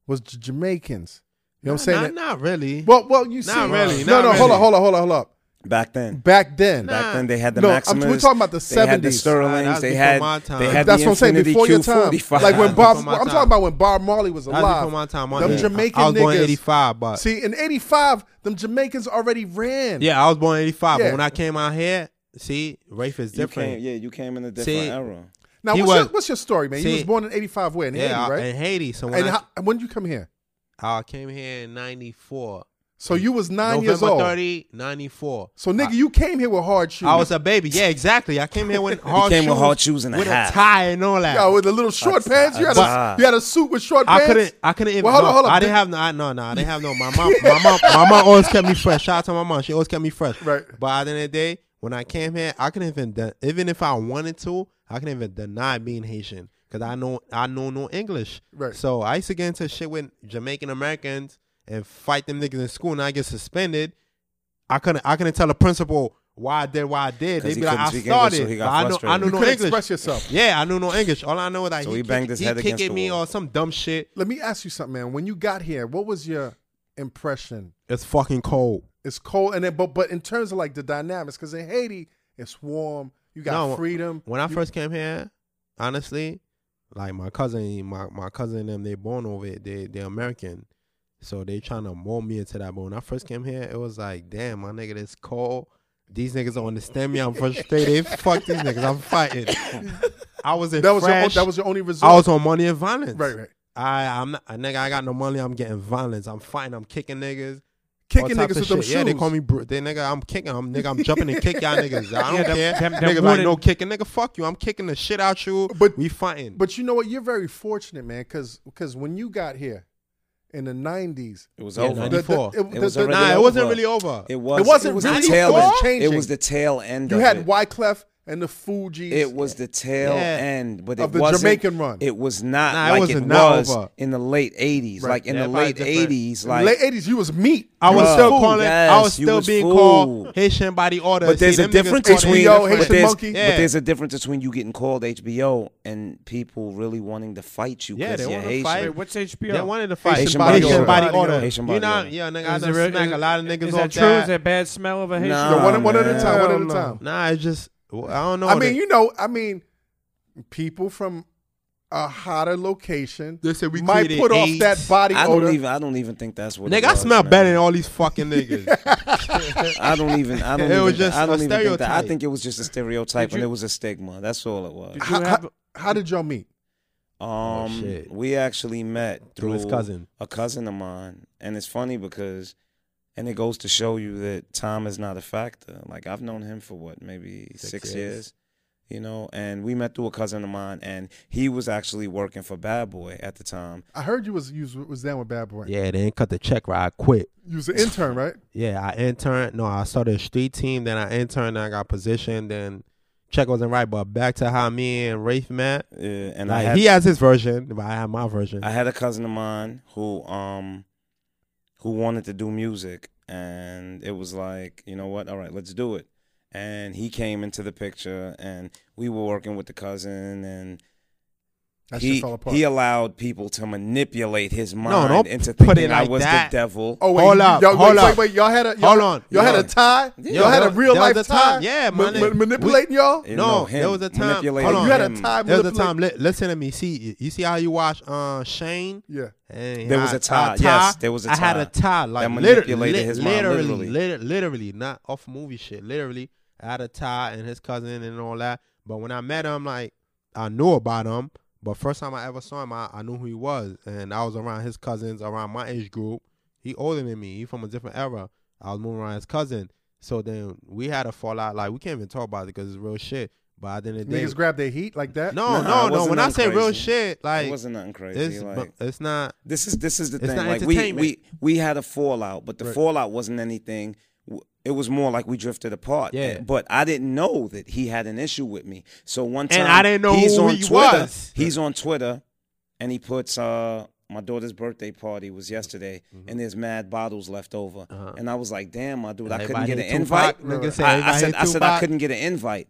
was J- Jamaicans. You know what I'm saying?
Nah,
That-
not really.
Well, well, you see,
Not really,
no,
not
no, hold
really.
up, hold up, hold up, hold up.
Back then.
Back then,
Nah.
Back then they had the
No, I'm-
Maximus.
we're talking about the
They had the
70s.
Nah, that
Sterlings.
was
They
before
had
my time.
they had
that's
the
what I'm saying.
Infinity
Before your time,
Q45.
like when
Bob-
Bob,
Before my
I'm
time.
talking about when Bob Marley was
That was
alive.
before my time, my
them
bad.
Jamaican
I was
niggas.
born in 85, but-
see, in '85, them Jamaicans already ran.
Yeah, I was born in '85,
Yeah.
but when I came out here, see, Rafe is
You
different.
came, yeah, you came in a different
See,
era.
Now,
He
what's,
was-
your, what's your story, man? you
See-
was born in '85, where in
yeah,
Haiti,
I-
right?
in Haiti. So when
And
I,
how, and when did you come here?
I came here in '94,
So you was nine
November
years old.
30, '94.
So nigga,
I,
you came here with hard shoes.
I was a baby. Yeah, exactly. I came
*laughs*
here with hard
came
shoes,
with hard shoes and a
with
hat.
tie and all that.
Yo, with the little short pants. You had a
But-
you had a suit with short
I
pants.
couldn't. I couldn't even.
Well, hold
no,
on, hold on.
I didn't have no. I, no, no. I didn't have no. My mom. My mom. My mom always kept me fresh. Shout out to my mom. She always kept me fresh.
Right.
But at the end of the day, when I came here, I couldn't even. De- even if I wanted to, I couldn't even deny being Haitian because I know I know no English.
Right.
So I used to get into shit with Jamaican Americans and fight them niggas in school, and I get suspended. I couldn't. I couldn't tell the principal why I did what I did.
'Cause
They'd
he
be like,
couldn't
I
speak English, so
started.
he
but
got
I know. I
frustrated.
know
You
no
couldn't
English.
express yourself.
Yeah, I knew no English. All I know is that
So
he,
he banged
kick-
his
he
head against
kicking
the
me
wall.
or some dumb shit.
Let me ask you something, man. When you got here, what was your impression?
It's fucking cold.
It's cold, and then but but in terms of like the dynamics, because in Haiti it's warm. You got freedom.
When I
You-
first came here, honestly, Like my cousin, my, my cousin and them, they born over it. They they American, so they trying to mold me into that. But when I first came here, it was like, damn, my nigga, this cold. These niggas don't understand me. I'm frustrated. Fuck these niggas. I'm fighting. I was in
That was your
French.
your, that was your only resort.
I was on money and violence.
right, right.
I I'm not, a nigga. I got no money. I'm getting violence. I'm fighting. I'm kicking niggas. all
Kicking
types
niggas
of
with them
shit.
shoes.
Yeah, they call me bro. They nigga. I'm kicking. I'm nigga. I'm jumping and kick y'all niggas.
*laughs*
I don't
Yeah, them-
care.
them- them
niggas like
wooden-
no kicking. Nigga, fuck you. I'm kicking the shit out you.
But-
But we fighting.
But you know what? You're very fortunate, man, because when you got here in the '90s,
It was
Yeah,
over.
90 94.
the- the-
It was
the-
already
nah, it
over.
wasn't really over.
It was.
It wasn't
was
really
the tail
over?
end.
Changing.
It was the tail end.
you
of
had
it.
Wyclef and the Fugees.
It was the tail
Yeah.
end, but
Of
it
the
wasn't,
Jamaican run.
It was not
Nah, it
like
wasn't
it
not
was
over.
in the late '80s.
Right.
Like in
Yeah,
the
probably
late
different.
'80s,
In
like
the late '80s. You was meat.
I was
Bro.
still calling. I was
Yes, you
still
was
being
fooled.
called Haitian body order.
But there's
See,
a
them niggas
difference
called
between
HBO,
Haitian
Haitian
but,
body-
there's,
Monkey.
but
Yeah.
there's a difference between you getting called HBO and people really wanting to fight you
Yeah,
because
they
you're
wanna
Haitian.
fight.
Wait, what's HBO?
They wanted to fight.
Haitian body
order.
body order.
Haitian
You
body
know,
order.
yeah, nigga. I
Is
done
it real-
smack a lot of
is
niggas
that
off
true? Is
that.
that bad smell of a Haitian?
Nah.
No,
Oh,
one, one at a
man.
time. One at a
Hell no.
time.
Nah, it's just I don't know.
I
what
mean,
it-
you know, I mean, people from a hotter location
They said we
might
created
put off
AIDS.
that body
I
odor.
don't even. I don't even think that's what. it
nigga, I
was,
smell
man.
better than all these
*laughs*
fucking niggas.
I don't even.
*laughs*
I don't
It
even.
was just
I
a
don't even think that. I
stereotype.
think it was just a stereotype,
Did
and
you-
it was a stigma. That's all it was.
Did you
How-
have?
How did y'all meet?
Um,
shit.
we actually met
Through
through
his cousin.
a cousin of mine, and it's funny because, and it goes to show you that time is not a factor. Like I've known him for what, maybe
Six
six,
years.
years. you know. And we met through a cousin of mine, and he was actually working for Bad Boy at the time.
I heard you was you was, was down with Bad Boy.
Yeah, they didn't cut the check right. I quit.
You was an intern, right?
Yeah, I interned. No, I started a street team. Then I interned. Then I got positioned. Then check wasn't right. But back to how me and Rafe met.
Uh, and I
Like
had,
he has his version, but I have my version.
I had a cousin of mine who um who wanted to do music and it was like, you know what? All right, let's do it. And he came into the picture and we were working with the cousin and
That
he,
shit fell apart.
he allowed people to manipulate his mind
don't
into
put
thinking
it
I
like
was
that.
the devil.
oh wait,
Hold
you-
up,
y'all,
hold
wait,
up.
wait, wait, y'all had a y'all,
Hold on.
y'all had
Yeah.
a tie.
Yeah.
y'all had a
There-
real
there
life
was a
tie.
time- yeah,
Ma-
my
ma-
nigga.
manipulating y'all.
You
no,
know, him
there was a time-
manipulating
hold on.
you had a
him.
tie.
There was a
manipulate-
time. Li- listen to me. See, you see how you watch uh, Shane.
Yeah.
And
There was
I-
a tie,
I
yes, there was a
I had
tie
a tie. Like
that
liter-
manipulated
lit-
his mind,
Literally,
literally.
lit- literally, not off movie shit. Literally, I had a tie and his cousin and all that. But when I met him, like I knew about him. But first time I ever saw him, I, I knew who he was, and I was around his cousins, around my age group. He older than me. He from a different era. I was moving around his cousin. So then we had a fallout. Like we can't even talk about it because it's real shit. But I didn't.
Niggas grab their heat like that.
No,
Nah, it
no, no.
wasn't
When I say
nothing
real
crazy.
shit, like
it wasn't nothing crazy.
it's,
like
it's not.
This is this is the
It's
thing.
not
Like we
entertainment.
we we had a fallout, but the
Right.
fallout wasn't anything. W- It was more like we drifted apart.
Yeah.
But I didn't know that he had an issue with me. So one time,
And I didn't know
he's
who
on
he
Twitter.
was.
He's on Twitter, and he puts uh my daughter's birthday party was yesterday,
Mm-hmm.
and there's mad bottles left over,
Uh-huh.
and I was like, damn, my dude, I couldn't
Everybody
get an
hit
invite.
Tupac. Nigga said,
I, I
everybody
said
hit
I said I
Tupac.
couldn't get an invite,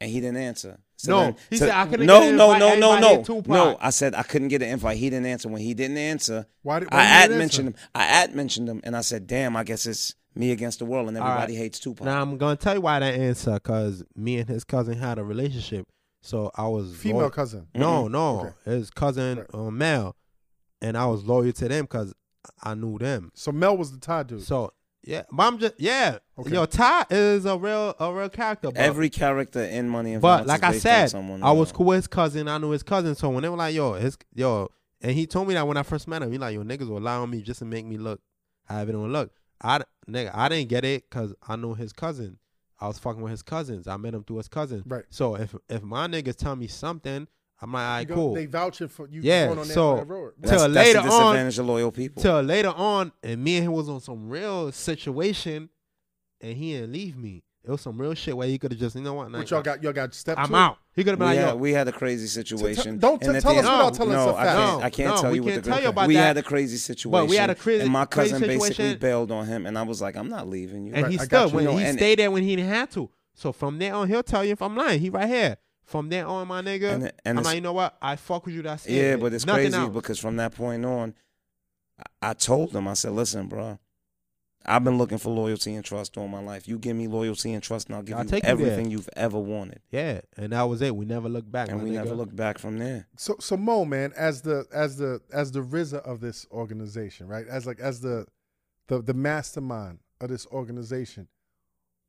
and he didn't answer. So
No,
then-
he
so-
said, "I couldn't
no,
get an
no,
invite,
no,
everybody
no,
hit
no,
Tupac."
no. I said I couldn't get an invite. He didn't answer. When he didn't answer,
Why did- why
I
didn't he
ad
answer?
mentioned him? I ad mentioned him, and I said, "Damn, I guess it's me against the world, and
right.
everybody hates Tupac."
Now I'm gonna tell you why that answer, cause me and his cousin had a relationship. So I was
Female
loyal-
cousin.
No, no, his cousin
Right.
uh, Mel, and I was loyal to them, cause I knew them.
So Mel was the tie dude.
So yeah, but I'm just yeah.
Okay.
Yo, Ty is a real a real character. But,
Every character in Money and
but
Violence
like
is
I
based on
said,
someone
I was
uh,
cool with his cousin. I knew his cousin. So when they were like, yo, his yo, and he told me that when I first met him, he like, yo, niggas will lie on me just to make me look how everyone look. I d- nigga, I didn't get it because I knew his cousin. I was fucking with his cousins. I met him through his cousin.
Right.
So if if my niggas tell me something, I'm like, all
You
right,
go-
cool.
They vouching for you
Yeah,
going on that-
so-
that road.
That's,
till
that's
later
the
on-
disadvantage of loyal people.
Till later on, and me and him was on some real situation, and he didn't leave me. It was some real shit where he could have just, you know what? nah,
What y'all got? Y'all got step.
I'm
two?
out. He could have
we,
been like,
had,
yo,
we had a crazy situation.
don't
and
t-
at
tell
the
us
end-
without telling us
no,
the
I
facts.
can't, I can't
No,
tell
we
you what
can't
the
tell you about
we
that.
had a crazy situation.
But we had a crazy-
and my
crazy
cousin basically
situation.
bailed on him, and I was like, "I'm not leaving you."
And he
Right, I
still
got you.
when
No,
he
and-
stayed there when he didn't have to. So from there on, he'll tell you if I'm lying. He right here. From there on, my nigga,
And it- and
I'm
it's-
like, you know what? I fuck with you. That's it.
Yeah, but it's
Nothing
crazy
else.
because from that point on, I, I told him, I said, listen, bro, I've been looking for loyalty and trust all my life. You give me loyalty and trust, and I'll give
I'll
you
take you there.
everything you've ever wanted.
Yeah, and that was it. We never looked back.
And
my
we never
nigga.
looked back from there.
So so Mo man, as the as the as the RZA of this organization, right? As like as the the the mastermind of this organization,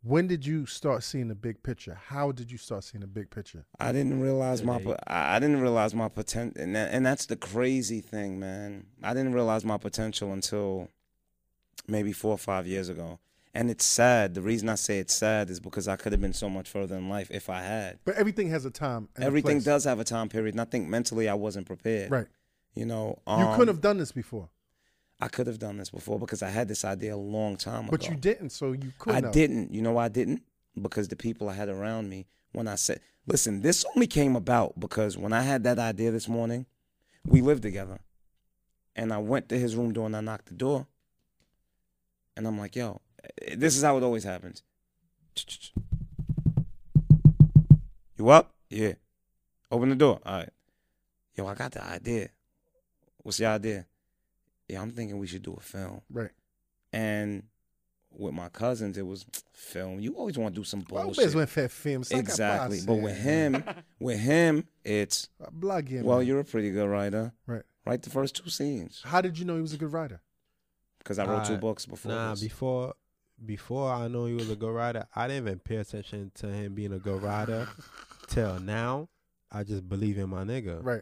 when did you start seeing the big picture? How did you start seeing the big picture?
I didn't realize my po- I I didn't realize my potential, and that, and that's the crazy thing, man. I didn't realize my potential until maybe four or five years ago, and it's sad. The reason I say it's sad is because I could have been so much further in life if I had.
But everything has a time. And a
Everything
place.
does have a time period, and I think mentally I wasn't prepared.
Right.
You know,
you
um, oh
couldn't have done this before,
I could have done this before because I had this idea a long time ago.
but you didn't. So you couldn't.
I
have.
didn't. You know why I didn't? Because the people I had around me, when I said, listen, this only came about because when I had that idea this morning, we lived together. And I went to his room door and I knocked the door. And I'm like, yo, eh, this is how it always happens. You up? Yeah. Open the door. All right. Yo, I got the idea. What's your idea? Yeah, I'm thinking we should do a film.
Right.
And with my cousins, it was film. You always want to do some
Well,
bullshit.
mesmo é fé fêmea, saca a
exactly.
passe,
But with
é. *laughs*
him, with him, it's
Block him.
well, you're a pretty good writer.
Right.
Write the first two scenes
How did you know he was a good writer?
because I wrote two
Alright.
books before.
Uh, Nah,
this.
before before I know he was a good rider, I didn't even pay attention to him being a good rider
*laughs*
till now. I just believe in my
Uh,
nigga.
Right.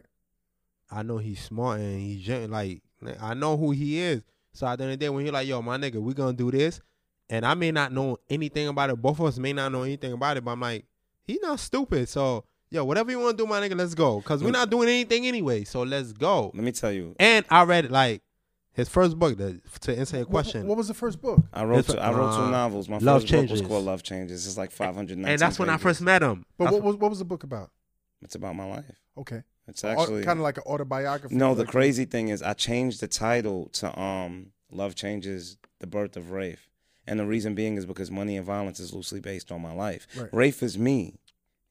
I know he's smart and he's gen- like I know who he is. So at the end of the day, when he like, yo, my nigga, we gonna do this, and I may not know anything about it. Both of us may not know anything about it, but I'm like, he not stupid. So yo, whatever you want to do, my nigga, let's go. Cause we're not doing anything anyway. So let's go.
let me tell you,
And I read like his first book to, to answer your
What-
question.
What, was the first book?
I wrote
It's,
two, I wrote
uh,
two novels. My
Love
first book
Changes.
was called Love Changes. It's like 519.
and that's when I
pages.
first met him.
But
I-
what was what was the book about?
It's about my life.
Okay.
It's
Oh,
actually
kind of like an autobiography.
No, the
like-
crazy thing is I changed the title to um Love Changes the Birth of Rafe. And the reason being is because money and violence is loosely based on my life.
Right.
Rafe is me,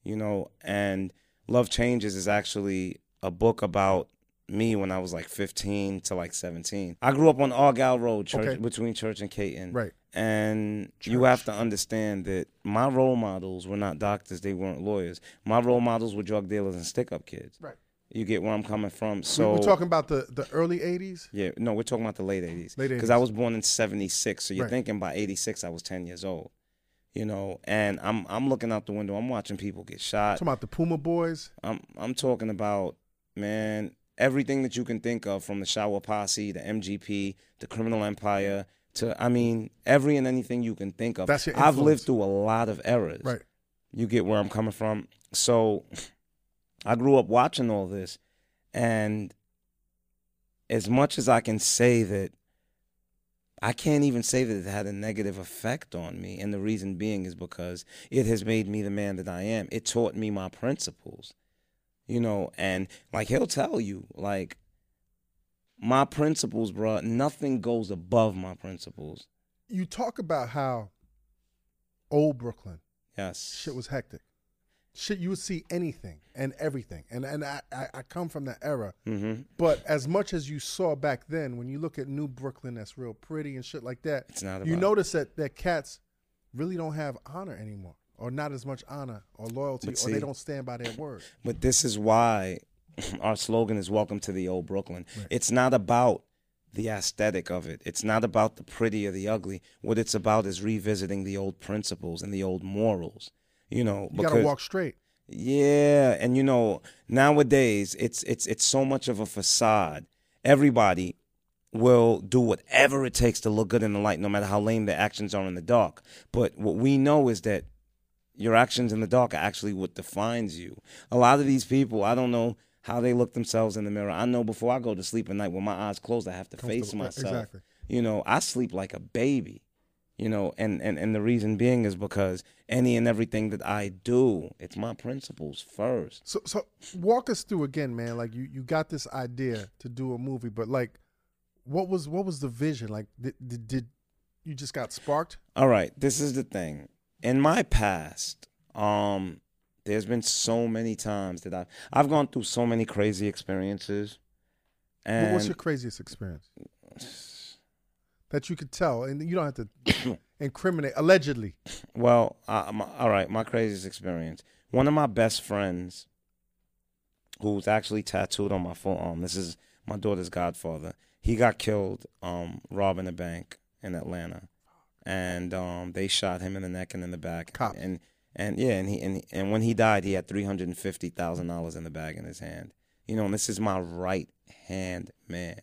you know, and Love Changes is actually a book about me when I was like 15 to like 17. I grew up on Argyle Road, church,
Okay.
between Church and Caton.
Right.
And you have to understand that my role models were not doctors, they weren't lawyers. My role models were drug dealers and stick up kids.
Right.
You get where I'm coming from.
We
So
we're talking about the the early '80s.
yeah, no, we're talking about the late eighties.
Late
Because I
80s.
was born in seventy six, so you're
Right.
thinking by eighty six I was ten years old. You know, and I'm I'm looking out the window. I'm watching people get shot.
Talking about the Puma Boys.
I'm I'm talking about man everything that you can think of from the Shower Posse, the MGP, the Criminal Empire to I mean every and anything you can think of.
That's your
I've
influence.
lived through a lot of eras.
Right.
You get where I'm coming from. So I grew up watching all this and as much as I can say that I can't even say that it had a negative effect on me. And the reason being is because it has made me the man that I am. It taught me my principles, you know, and like he'll tell you, like, my principles, bruh, nothing goes above my principles.
You talk about how old Brooklyn
Yes.
shit was hectic. Shit, you would see anything and everything, and and I I, I come from that era.
Mm-hmm.
But as much as you saw back then, when you look at New Brooklyn, that's real pretty and shit like that.
It's not
You
about-
notice that that cats really don't have honor anymore, or not as much honor or loyalty,
But
or they
see-
don't stand by their word.
But this is why our slogan is Welcome to the Old Brooklyn.
Right.
It's not about the aesthetic of it, it's not about the pretty or the ugly. What it's about is revisiting the old principles and the old morals. You know,
You got to walk straight.
yeah, and you know nowadays it's it's it's so much of a facade. Everybody will do whatever it takes to look good in the light, no matter how lame their actions are in the dark. But what we know is that your actions in the dark are actually what defines you. A lot of these people, I don't know how they look themselves in the mirror. I know before I go to sleep at night, with my eyes closed, I have to face
Comfortable.
myself.
Exactly.
You know, I sleep like a baby you know and, and and the reason being is because any and everything that i do it's my principles first
So so walk us through again, man. Like you you got this idea to do a movie, but like what was what was the vision? Like did did, did you just got sparked?
all right this is the thing in my past um there's been so many times that i've i've gone through so many crazy experiences
What
and
What's your craziest experience? that you could tell, and you don't have to *coughs* incriminate allegedly.
Well, I, my, all right, my craziest experience. One of my best friends, who's actually tattooed on my forearm. This is my daughter's godfather. He got killed um, robbing a bank in Atlanta, and um, they shot him in the neck and in the back.
Cops.
And and yeah, and he and, and when he died, he had three hundred and fifty thousand dollars in the bag in his hand. You know, and this is my right hand man.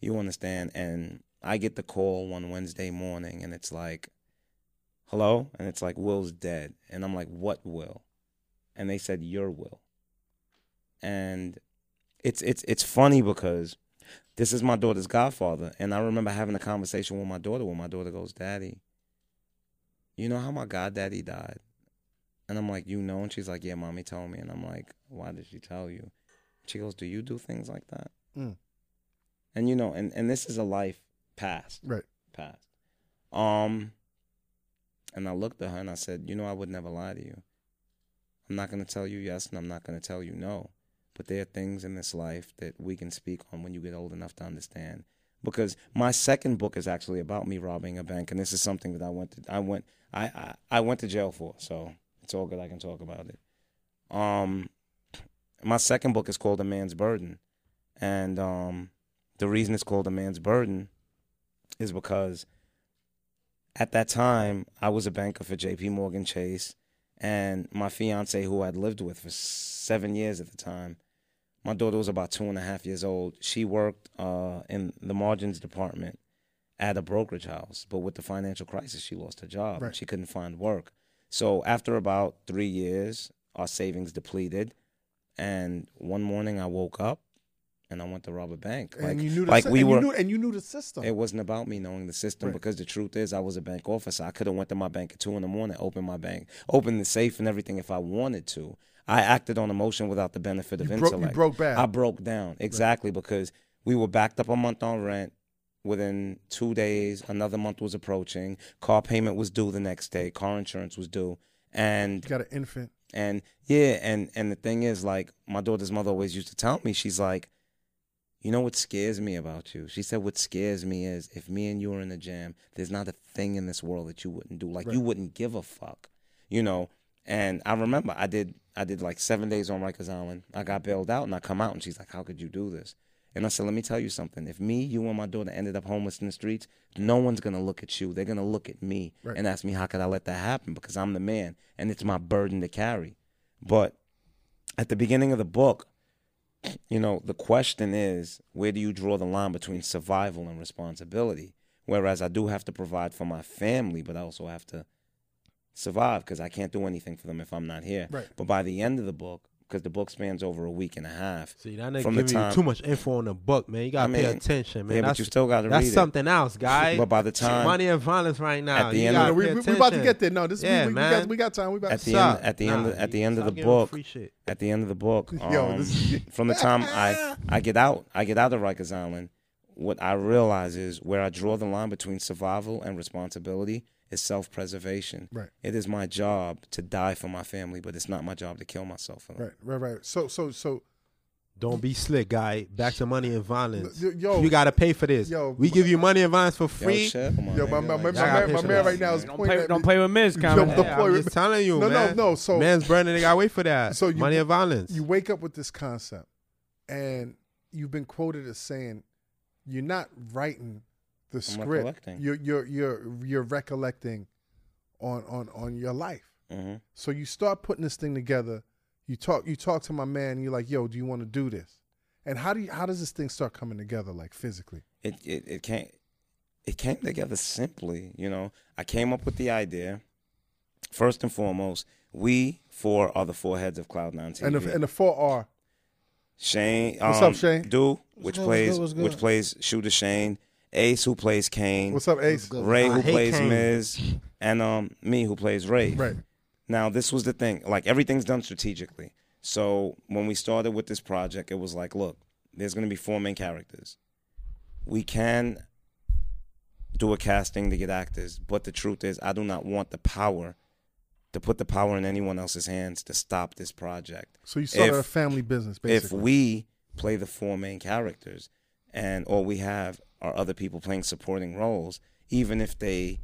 You understand? And I get the call one Wednesday morning, and it's like, hello? And it's like, Will's dead. And I'm like, what Will? And they said, your Will. And it's it's it's funny because this is my daughter's godfather, and I remember having a conversation with my daughter when my daughter goes, Daddy, you know how my goddaddy died? And I'm like, you know? And she's like, yeah, mommy told me. And I'm like, why did she tell you? She goes, do you do things like that?
Mm.
And you know, and, and this is a life past
Right.
passed. Um, and I looked at her and I said, "You know, I would never lie to you. I'm not going to tell you yes, and I'm not going to tell you no. But there are things in this life that we can speak on when you get old enough to understand. Because my second book is actually about me robbing a bank, and this is something that I went to I went I I, I went to jail for. So it's all good. I can talk about it. Um, my second book is called A Man's Burden, and um, the reason it's called A Man's Burden is because at that time I was a banker for JP Morgan Chase and my fiance who I'd lived with for seven years at the time. My daughter was about two and a half years old. She worked uh, in the margins department at a brokerage house, but with the financial crisis, she lost her job. and
Right.
She couldn't find work. So after about three years, our savings depleted. And one morning I woke up and I went to rob a bank.
And you knew the
like
sy-
we
and
were,
you knew, and you knew the system.
it wasn't about me knowing the system
Right.
because the truth is, I was a bank officer. I could have went to my bank at two in the morning, opened my bank, opened the safe and everything if I wanted to. I acted on emotion without the benefit of
You broke- you
intellect.
broke bad.
I broke down exactly because we were backed up a month on rent. Within two days, another month was approaching. Car payment was due the next day. Car insurance was due, and
you got an infant.
and yeah, and and the thing is, like my daughter's mother always used to tell me, she's like, you know what scares me about you? She said, what scares me is if me and you are in a jam, there's not a thing in this world that you wouldn't do. Like you wouldn't give a fuck, you know. And I remember I did I did like seven days on Rikers Island. I got bailed out and I come out and she's like, how could you do this? And I said, let me tell you something. If me, you, and my daughter ended up homeless in the streets, no one's gonna look at you. They're gonna look at me
Right.
and ask me how could I let that happen because I'm the man and it's my burden to carry. But at the beginning of the book, you know, the question is where do you draw the line between survival and responsibility? Whereas I do have to provide for my family, but I also have to survive because I can't do anything for them if I'm not here.
Right.
But by the end of the book, because the book spans over a week and a half,
See, that nigga
From the
giving
time-
you too much info on the book, man. You gotta
I
pay
mean,
attention, man.
yeah, but
that's
you still gotta
that's
read it. *laughs*
something else, guy.
But by the time-
money and violence right now,
At the
you
end of
No,
gotta
the-
we,
pay
we, we about to
attention.
get there. No, this we,
Yeah,
we, we
man.
got we got time. We about
at
to
the
Stop.
end, at the end,
Nah,
at the
you-
end of the
stop giving
book,
free shit.
at the end of the
*laughs*
book,
*laughs*
um,
Yo, this is-
from the time
*laughs*
I I get out, I get out of Rikers Island. What I realize is where I draw the line between survival and responsibility is self-preservation.
Right.
It is my job to die for my family, but it's not my job to kill myself. For them.
right, right, right. So so so
Don't be slick, guy. Back to money and violence.
Yo, yo.
you gotta pay for this.
Yo,
we give you money and violence for free.
Yo, chill, my
yo, my
nigga,
my, my, my,
like,
y'all
man- my
pissing
man
us,
right now is
Don't
pointing
play,
at
don't
me.
play with Miz,
Yo,
comment.
the
Yeah, I'm
ploy-
just telling you,
No, no,
man.
no, so-
man's burning. They gotta wait for that.
*laughs* So
So
you-
money and violence.
You wake up with this concept, and you've been quoted as saying, "You're not writing the script.
recollecting.
You're you're you're you're recollecting on on on your life."
mhm.
So you start putting this thing together. You talk you talk to my man. And you're like, "Yo, do you want to do this?" And how do you, how does this thing start coming together, like physically?
it it it came it came together simply. You know, I came up with the idea. First and foremost, we four are the four heads of Cloud Nine TV.
And the, and the four R.
Shane, um,
What's up, Shane?
Do which
good, what's
plays
good, what's good?
which plays shooter Shane, Ace who plays Kane,
What's up, Ace?
Ray
I
who
hate
plays
Kane.
Miz, and um me who plays Ray.
Right.
Now, this was the thing. Like, everything's done strategically. So, when we started with this project, it was like, look, there's going to be four main characters. We can do a casting to get actors, but the truth is, I do not want the power to put the power in anyone else's hands to stop this project
So you started
If-
a family business, basically.
if we play the four main characters and all we have are other people playing supporting roles. Even if they,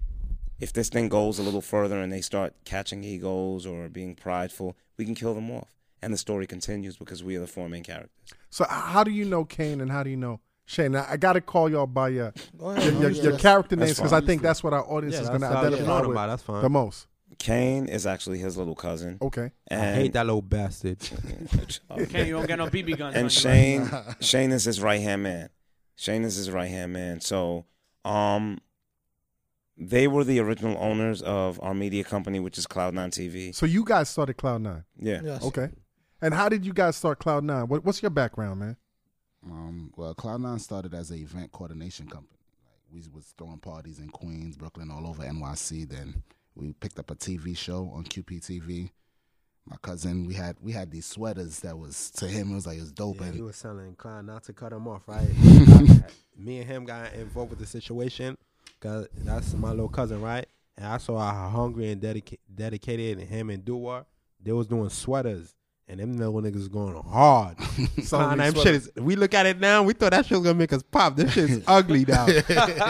if this thing goes a little further and they start catching egos or being prideful, we can kill them off, and the story continues because we are the four main characters.
So h- how do you know Kane and how do you know Shane? Now, I got to call y'all by
*laughs*
your
Go
your,
ahead.
your,
Yeah,
your
that's-
character
that's
names because I
fine.
think that's what our audience
Yeah,
is going to
that's how- yeah,
identify
know about it,
with
That's fine.
the most.
Kane is actually his little cousin.
Okay.
And
I
*laughs*
hate that little bastard.
Okay, Oh, you don't get
*laughs*
no BB guns. on you.
and Shane
*laughs*
Shane is his right hand man. Shane is his right hand man. So um they were the original owners of our media company, which is Cloud Nine TV.
So you guys started Cloud Nine.
Yeah.
Yes.
Okay. And how did you guys start Cloud Nine? What, what's your background, man?
Um, well, Cloud9 started as an event coordination company. Like we was throwing parties in Queens, Brooklyn, all over NYC. Then we picked up a TV show on QPTV. My cousin, we had we had these sweaters that was to him it was like it was dope.
Yeah, he
and
was selling Klein not to cut him off, right? *laughs* I- Me and him got involved with the situation because that's my little cousin, right? And I saw how hungry and dedica- dedicated him and Dua, they was doing sweaters. And them little niggas going hard. *laughs*
Selling
Klein
these
Nine shit
sweaters.
is, we look at it now, we thought that shit was gonna make us pop. This shit *laughs* is ugly now.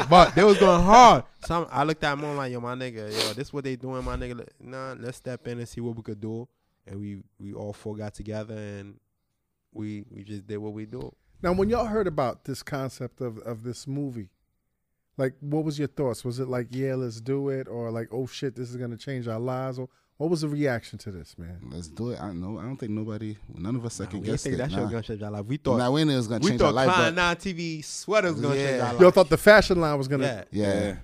but they was going hard. So I'm- I looked at him I'm like, yo, my nigga, yo, this what they doing, my nigga. Let- Nah, let's step in and see what we could do. And we we all four got together and we we just did what we do.
Now, when y'all heard about this concept of, of this movie, like, what was your thoughts? Was it like, yeah, let's do it, or like, oh shit, this is gonna change our lives? Or what was the reaction to this, man?
let's do it. I don't know. I don't think nobody, none of us second
we didn't
guessed
think *laughs*
it.
that shit was
nah.
gonna change our life. We thought
Nah, we knew it was gonna
we
change
thought
our life,
Klein
but-
Nine TV sweater was gonna change
Yeah.
our life.
Y'all thought the fashion line was gonna,
yeah.
yeah.
Yeah.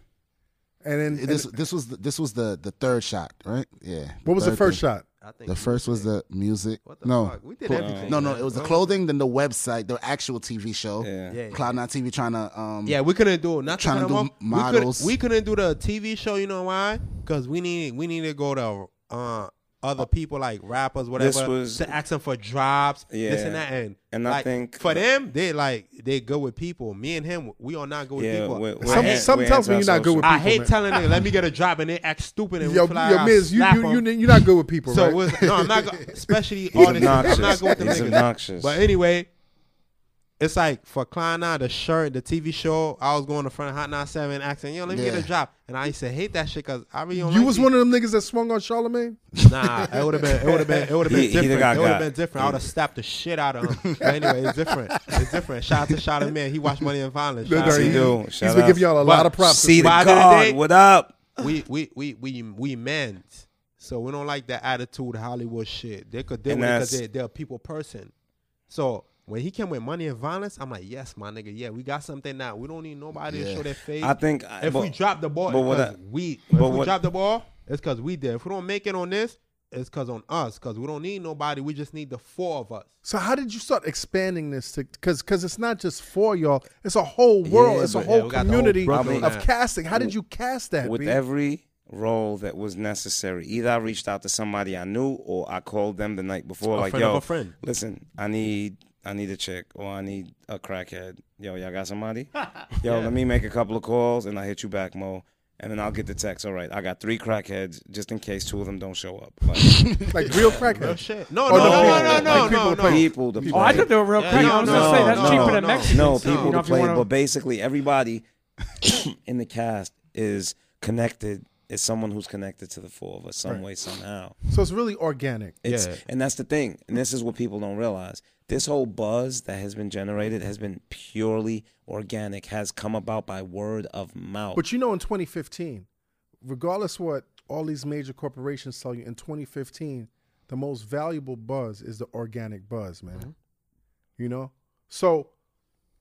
and then and
This this was the, this was the the third shot, right? Yeah.
what was the
third
first
thing.
shot?
I think
The
we
first
did
was
it.
the music.
what the
no,
fuck? we did
Cool.
everything.
no, no. It was the
Oh.
clothing, then the website, the actual TV show.
Yeah.
Yeah, yeah.
Cloud9 TV trying to um
Yeah, we couldn't do it. Not
Tryna
to
do
do
models.
We couldn't, we couldn't do the TV show. You know why? Because we need we need to go to uh, other people like rappers, whatever,
This was-
to ask them for drops, this
Yeah.
and that. And,
And I
like,
think-
for them, they like they good with people. Me and him, we are not good with
Yeah,
people.
we're- we're
I
Some,
hate,
some
we're
tells me you're not good with people.
I hate
man.
telling them, let
*laughs*
me get a drop, and they act stupid and
yo,
we fly
yo,
out,
Miz, you
slap
you
'em.
you you're not good with people,
So
right?
it was, no, I'm
*laughs*
not. Go, especially
He's
artists. I'm not
obnoxious.
going with
He's
the niggas.
obnoxious.
But anyway, it's like for Klein now, the shirt, the TV show. I was going to front of Hot 97 acting. Yo, let me
Yeah.
get a drop, and I used to hate that shit because I really don't
you
like
was
it. *laughs*
one of them niggas that swung on Charlemagne.
Nah, it would have been. It would have been. It would have been
He- he
different.
done got
it would
got.
have been different. I would have slapped the shit out of him. But anyway, it's different. It's different. Shout out to Shot Man. He watched Money and Violence. Shout
he
out to him.
do.
He's
Shout
been
out.
giving y'all a lot of props.
See the
By the
God,
day-
what up?
we we we we we men. So we don't like that attitude Hollywood shit. They could they
And
because
that's-
they they're a people person. So when he came with money and violence, I'm like, yes, my nigga, yeah, we got something now. We don't need nobody to
Yeah.
show their face.
I think
if we drop the ball,
but
it's
what
'cause
I-
we
but
if we
what-
drop the ball, it's because we did. If we don't make it on this, it's because on us. Because we don't need nobody. We just need the four of us.
So how did you start expanding this to because because it's not just for y'all, it's a whole world, it's a
but- yeah,
whole
we got the whole
community
Brooklyn
of
now.
casting. How did you cast that?
with
B?
every role that was necessary. Either I reached out to somebody I knew, or I called them the night before,
A
like,
friend of
"Yo,
a friend."
listen, I need, I need a chick, or I need a crackhead. Yo, y'all got
*laughs*
somebody? Yo, let me make a couple of calls, and I will hit you back, Mo. And then I'll get the text. All right, I got three crackheads, just in case two of them don't show up. Like,
like real
Real
crackhead.
shit. *laughs* No,
Oh,
no,
the
no,
people-
no,
like
no,
people
no,
to
no,
play.
people, the
Oh, I thought they were real
Yeah,
crack.
no,
I was gonna say that's
no,
cheaper
no,
than
no.
Mexicans.
No,
You
people
know,
to
if you
play,
wanna-
but basically everybody *coughs* in the cast is connected. Is someone who's connected to the four of us some way somehow.
So it's really organic.
It's,
Yeah.
And that's the thing. And this is what people don't realize. This whole buzz that has been generated has been purely organic, has come about by word of mouth.
But you know, in 2015, regardless what all these major corporations tell you, in 2015, the most valuable buzz is the organic buzz, man.
Mm-hmm.
You know? So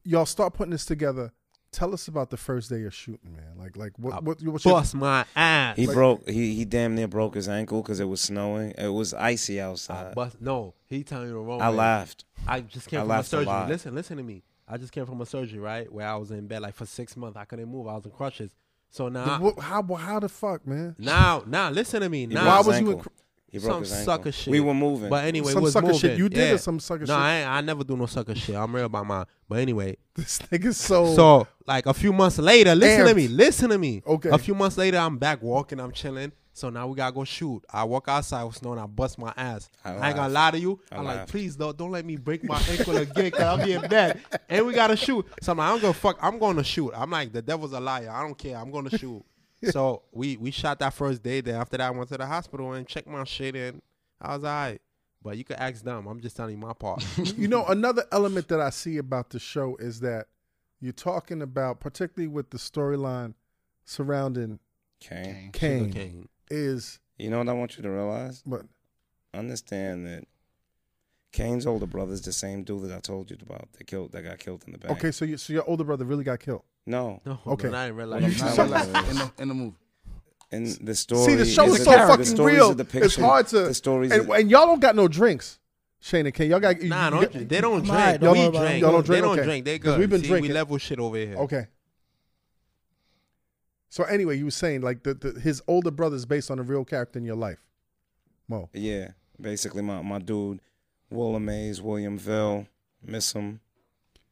y'all start putting this together. Tell us about the first day of shooting, man. Like like what what what's your,
Uh, Bust my ass.
he broke. He he damn near broke his ankle because it was snowing. It was icy
I
outside.
bust. No, he telling you the wrong.
I
way.
laughed.
I just came
I
from a
laughed a
surgery.
lot.
Listen, listen to me. I just came from a surgery, right? Where I was in bed like for six months. I couldn't move. I was in crutches. So now,
what- how how the fuck, man?
now, now, listen to me.
He
Now,
Why
broke
was
his
you in
ankle.
cr-
He broke
some
his ankle.
sucker shit.
We were moving.
but anyway,
Some
was
sucker shit.
moving.
You did
Yeah.
or some sucker
no,
shit?
I, ain't- I never do no sucker shit. I'm real about mine. But anyway,
This nigga's so,
so like a few months later, listen
Amped.
to me. Listen to me.
Okay.
A few months later, I'm back walking. I'm chilling. So now we gotta go shoot. I walk outside with snow and I bust my ass.
I
I, ain't gonna lie to you.
I
I am like,
laughed.
please though, don't let me break my ankle again, cause I'm being bad. And we gotta shoot. So I'm like, I don't give a fuck. I'm gonna shoot. I'm like, the devil's a liar. I don't care. I'm gonna shoot. so we we shot that first day. Then after that, I went to the hospital and checked my shit and I was alright. But you could ask them. I'm just telling you
*laughs*
my part.
you know, another element that I see about the show is that you're talking about, particularly with the storyline surrounding
Okay.
Kane,
Kane.
is
You know what I want you to realize?
but
Understand that Kane's older brother's the same dude that I told you about that killed that got killed in the back.
okay. So you, so your older brother really got killed.
No.
No,
Okay.
I didn't realize.
You
that.
just-
Not really, *laughs* in, the, in the movie.
And the story
See, the show
is
is
a-
so
the
fucking
story's a
real. It's
depiction.
hard to
the stories.
and, and y'all don't got no drinks, Shane and Kane. Y'all got you-
Nah,
you
don't,
got-
drink. they don't
Nah,
drink.
don't
we
worry
drink.
about it.
Y'all don't
They
drink?
don't
Okay.
drink. They
'Cause
good.
we've been
See,
drinking.
We level shit over here.
Okay. So anyway, you were saying like the, the his older brother is based on a real character in your life, Mo.
Yeah, basically my my dude, William Mays, William Vell, miss him.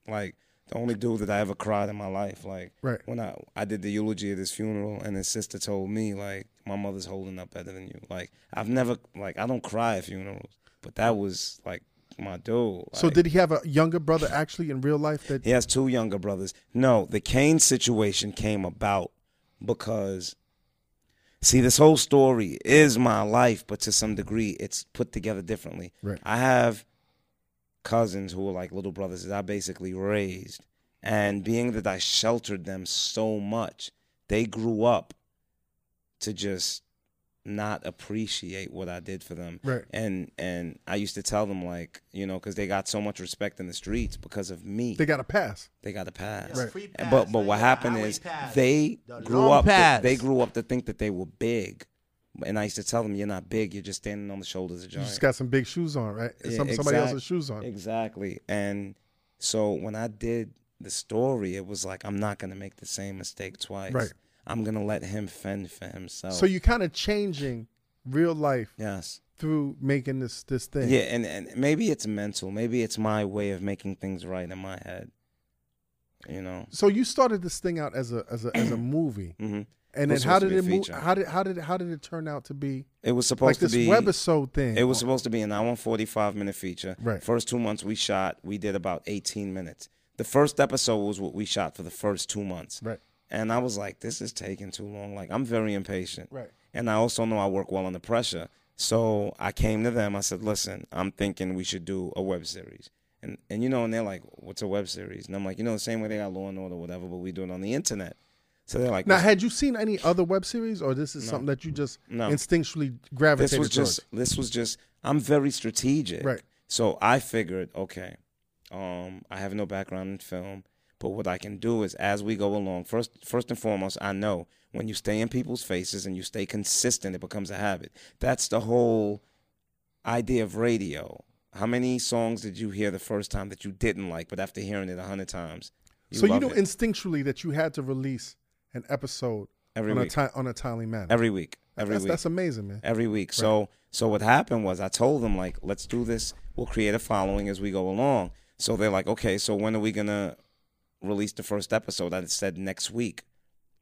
Like the only dude that I ever cried in my life. Like
Right.
when I I did the eulogy at his funeral, and his sister told me like my mother's holding up better than you. Like I've never like I don't cry at funerals, but that was like my dude.
So
like-
did he have a younger brother actually in real life that
he has two younger brothers. No, the Kane situation came about because see this whole story is my life, but to some degree it's put together differently.
Right.
I have cousins who are like little brothers that I basically raised. And being that I sheltered them so much, they grew up to just not appreciate what I did for them.
Right.
And and I used to tell them like, you know, cuz they got so much respect in the streets because of me
they got a pass?
they got a pass.
Right.
free
And-
pass,
But but
like
what
the
happened
highway
is
pass,
they
the
grew
long
up. To,
pass.
they grew up to think that they were big, and I used to tell them, "You're not big. You're just standing on the shoulders of
You
giants."
just got some big shoes on, right?
Yeah,
some somebody
exact-
else's shoes on.
Exactly. And so when I did the story, it was like I'm not gonna make the same mistake twice.
Right.
I'm gonna let him fend for himself.
So you're kind of changing real life
yes.
through making this this thing.
Yeah, and, and maybe it's mental. Maybe it's my way of making things right in my head. You know.
So you started this thing out as a as a
*clears throat*
as a movie,
hmm
and then
Was
how
supposed to
did it
be a
move?
feature.
How did how did how did it turn out to be
It was supposed
like this
to be
webisode thing?
It was supposed to be an hour and 45 minute feature.
Right.
First two months we shot, we did about 18 minutes. The first episode was what we shot for the first two months.
right,
And I was like, this is taking too long. Like, I'm very impatient.
right.
And I also know I work well under pressure. So I came to them. I said, listen, I'm thinking we should do a web series. And, and you know, and they're like, what's a web series? And I'm like, you know, the same way they got Law and Order, whatever, but we do it on the internet. So they're like,
Now,
"Let's
had you seen any other web series, or this is something that you just
No.
instinctually gravitated
this was
towards?
just this was just i'm very strategic
Right.
so i figured okay um i have no background in film but what i can do is as we go along first first and foremost i know when you stay in people's faces and you stay consistent it becomes a habit that's the whole idea of radio how many songs did you hear the first time that you didn't like but after hearing it a hundred times
so you
love
know
it?
instinctually that you had to release an episode
every
on a
week
ti- on a timely manner.
every week every
that's,
week
that's amazing, man.
every week. So so what happened was I told them like, let's do this. We'll create a following as we go along. So they're like, okay, so when are we gonna release the first episode? I said next week.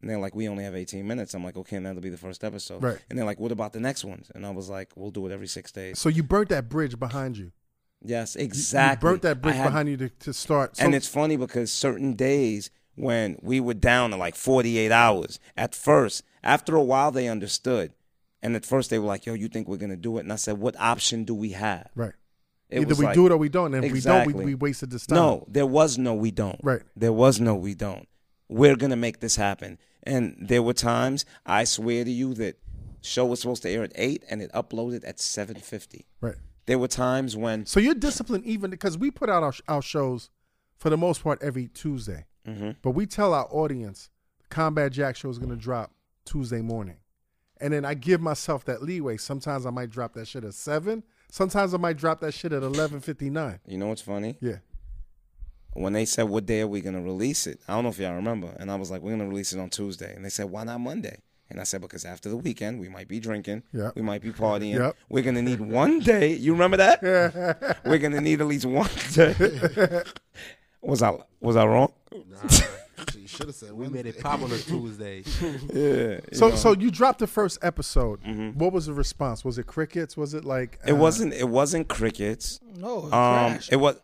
And they're like, we only have 18 minutes. I'm like, okay, and that'll be the first episode.
Right.
And they're like, what about the next ones? And I was like, we'll do it every six days.
So you burnt that bridge behind you. You-
Yes, exactly.
You burnt that bridge
I had-
behind you to, to start. So,
and it's funny because certain days when we were down to like 48 hours, at first, after a while, they understood. And at first, they were like, yo, you think we're going to do it? And I said, what option do we have?
right.
It
Either
was
we
like-
do it or we don't. And if we don't,
Exactly.
we, we wasted this time.
No, there was no we don't.
Right.
There was no we don't. We're going to make this happen. And there were times, I swear to you, that show was supposed to air at 8 and it uploaded at 7.50.
Right.
There were times when,
So you're disciplined even because we put out our, sh- our shows for the most part every Tuesday.
mm-hmm.
But we tell our audience the Combat Jack show is going to drop Tuesday morning. And then I give myself that leeway. Sometimes I might drop that shit at 7. Sometimes I might drop that shit at 11:59.
you know what's funny?
Yeah.
When they said, what day are we going to release it? I don't know if y'all remember. And I was like, we're going to release it on Tuesday. And they said, why not Monday? And I said, because after the weekend, we might be drinking.
Yep.
We might be partying.
Yep.
We're going to need one day. You
*laughs*
remember that? We're going to need at least one day. was, I, was I wrong?
She should have said
We made
Wednesday.
it pop on a Tuesday.
Yeah. you
So,
know.
so you dropped the first episode. What was the response? Was it crickets? Was it like
it
uh,
wasn't. It wasn't crickets.
No, it
Um,
crashed.
it was.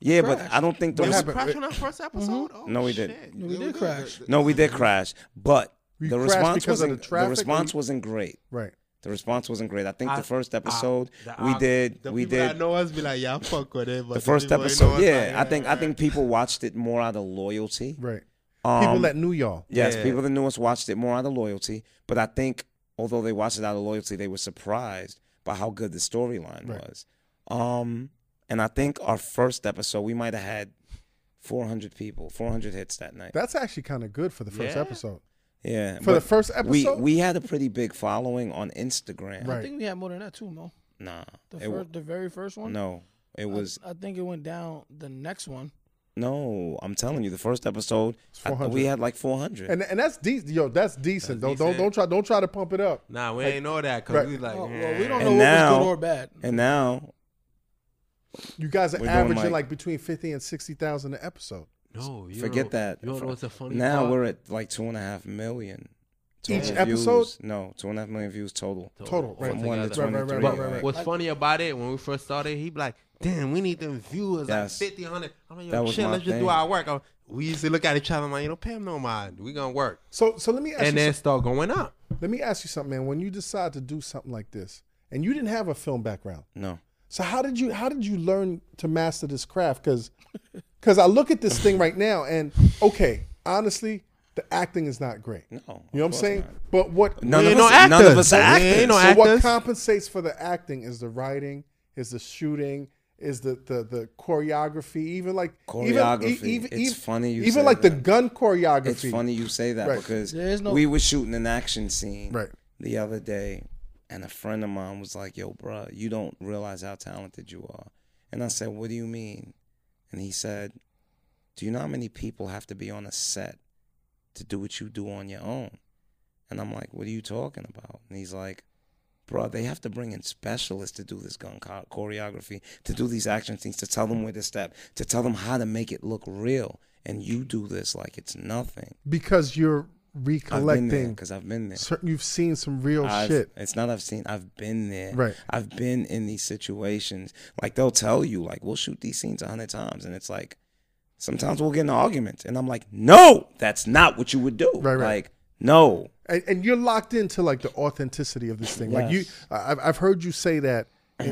Yeah, but I don't think the
What
res-
happened?
Crash on our first episode. Oh,
No, we
shit.
didn't.
we did crash.
No, we did crash, but
You
the
crashed
response
because of
wasn't.
the
The,
traffic
response
and-
wasn't great.
Right.
The response wasn't great. I think
I-
the first
I-
episode
the-
we
I-
did.
The
we
people
did.
That know us be like, yeah, I fuck with it. But
the first
people that know
episode,
us,
yeah,
like,
I think I think people watched it more out of loyalty.
Right.
Um,
People that knew y'all.
yes,
Yeah.
people that knew us watched it more out of loyalty. But I think although they watched it out of loyalty, they were surprised by how good the storyline
Right.
was. Um, and I think our first episode, we might have had 400 people, 400 hits that night.
That's actually kind of good for the first
Yeah.
episode.
yeah,
For the
but
first
we
episode,
we had a pretty big following on Instagram.
Right.
I think we had more than that too, Mo.
Nah,
The
it wa-
first, the very first one.
no, it was
I, I think it went down the next one.
no. I'm telling you, the first episode I-
400.
we had like 400.
and and that's decent. Yo, that's decent. don't don't
decent.
don't try don't try to pump it up.
Nah, we ain't know that because
Right.
we like,
Oh, well, we don't
And
know what
now-
was good or bad.
and now
You guys are
We're doing
averaging
like-
like, between fifty and sixty thousand an episode.
no, you
Forget
don't-
that.
You don't
For-
know what's a funny
now
part?
we're at like two and a half million.
Each
total
episode?
views. No, two and a half million views total.
Total, right.
From one
Right, right,
to
right,
23.
right, right, right.
What's funny about it when we first started, he be like, "Damn, we need them viewers,
Yes.
like 50, 100. I'm like,
That
"Yo,
was
chill,
my
let's just
thing.
do our work." I'm- we used to look at each other, I'm like, "You know, pay him no mind. We gonna work,"
So so let me ask you
and then
some-
start going up.
let me ask you something, man. When you decide to do something like this, and you didn't have a film background,
No.
So how did you how did you learn to master this craft? Because because I look at this thing right now and okay, honestly, the acting is not great. No, you know what I'm
course
saying.
not.
But what
None
We
of
ain't
us.
no
None of
actors.
us are
We
actors.
ain't no
so what
actors. *laughs*
compensates for the acting is the writing, is the shooting, is the the, the choreography, even like even- e-,
Choreography. It's
even,
funny you
even
say
like the
that.
gun choreography.
It's funny you say that
Right.
because
There is no-
we were shooting an action scene
Right.
the other day, and a friend of mine was like, "Yo, bruh, you don't realize how talented you are." And I said, "What do you mean?" And he said, "Do you know how many people have to be on a set to do what you do on your own?" And I'm like, "What are you talking about?" And he's like, bro, they have to bring in specialists to do this gun cho- choreography, to do these action scenes, to tell them where to step, to tell them how to make it look real. And you do this like it's nothing.
because you're
I've been there
recollecting.
because I've been there.
certain- You've seen some real
I've-
Oh, shit.
It's not I've seen. I've been there.
Right.
I've been in these situations. Like they'll tell you, like we'll shoot these scenes a hundred times, and it's like sometimes we'll get in an argument, and I'm like, no, that's not what you would do.
Right, right.
Like no,
and, and you're locked into like the authenticity of this thing. Like you,
Yes.
I- I've I've heard you say that.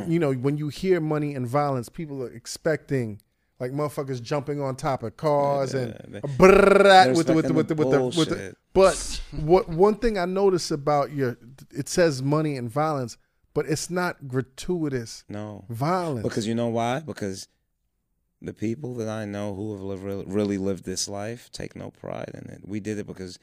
you know, when you hear money and violence, people are expecting like motherfuckers jumping on top of cars and
they-
brrrr with the, with the,
expecting
with the,
the
with the, with the
bullshit.
But what one thing I notice about your, it says money and violence, but it's not gratuitous
no.
violence.
Because you know why? Because the people that I know who have lived, real- really lived this life take no pride in it. We did it because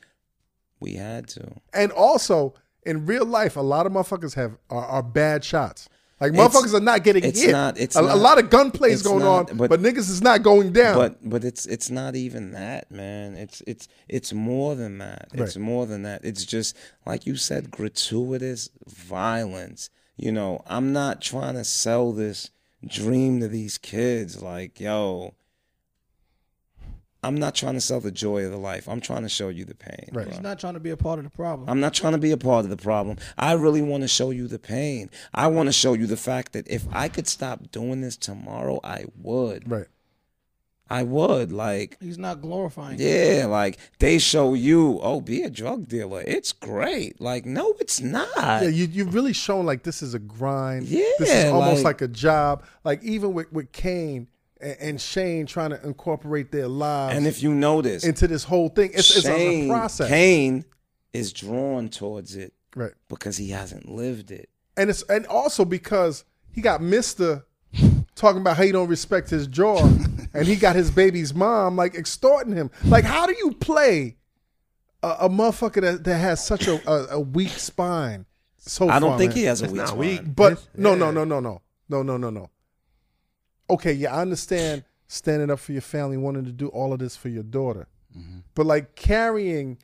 we had to.
and also in real life, a lot of motherfuckers have are, are bad shots. Like
It's-
motherfuckers are not getting
it's
hit.
not- it's
a, a
not-
lot of gunplay is
it's
going
not,
on, but,
but-
niggas is not going down.
But but it's it's not even that, man. It's it's it's more than that. It's
Right.
more than that. It's just like you said, gratuitous violence. You know, I'm not trying to sell this dream to these kids. Like, yo, I'm not trying to sell the joy of the life. I'm trying to show you the pain.
Right.
bro.
He's not trying to be a part of the problem.
I'm not trying to be a part of the problem. I really want to show you the pain. I want to show you the fact that if I could stop doing this tomorrow, I would.
right.
I would. Like,
He's not glorifying. it.
yeah, like they show you, oh, be a drug dealer. It's great. Like, no, it's not.
Yeah, you you really shown like this is a grind.
Yeah,
this is almost like,
like-
a job. Like even with with Kane and, and Shane trying to incorporate their lives
and if you notice,
into this whole thing, it's, it's a
Shane
process,
Kane is drawn towards it
right?
because he hasn't lived it.
And it's and also because he got Mister talking about how he don't respect his jaw, and he got his baby's mom like extorting him. Like, how do you play a, a motherfucker that, that has such a, a, a weak spine? So
I don't
far,
think
man?
he has a weak
not
spine.
weak.
But
Yeah.
no, no, no, no, no, no, no, no, no. Okay, yeah, I understand standing up for your family, wanting to do all of this for your daughter,
Mm-hmm.
but like carrying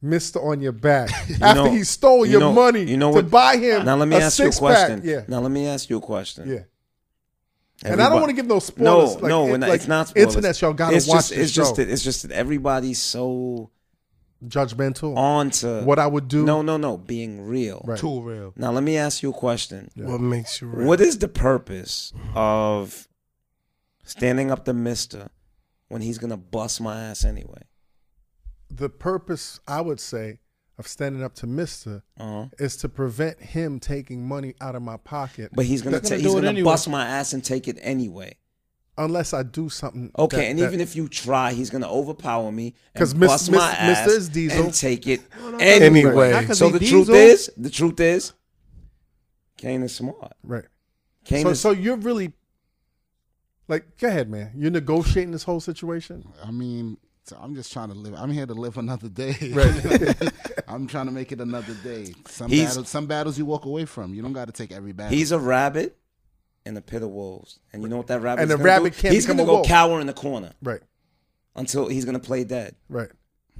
Mister on your back after
know-
he stole
*laughs* you
your
know-
money
you know
to
what-
buy him.
Now let me
a
ask you a
six-pack.
question.
Yeah,
Now let me ask you a question.
yeah. And I don't want to give no spoilers.
No,
like,
no,
it-
we're not-
like,
it's not spoilers.
Internet, y'all gotta
it's
watch
just,
this
it's Just
show.
that, it's just that everybody's so
Judgmental.
on to
What I would do.
No, no, no, being real.
Right.
Too real.
Now let me ask you a question.
What makes you real?
What is the purpose of standing up to Mister when he's gonna bust my ass anyway?
The purpose, I would say, of standing up to Mister
Uh-huh.
is to prevent him taking money out of my pocket.
But he's gonna
That's
ta-
gonna
he's
do it
gonna
anyway.
bust my ass and take it anyway.
unless I do something.
Okay,
that-
and
that-
even if you try, he's gonna overpower me
'Cause
and
Mis-
bust
Mis-
my ass
Mr. is Diesel.
and
*laughs*
take it
Anyway.
anyway.
Not
So the truth is, the truth is, Kane is smart.
right.
Kane
So,
is
so you're really like, go ahead, man. You're negotiating this whole situation.
I mean, so I'm just trying to live. I'm here to live another day.
Right.
*laughs* I'm trying to make it another day. Some
He's-
battles, some battles you walk away from. You don't got to take every battle.
he's a rabbit in a pit of wolves, and you know what that rabbit
And
is
a
gonna
rabbit
do?
can't
He's
become
gonna
a
go
wolf.
cower in the corner
Right.
until he's gonna play dead.
Right.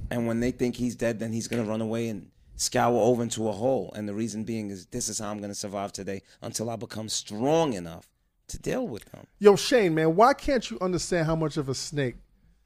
And when they think he's dead, then he's gonna run away and scour over into a hole. And the reason being is this is how I'm gonna survive today until I become strong enough to deal with them.
Yo, Shane, man, why can't you understand how much of a snake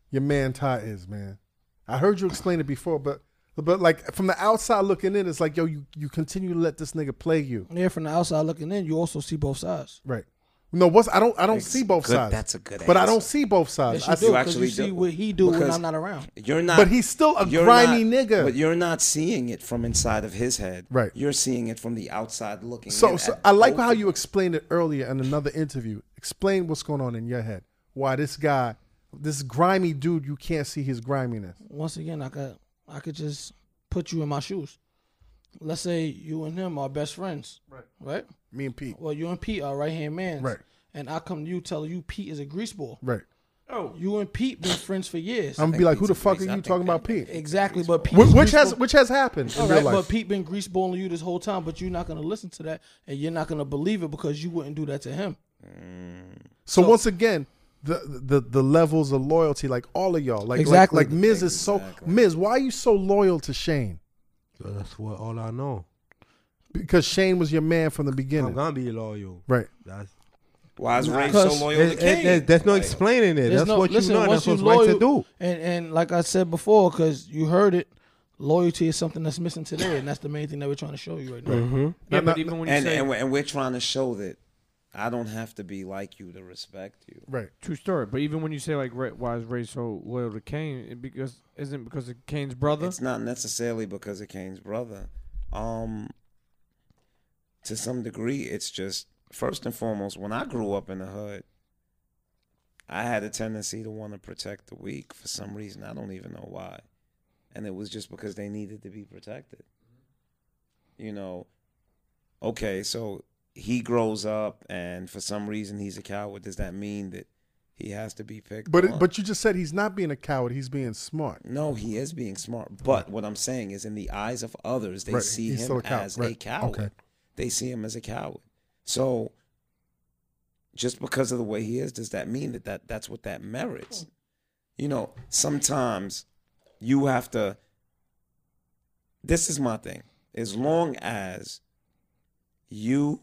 your man Ty is, man? I heard you explain it before, but but like from the outside looking in, it's like, yo, you, you continue to let this nigga play you.
Yeah, from the outside looking in, you also see both sides.
Right. No, what's I don't I don't
It's
see both
good-
sides.
that's a good
But I
answer.
don't see both sides.
Yes,
I
you
see,
do,
you
because you
actually
see
do.
what he do when
Because-
I'm not around.
You're not.
But he's still a
you're
grimy
not-
nigga.
But you're not seeing it from inside of his head.
Right.
You're seeing it from the outside looking.
So,
in
so
at
I like
both
how
of
you explained it earlier in another interview. Explain what's going on in your head. Why this guy, this grimy dude, you can't see his griminess.
Once again, I could I could just put you in my shoes. Let's say you and him are best friends. Right. Right?
Me and Pete.
Well, you and Pete are right hand man.
Right.
And I come to you telling you Pete is a greaseball.
Right.
You and Pete been friends for years.
Oh. I'm gonna be like, who
Pete's
the fuck
a
are
grease- I
you
think
talking about, Pete?
exactly, but Pete
Wh- Which has which has happened in
All
real
right,
life.
but Pete been greaseballing you this whole time, but you're not gonna listen to that, and you're not gonna believe it because you wouldn't do that to him.
So, once again, the, the the levels of loyalty, like all of y'all, like
Exactly.
like, like Miz is so Miz. Why are you so loyal to Shane?
That's what all I know.
Because Shane was your man from the beginning,
I'm
Uh-huh.
gonna be loyal.
right?
That's,
Why is Ray so
Because
loyal to
It- it-
King?
it- there's no explaining it.
There's
That's
no-
what
listen,
you know.
once
That's what's
you loyal,
right to do.
And and like I said before, because you heard it, loyalty is something that's missing today, and that's the main thing that we're trying to show you right now.
Mm-hmm.
Yeah,
not-
but
*laughs*
even when you
and,
say
and, we're, and we're trying to show that I don't have to be like you to respect you.
Right.
true story, but even when you say like Ray, why is Ray so loyal to Kane? It because isn't because of Kane's brother?
It's not necessarily because of Kane's brother. Um, to some degree, it's just first and foremost. When I grew up in the hood, I had a tendency to want to protect the weak for some reason. I don't even know why, and it was just because they needed to be protected. You know, okay, so he grows up, and for some reason he's a coward. Does that mean that he has to be picked?
But
on?
it, but you just said he's not being a coward. He's being smart.
No, he is being smart. But what I'm saying is, in the eyes of others, they
Right,
see
he's
him
still a cow-
as a
right,
coward.
okay.
They see him as a coward. So, just because of the way he is, does that mean that, that that's what that merits? You know, sometimes you have to. This is my thing. As long as you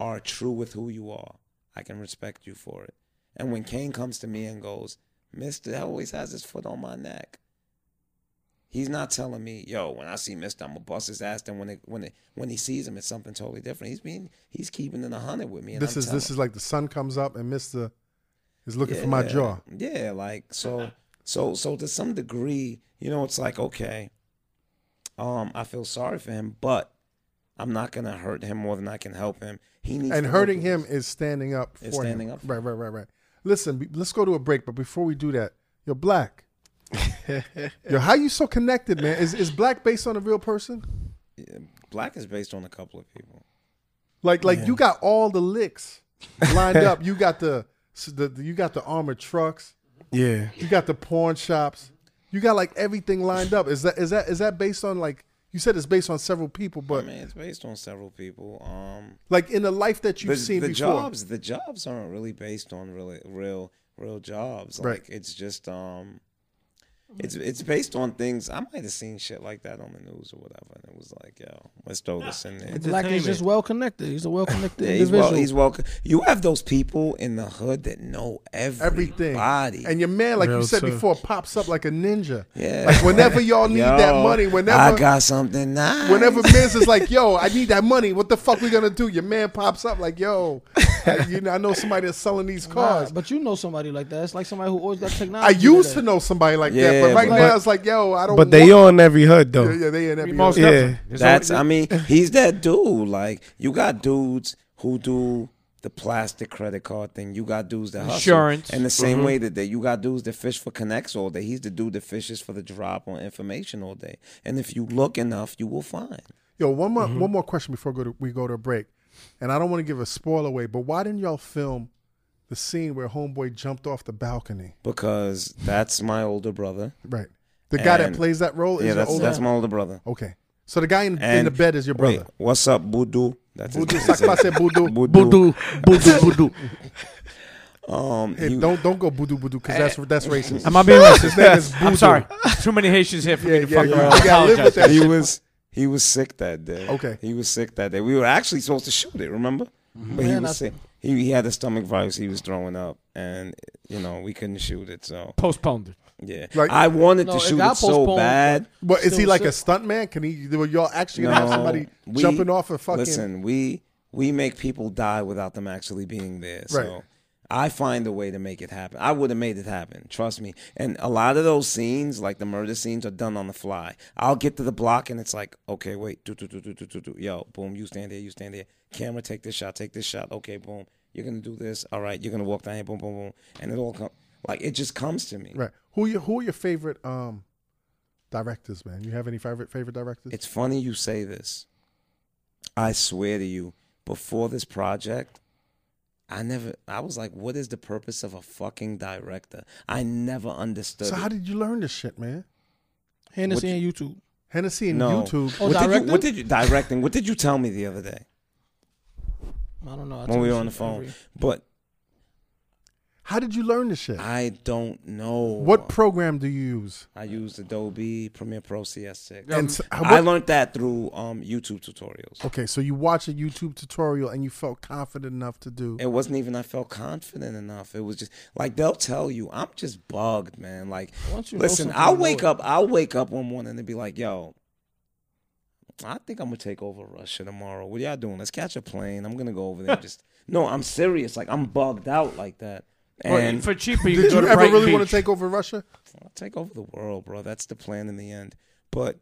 are true with who you are, I can respect you for it. And when Kane comes to me and goes, Mister always has his foot on my neck. He's not telling me, yo, when I see Mister, I'm gonna bust his ass. Then when it, when it, when he sees him, it's something totally different. He's being he's keeping it a hundred with me. And
this
I'm
is this is like the sun comes up and Mister is looking
yeah,
for my jaw.
Yeah, like so so so to some degree, you know, it's like okay, um, I feel sorry for him, but I'm not gonna hurt him more than I can help him. He needs
and
to
hurting
look at
him
this.
is standing up for
Is standing
him.
up for
Right, right, right, right. Listen, be- let's go to a break, but before we do that, you're black. Yo, how you so connected, man? Is is black based on a real person?
Yeah, Black is based on a couple of people.
Like like you got all the licks lined up. You got the, s- the the- you got the armored trucks.
Yeah.
You got the pawn shops. You got like everything lined up. Is that is that is that based on like you said it's based on several people,
I
but
mean, it's based on several people. Um,
like in the life that you've
the,
seen
the
before.
jobs the jobs aren't really based on really real real jobs
Right.
like it's just um It's it's based on things I might have seen shit like that on the news or whatever, and it was like, yo, let's throw this in there.
Black is just well connected. He's a well connected
Yeah, he's
individual.
well, he's well. You have those people in the hood that know
Everything.
everybody.
And your man, like
Real
you said
tough.
before, pops up like a ninja.
Yeah.
Like whenever y'all need that
Yo,
money, whenever
I got something nice. *laughs*
Whenever Miz is like, "Yo, I need that money. What the fuck we gonna do?" Your man pops up like, "Yo, I, you know, I know somebody that's selling these
Nah,
cars."
but you know somebody like that. It's like somebody who always got
I
technology.
used
today.
to know somebody like that,
Yeah,
but right
but-
now it's like, "Yo, I don't."
But they
want-
on every hood though.
Yeah, yeah, they in every.
Most
Yeah.
definitely. There's
That's I
already-
mean, he's that dude. Like you got dudes who do the plastic credit card thing. You got dudes that hustle.
Insurance.
And the same
Mm-hmm.
way that they, you got dudes that fish for connects all day. He's the dude that fishes for the drop on information all day. And if you look enough, you will find.
Yo, one more
Mm-hmm.
one more question before go to, we go to a break, and I don't want to give a spoiler away, but why didn't y'all film the scene where homeboy jumped off the balcony?
Because that's my older brother.
Right, the guy that
And-
plays that role is
yeah,
your
that's
older.
that's my older brother.
okay, so the guy in, in
And-
the bed is your
wait,
brother.
what's up, Budu? That's his
Budu,
name. He said-
Sakpa said Budu.
Budu.
Voodoo, voodoo.
Um,
Hey,
you-
don't don't go Budu Budu because that's
Eh,
that's racist.
Am I being racist?
His name is
I'm
Voodoo.
sorry. *laughs* Too many Haitians here for
Yeah,
me to
yeah,
fuck
you-
around.
you gotta live with
Apologize.
that.
he was he was sick that day.
Okay.
He was sick that day. We were actually supposed to shoot it, remember? But he
Man, I-
was sick. He he had a stomach virus. He was throwing up, and you know we couldn't shoot it. So
Postponed. it.
yeah,
Like-
I wanted
No,
to
it
shoot
got
it so
postponed,
bad.
But is he
Still
like a
sick.
stunt man? Can he? Were y'all actually gonna have
No,
somebody
we-
jumping off a fucking?
Listen, we we make people die without them actually being there. So
Right.
I find a way to make it happen. I would have made it happen, trust me. And a lot of those scenes, like the murder scenes, are done on the fly. I'll get to the block and it's like, okay, wait, do do do do do do do. Yo, boom, you stand there, you stand there. Camera, take this shot, take this shot. Okay, boom, you're gonna do this. All right, you're gonna walk down here, boom, boom, boom, and it all comes. Like it just comes to me.
right? Who you? Who are your favorite um directors, man? You have any favorite favorite directors?
It's funny you say this. I swear to you, before this project, I never. I was like, "What is the purpose of a fucking director?" I never understood.
so
it.
how did you learn this shit, man?
Hennessy and YouTube.
Hennessy and
No.
YouTube.
Oh,
what did you?
directing?
What did you directing? What did you tell me the other day
I don't know. I
when we
told
were
you
on the phone?
every-
But
How did you learn this shit?
I don't know.
What program do you use?
I used Adobe Premiere Pro CS6.
And s- how-
I
what-
learned that through um, YouTube tutorials.
Okay, so you watch a YouTube tutorial and you felt confident enough to do.
It wasn't even I felt confident enough. It was just like they'll tell you, I'm just bugged, man. Like
Once you know
listen,
something,
I'll
you know
wake
it.
up I'll wake up one morning and be like, yo, I think I'm gonna take over Russia tomorrow. What y'all doing? Let's catch a plane. I'm gonna go over there and just No, I'm serious. Like I'm bugged out like that. And
But for cheaper, you
Did
can go
you
to
ever
Brighton
really
Beach.
want to take over Russia?
I'll take over the world, bro. That's the plan in the end. But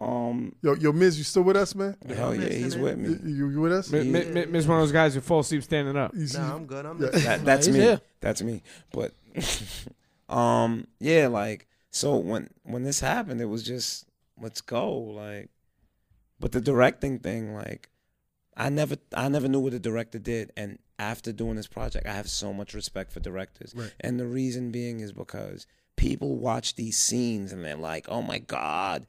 um
Yo, yo, Miz, you still with us, man?
hell yeah, he's with
You,
me.
you- you with us?
Mi- mi- mi- Miss one of those guys who falls asleep standing up.
You see-
Nah, I'm good. I'm
Yeah.
listening.
That, that's
He's
me.
here.
That's me. But *laughs* um yeah, like so when when this happened, it was just let's go like but the directing thing like I never I never knew what a director did and after doing this project, I have so much respect for directors.
Right.
And the reason being is because people watch these scenes and they're like, "Oh my god,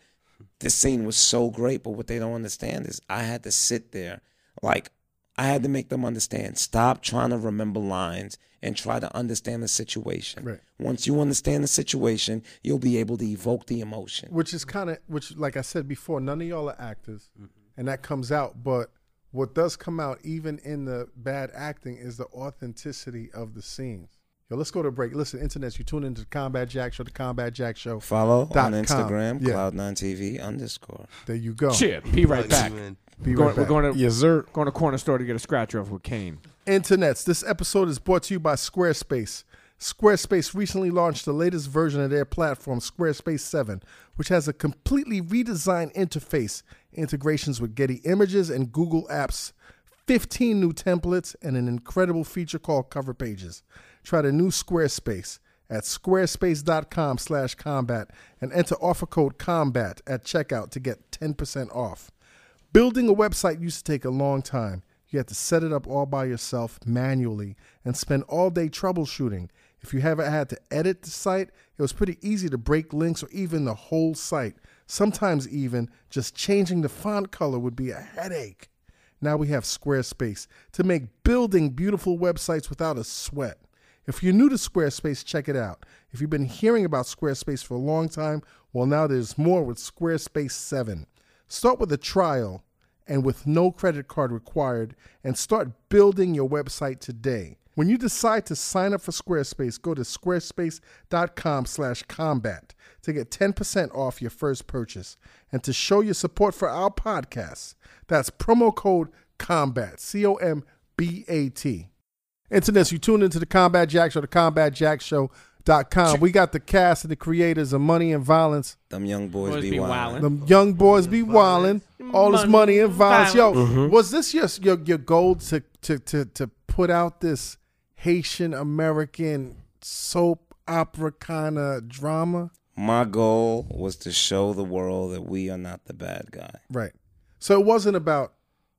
this scene was so great, but what they don't understand is I had to sit there. Like, I had to make them understand. Stop trying to remember lines and try to understand the situation.
Right.
Once you understand the situation, you'll be able to evoke the emotion.
which is kind of which like i said before none of y'all are actors
Mm-hmm.
and that comes out but what does come out even in the bad acting is the authenticity of the scenes yo let's go to a break listen internet you tune into the combat jack show the combat jack show
Follow
Dot com.
on Instagram,
Yeah.
Cloud9TV underscore.
there you go
Shit, be right back.
Man.
Be
Going-
right
we're
back.
going to
Yes, sir.
going to corner store to get a scratch off with Kane.
Internets, this episode is brought to you by Squarespace. Squarespace recently launched the latest version of their platform, Squarespace 7, which has a completely redesigned interface, integrations with Getty Images and Google Apps, 15 new templates, and an incredible feature called Cover Pages. Try the new Squarespace at squarespace.com slash combat and enter offer code combat at checkout to get 10% off. Building a website used to take a long time. You had to set it up all by yourself manually and spend all day troubleshooting. If you haven't had to edit the site, it was pretty easy to break links or even the whole site. Sometimes, even just changing the font color would be a headache. Now we have Squarespace to make building beautiful websites without a sweat. If you're new to Squarespace, check it out. If you've been hearing about Squarespace for a long time, well, now there's more with Squarespace 7. Start with a trial and with no credit card required and start building your website today. When you decide to sign up for Squarespace, go to squarespace.com slash combat to get 10% off your first purchase and to show your support for our podcast. That's promo code COMBAT, C-O-M-B-A-T. Internets, you tune into the Combat Jack Show, the combatjackshow.com. We got the cast and the creators of Money and Violence.
Them young boys,
Boys
be,
be
wild.
wildin'.
Them young boys be wildin'. All this money and violence. Yo,
Mhm.
was this your your, your goal to, to to to put out this Haitian American soap opera kind of drama?
My goal was to show the world that we are not the bad guy.
Right. So it wasn't about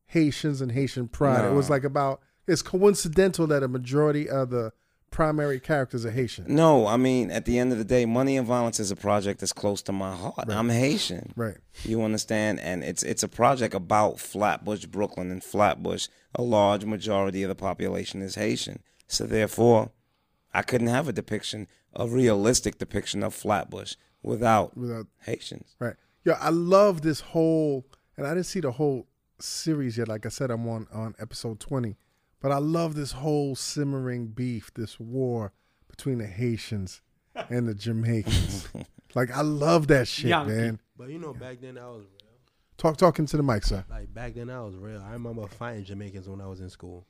Haitians and Haitian pride. It was
No.
like about it's coincidental that a majority of the primary characters are Haitian.
No, I mean, at the end of the day, money and violence is a project that's close to my heart. I'm Haitian.
Right.
You understand? And it's it's a project about Flatbush, Brooklyn, and Flatbush. A large majority of the population is Haitian. So therefore, I couldn't have a depiction, a realistic depiction of Flatbush without,
Without-
Haitians. *laughs*
Right. Yo, I love this whole, and I didn't see the whole series yet. Like I said, I'm on on episode 20, but I love this whole simmering beef, this war between the Haitians and the Jamaicans. like I love that shit,
Yankee.
man.
But you know, back then I was real.
Talk talking to the mic, sir.
Like back then I was real. I remember fighting Jamaicans when I was in school.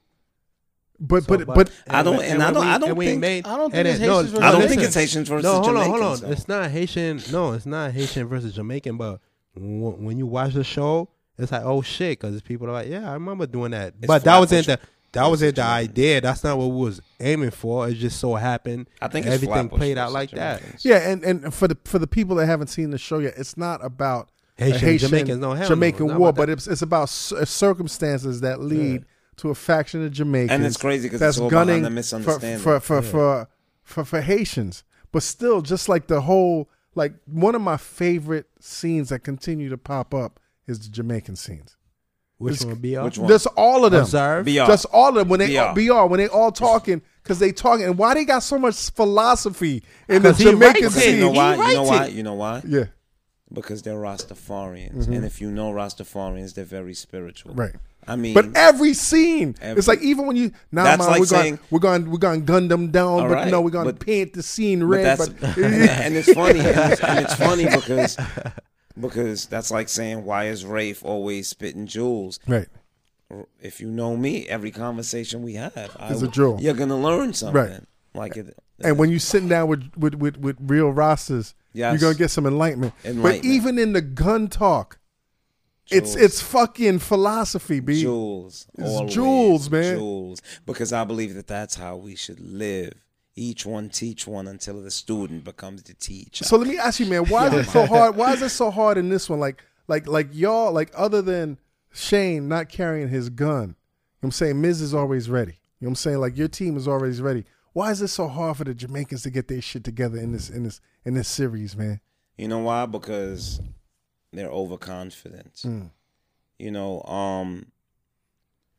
But
So,
but but
I don't-
we-
and I
we-
don't- I don't
and we
think-
made-
I don't think
and
it's
it- no,
Haitians
I don't
versus
think
listen.
it's Haitians versus
No, hold on,
Jamaicans.
hold on.
though.
It's not Haitian. No, it's not Haitian versus Jamaican. But w- when you watch the show, it's like oh shit, because people are like, yeah, I remember doing that. but that wasn't the
Flatbush
that wasn't the
Jamaican.
idea. That's not what we was aiming for. It just so happened.
I think it's
everything
Flatbush
played out
versus
like that.
Jamaicans.
yeah, and and for the for the people that haven't seen the show yet, it's not about a
Haitian, Jamaicans, no, hell no,
Jamaican
not
war,
about
but it's it's about cir- circumstances that lead to a faction of Jamaicans.
And it's crazy 'cause
that's
it's all behind
gunning
the
for
misunderstanding.
for for, for for for Haitians, but still, just like the whole like one of my favorite scenes that continue to pop up is the Jamaican scenes.
Which
It's-
one be
Which
*laughs*
one?
That's all of them.
Observe.
BR.
Just all of them when they
BR.
BR when they all talking because they talking and why they got so much philosophy in the
'Cause he
Jamaican
writes
Because you
scene.
know why? You know
writes
why?
it. Mm-hmm.
You know why?
Yeah,
Because they're Rastafarians, and if you know Rastafarians, they're very spiritual.
Right.
I mean,
but every scene,
Every-
it's like even when you nah,
That's
man,
like
we're
saying-
going we're going we're going to gun them down,
All
but
right,
no, we're going to
but-
paint the scene
but
red.
that's
But, *laughs*
*laughs* and it's funny, and it's, and it's
*laughs*
funny because because that's like saying why is Rafe always spitting jewels?
right,
If you know me, every conversation we have I
Is a
will-
jewel.
You're gonna learn something.
Right.
Like it,
and when you sitting down with with with, with real rosters,
Yes.
you're going to get some enlightenment.
Enlightenment.
But even in the gun talk, it's
Jewels.
it's fucking philosophy, b.
Jewels.
It's
always
jewels, man.
Jewels. Because I believe that that's how we should live. Each one teach one until the student becomes the teacher.
So let me ask you, man, why is it so hard? Why is it so hard in this one? Like, like, like y'all, like other than Shane not carrying his gun, you know what I'm saying Miz is always ready. You know what I'm saying? Like your team is always ready. Why is it so hard for the Jamaicans to get their shit together in this in this in this series, man?
You know why? Because they're overconfident.
Mm.
You know, um,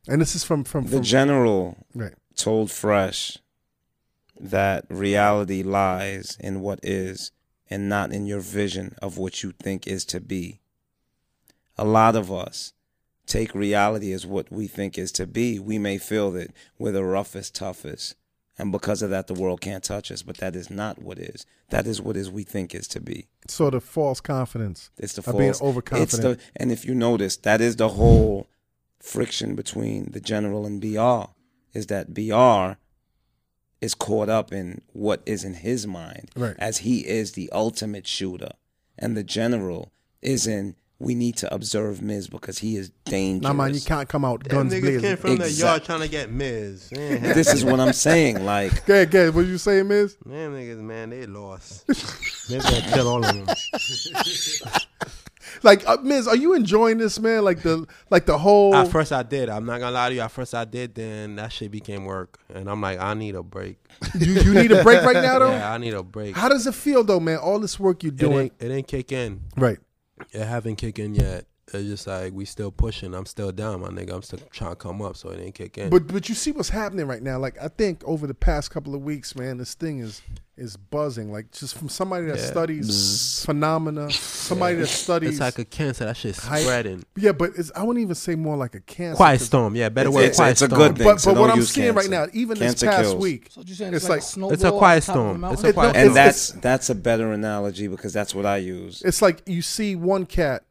And this is from from,
the
from
general
right,
told Fresh that reality lies in what is and not in your vision of what you think is to be. A lot of us take reality as what we think is to be. We may feel that we're the roughest, toughest, and because of that, the world can't touch us, but that is not what is. That is what is we think is to be.
sort of false confidence.
It's the
Of
false.
being
It's
overconfident.
the, and if you notice, that is the whole friction between the general and BR. Is that BR is caught up in what is in his mind,
Right.
as he is the ultimate shooter, and the general is in. We need to observe Miz because he is dangerous.
Nah, man, you can't come out
Them
guns
niggas
blazing.
came from the
Exact-
yard trying to get Miz.
*laughs*
Man,
*laughs* this is
*laughs*
what I'm saying. Like
Go ahead, go ahead. What you say, Miz? *laughs*
them niggas, man, they *laughs* lost. They gonna kill all of them.
Like, uh, Miz, are you enjoying this, man? Like the like the whole.
At first I did. I'm not gonna lie to you. At first I did. Then that shit became work, and I'm like, I need a break.
you, you need a break right now, though.
Yeah, I need a break.
How does it feel, though, man? All this work you're
it
doing,
ain't, it ain't kick in.
right?
It haven't kicked in yet. it's just like we still pushing. I'm still down, my nigga. I'm still trying to come up, so it ain't kick in.
But but you see what's happening right now. Like I think over the past couple of weeks, man, this thing is is buzzing. Like just from somebody that
Yeah.
studies phenomena, somebody that
it's
studies.
like a cancer. That shit's
Hype.
spreading.
yeah, but it's, I wouldn't even say more like a cancer.
Quiet
'cause-
storm. Yeah, better
It's,
word.
it's-
quiet
it's a
storm.
good thing.
But
so
but what
don't
I'm
use
seeing right
cancer.
now, even
Cancer
this past
kills.
week,
So what you saying
It's
it's, like,
like-
a snowball
It's a
on top
quiet
of
storm. It's
It-
a
no,
quiet
And
it's-
storm.
that's that's a better analogy because that's what I use.
it's like you see one cat,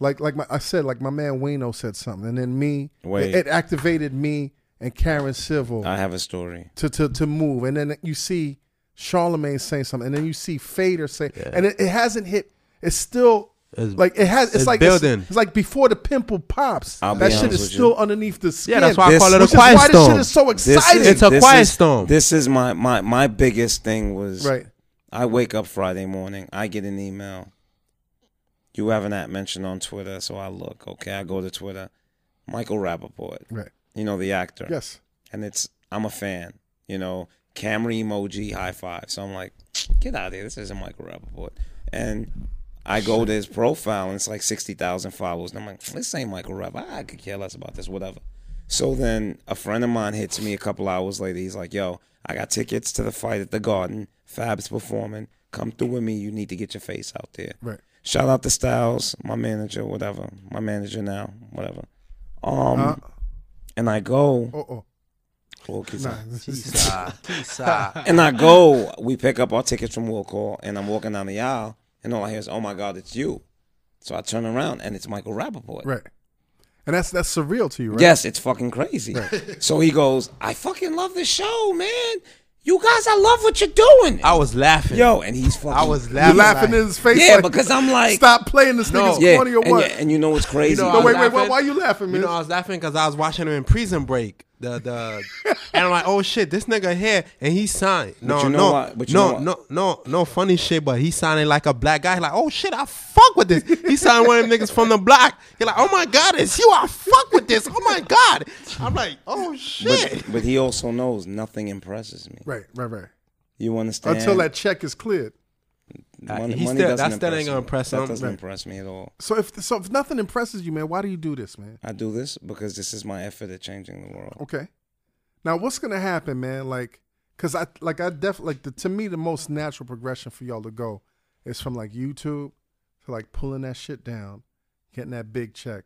like like my, I said, like my man Wayno said something, and then me,
Wait.
it, it activated me and Karen Civil
I have a story.
to, to to move, and then you see Charlemagne saying something, and then you see Fader say, and it, it hasn't hit. It's still
It's-
like it has. It's,
it's
like
building.
It's, it's like before the pimple pops,
I'll be
that shit
honest
is
with you.
still underneath the skin.
yeah, that's why
This-
I call it a
which is
quiet
why this
storm.
shit is so
This is-
exciting.
It's a
this
quiet
is-
storm.
This is my, my my biggest thing was
right.
I wake up Friday morning, I get an email. You have an app mentioned on Twitter, so I look. Okay, I go to Twitter. Michael Rappaport,
Right.
you know the actor.
Yes.
and it's I'm a fan. You know, camera emoji, high five. So I'm like, get out of here. This isn't Michael Rappaport. And I go to his profile, and it's like sixty thousand followers. And I'm like, this ain't Michael Rappaport. I could care less about this. Whatever. So then a friend of mine hits me a couple hours later. He's like, yo, I got tickets to the fight at the Garden. Fab's performing. Come through with me. You need to get your face out there.
Right.
Shout out to Styles, my manager, whatever. My manager now, whatever. Um,
Uh,
and I go.
oh. Oh.
Well, 'cause I-
Tisa.
and I go, we pick up our tickets from Will Call, and I'm walking down the aisle, and all I hear is, oh my God, it's you. So I turn around, and it's Michael
*laughs*
Rappaport.
Right. And that's that's surreal to you, right?
Yes, it's fucking crazy. so he goes, I fucking love this show, man. You guys, I love what you're doing.
I was laughing.
Yo, and he's fucking.
I was
You're
laughing. Oh.
laughing
like-
in his face.
Yeah,
like,
because I'm like.
stop playing this nigga's
Yeah,
corny or
and,
what?
yeah, and you know what's crazy?
know,
no,
I
wait,
was
wait, why,
laughing.
why you laughing,
You
man?
know, I was laughing because I was watching her in Prison Break. The the and I'm like, oh shit, this nigga here, and he signed. No,
you know
no,
what? But you know
no,
what?
no, no, no, funny shit. But he sounded like a black guy. Like, oh shit, I fuck with this. He signed one of them niggas from the block. He like, oh my god, it's you. I fuck with this. Oh my god. I'm like, oh shit.
But, but he also knows nothing impresses me.
right, right, right.
You understand?
Until that check is cleared.
money,
He
money
still-
doesn't
that
impress
still ain't
me.
gonna impress
That
him.
doesn't
Right.
impress me at all.
So if so, if nothing impresses you, man, why do you do this, man?
I do this because this is my effort at changing the world.
Okay. Now what's gonna happen, man? Like, cause I like I def like the to me the most natural progression for y'all to go is from like YouTube to like pulling that shit down, getting that big check,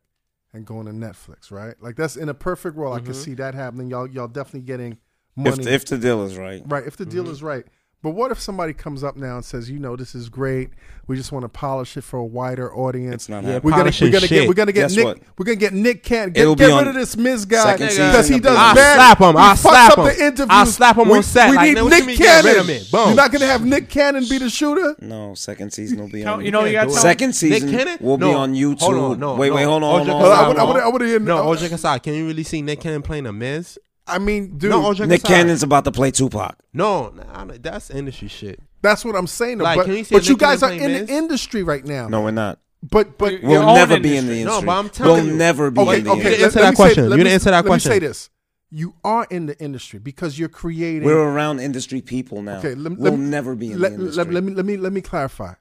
and going to Netflix, right? Like that's in a perfect world, I can see that happening. Y'all y'all definitely getting money.
Mm-hmm. If, if the deal is right.
Right. If the deal
Mm-hmm.
is right. But what if somebody comes up now and says, you know, this is great. We just want to polish it for a wider audience.
It's not
Yeah,
happening.
we're gonna,
Polishing
we're gonna get
shit.
we're gonna get
Guess
Nick
what?
we're gonna get Nick Can't
It'll
get,
be
get
on
rid of this Miz guy
second season
because he
of
does
Big
I
Brother.
bad.
slap him.
He
I
fucks up
slap him.
the interviews.
I slap him
we,
on set.
We
Like,
need
nigga, what you
Nick
mean get rid
Cannon.
of me? Boom.
You're not gonna have Nick Cannon be the shooter.
No, second season will be
Tell-
on.
you know what you gotta tell
second season
Nick Cannon
will be
No.
on YouTube.
Hold on, no,
wait,
no.
wait, hold on.
OJ
hold
Well,
on,
I
hold
would- I
on.
would- I would hear-
no,
I would-
OJ Kasai, can you really see Nick Cannon playing a Miz?
I mean, dude,
No, OJ
Nick
Kasai.
Cannon's about to play Tupac.
No, nah, I don't- that's industry shit.
that's what I'm saying. though.
Like,
but
can you see
but
Nick
you guys are
Cannon
in
playing
the
Miz?
industry right now.
No, we're not.
but but
Your
We'll
own
never be in
industry.
the
No,
industry.
but I'm telling
we'll
you.
never be in the
okay,
industry.
let- answer
let
that
me
question.
let
You
me-
didn't answer that question.
Let me say this: you are in the industry because you're creating.
We're around industry people now.
Okay, lem-
we'll
lem-
never be in
let,
the industry.
Let, let me let me let me clarify.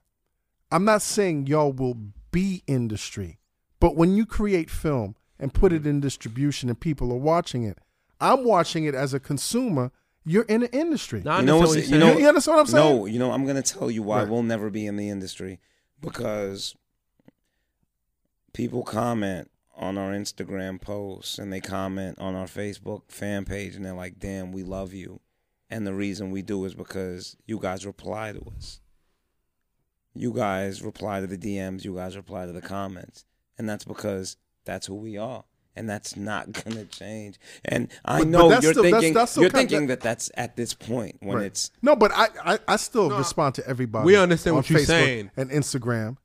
I'm not saying y'all will be industry, but when you create film and put it in distribution and people are watching it, I'm watching it as a consumer. You're in the industry.
Nah, I
you know,
understand
what's,
what you're
you know,
saying.
You- you understand what I'm saying?
No, you know, I'm going to tell you why
Right.
we'll never be in the industry because people comment on our Instagram posts and they comment on our Facebook fan page and they're like, "Damn, we love you," and the reason we do is because you guys reply to us. You guys reply to the DMs. You guys reply to the comments, and that's because that's who we are. And that's not gonna change. And
But-
I
but
know
that's
you're
still- that's-
thinking
that's still
you're
kind of-
thinking that that's at this point when
Right.
it's
no, but I I, I still respond to everybody.
We understand
on
what you're
Facebook
saying.
and Instagram.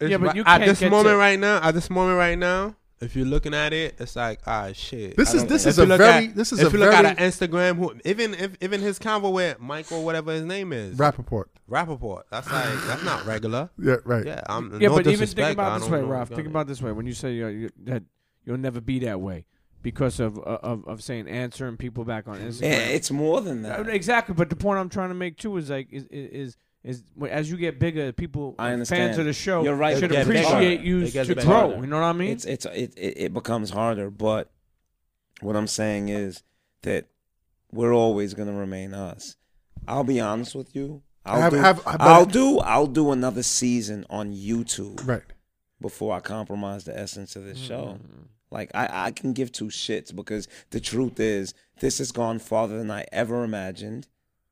It's
Yeah, but
right-
you
at
can't
this
get
moment
to-
right now, at this moment right now, if you're looking at it, it's like ah shit.
This
I
is
don't
this is
think-
If
a
you look
very
at-
this is
if
a
you look
very
at an Instagram, who, even if even his convo with Michael, whatever his name is,
Rappaport.
Rappaport. That's like that's not regular.
Yeah, right.
Yeah, I'm
Yeah,
no
but even
disrespect,
think about
I
it this
don't
way,
know.
Ralph. Think about it this way: when you say uh, you you that you'll never be that way because of uh, of, of saying answering people back on Instagram.
Yeah, it's more than
Uh,
that.
Exactly, but the point I'm trying to make too is like is is is when- as you get bigger, people
I
fans
understand.
of the show
You're right,
should
it gets
appreciate
bigger.
you
It gets
to
bigger.
grow. You know what I mean?
It's it's it, it it becomes harder, but what I'm saying is that we're always going to remain us. I'll be honest with you. I'll
Have-
do,
have- but-
I'll do I'll do another season on YouTube
Right.
before I compromise the essence of this show.
Mm.
Like I, I can give two shits because the truth is this has gone farther than I ever imagined.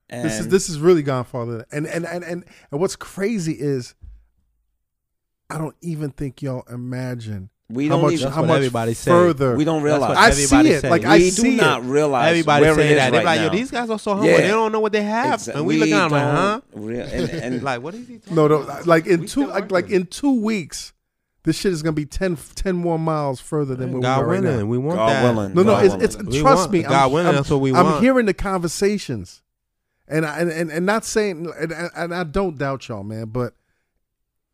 And
This is this is really gone farther. And and and and, and what's crazy is I don't even think y'all imagine
we
how
don't
much
even
how
what
much
everybody say.
further
we don't
That's what
realize.
I
everybody
see it.
says.
Like
We
I
we
see
do not
it.
realize
Everybody
where it
say
is
that.
right
They like,
now.
yo, these guys are so humble. They don't know what they have,
Exa-
and we, looking at them like,
don't
huh?
Real, and, and
*laughs* Like, what is he talking
No, no,
*laughs* about?
like in
We
two,
still
like, like
working.
in two weeks, this shit is gonna be 10, 10 more miles further than where we
God
are right
willing,
now.
we want
God
that.
willing.
No, no,
God
it's,
willing.
it's
We
trust
want-
me.
God
I'm,
willing,
I'm-
that's what we
I'm
want.
hearing the conversations, and I and and, and not saying, and, and- and I don't doubt y'all, man, but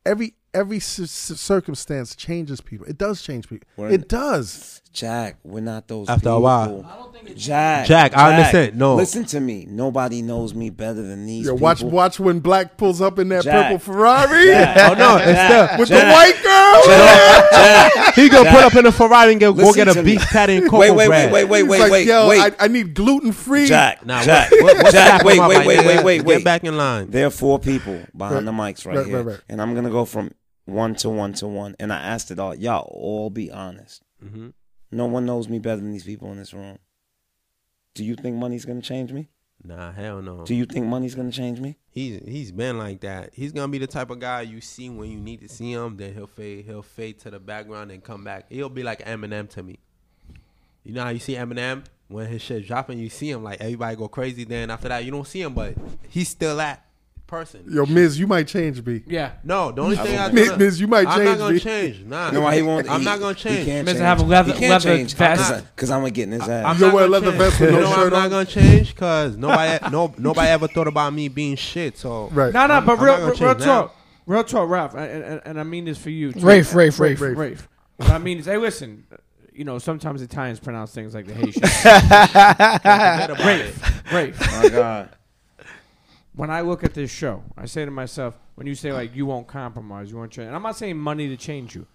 every every c- circumstance changes people. It does change people.
We're in-
it does.
Jack, we're not those
After
people.
a while.
Jack,
Jack, I understand. No.
listen to me. Nobody knows me better than these.
Yo,
people.
watch watch when Black pulls up in that
Jack.
purple Ferrari
*laughs* Jack,
*laughs* Oh no, it's
*laughs*
still.
with the white girl.
*laughs*
Jack, Jack,
He gonna put up in a Ferrari and go, go
Listen
get
to
a
me.
beef patty and cocoa
Wait, wait,
bread.
wait, wait, wait,
He's
wait,
like,
wait,
yo,
wait.
I, I need gluten free.
Jack,
Nah,
Jack,
what- what's
Jack.
Jack
Wait,
about,
wait,
my
wait,
nigga?
wait, wait,
Get
wait.
back in line.
There are four people
Right,
behind the mics right,
right,
here,
right, right.
and I'm gonna go from one to one to one. And I asked it all. Y'all all be honest.
Mhm.
No one knows me better than these people in this room. Do you think money's gonna change me?
Nah, hell no.
Do you think money's gonna change me?
He's he's been like that. He's gonna be the type of guy you see when you need to see him. Then he'll fade. He'll fade to the background and come back. He'll be like Eminem to me. You know how you see Eminem when his shit dropping, you see him like everybody go crazy. Then after that, you don't see him, but he's still that person.
Yo, Miz, you might change me.
yeah.
No, the only thing I
Miz- Miz, you might
I'm
change
not gonna
me.
change. Nah,
No, he won't.
I'm
he-
not gonna change.
He can't
Mr.
change.
have a leather-
he can't
leather
change
vest.
because I'm gonna get in his ass.
I'm
You
not
wear a
gonna
leather
change.
vest with
You
no
know
shirt
I'm
on?
not gonna change because nobody, no, nobody ever thought about me being shit. So
Right.
No, no,
I'm-
but
I'm
real,
not gonna
real,
change
real
now.
talk, real talk, Ralph, I- and, and, and I mean this for you, too.
Rafe, Rafe, Rafe.
Rafe,
Rafe.
Rafe. What I mean is, hey, listen, you know, sometimes Italians pronounce things like the Haitian.
Forget about it.
Rafe, Rafe.
My God.
When I look at this show, I say to myself, when you say like you won't compromise, you won't change, and I'm not saying money to change you,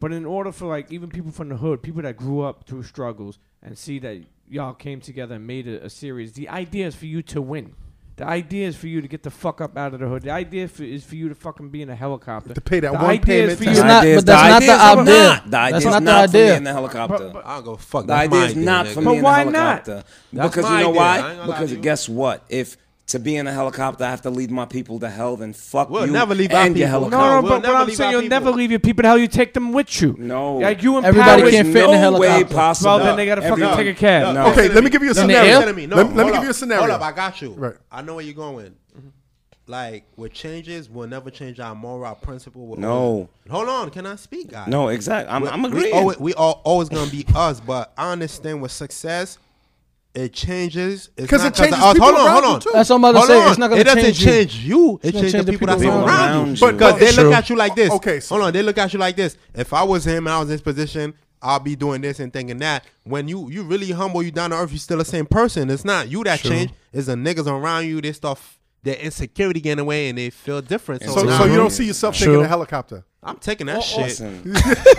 but in order for like even people from the hood, people that grew up through struggles, and see that y'all came together and made a, a series, the idea is for you to win. The idea is for you to get the fuck up out of the hood. The idea for, is for you to fucking be in a helicopter.
To pay that
the
one
idea
payment
is for
to
you
It's
The
not- but
idea is-
that's not the
idea is
idea.
not- The idea
That's
is
not the
not for me
idea.
in the helicopter.
I don't go fuck.
The
That's
idea
my
is not
nigga.
for
But
me in a
why not?
helicopter.
That's
Because
my
you know
idea. I
why?
ain't gonna lie
Because
to you.
guess what? If to be in a helicopter, I have to leave my people to hell. Then fuck
We'll
you
never leave our
and your
people.
No,
helicopter.
no,
We'll
but what
never
I'm
leave
saying,
our
you'll
people.
never leave your people. How you take them with you?
No.
like you empower.
Everybody can't
There's
fit in a
no way
helicopter.
possible.
Well, then they gotta fucking
Every-
take a cab.
No.
Okay, let me give you a
No,
scenario.
listen to me. No,
Let me- let me
hold
give you a
up.
scenario.
Hold up, I got you.
Right.
I know where you're going. Like with changes, we'll never change our moral principle. We'll
No.
always- Hold on, can I speak, guys?
No, exactly. I'm,
We-
I'm
We,
agreeing.
always, we all always gonna be us, but I understand with success, it changes. It's
'Cause
not
it changes
of us.
people
hold on,
around
hold
you,
on.
too.
That's what I'm about to
Hold
say.
on.
It's not gonna
it doesn't
change you.
change you.
gonna
It
change
changes the
the
people
people
that's
around
around
you.
you.
But-
Because they
True.
look at you like this.
Okay, so-
hold on. They look at you like this. If I was him and I was in this position, I'll be doing this and thinking that. When you you really humble, you down to earth, you still the same person. It's not you that changed. It's the niggas around you. They start f- their insecurity getting away and they feel different. So,
So,
now
so you Oh, don't see yourself taking
True.
a helicopter.
I'm taking that shit.
Listen.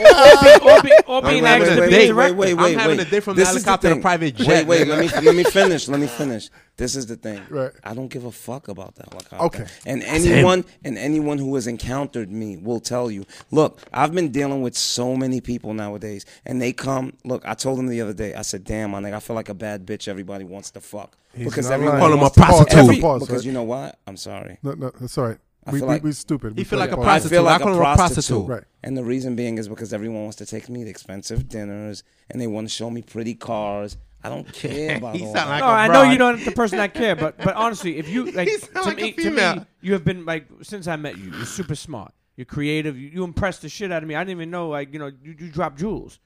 or be, or be
wait,
next
wait,
to
wait,
be
wait,
direct.
wait. I'm having a day from the
is
helicopter to
thing.
private
Wait,
jet,
wait.
nigga.
Let
*laughs*
me let me finish. Let me finish. This is the thing.
Right.
I don't give a fuck about the helicopter.
Okay.
And anyone and anyone who has encountered me will tell you. Look, I've been dealing with so many people nowadays, and they come. Look, I told them the other day. I said, "Damn, my nigga, I feel like a bad bitch. Everybody wants to fuck because
not
everyone
lying.
Call him a
wants to-
prostitute.
every-
Pause,
because
right?
you know what? I'm sorry.
No, no, that's all right. We,
feel
we,
like-
we stupid.
He
We
feel like a
pause.
I
prostitute.
feel like
I
a
call him a
prostitute.
prostitute.
Right.
And the reason being is because everyone wants to take me to expensive dinners and they want to show me pretty cars. I
*laughs*
don't care about
He
all
sound
that.
like
No,
a
I know
broad.
you don't the person I care, but
*laughs*
but honestly, if you like,
He sound
to,
like a
me, to
female.
me, you have been like since I met you. You're super smart. You're creative. You, you impressed the shit out of me. I didn't even know like you know you, you drop jewels.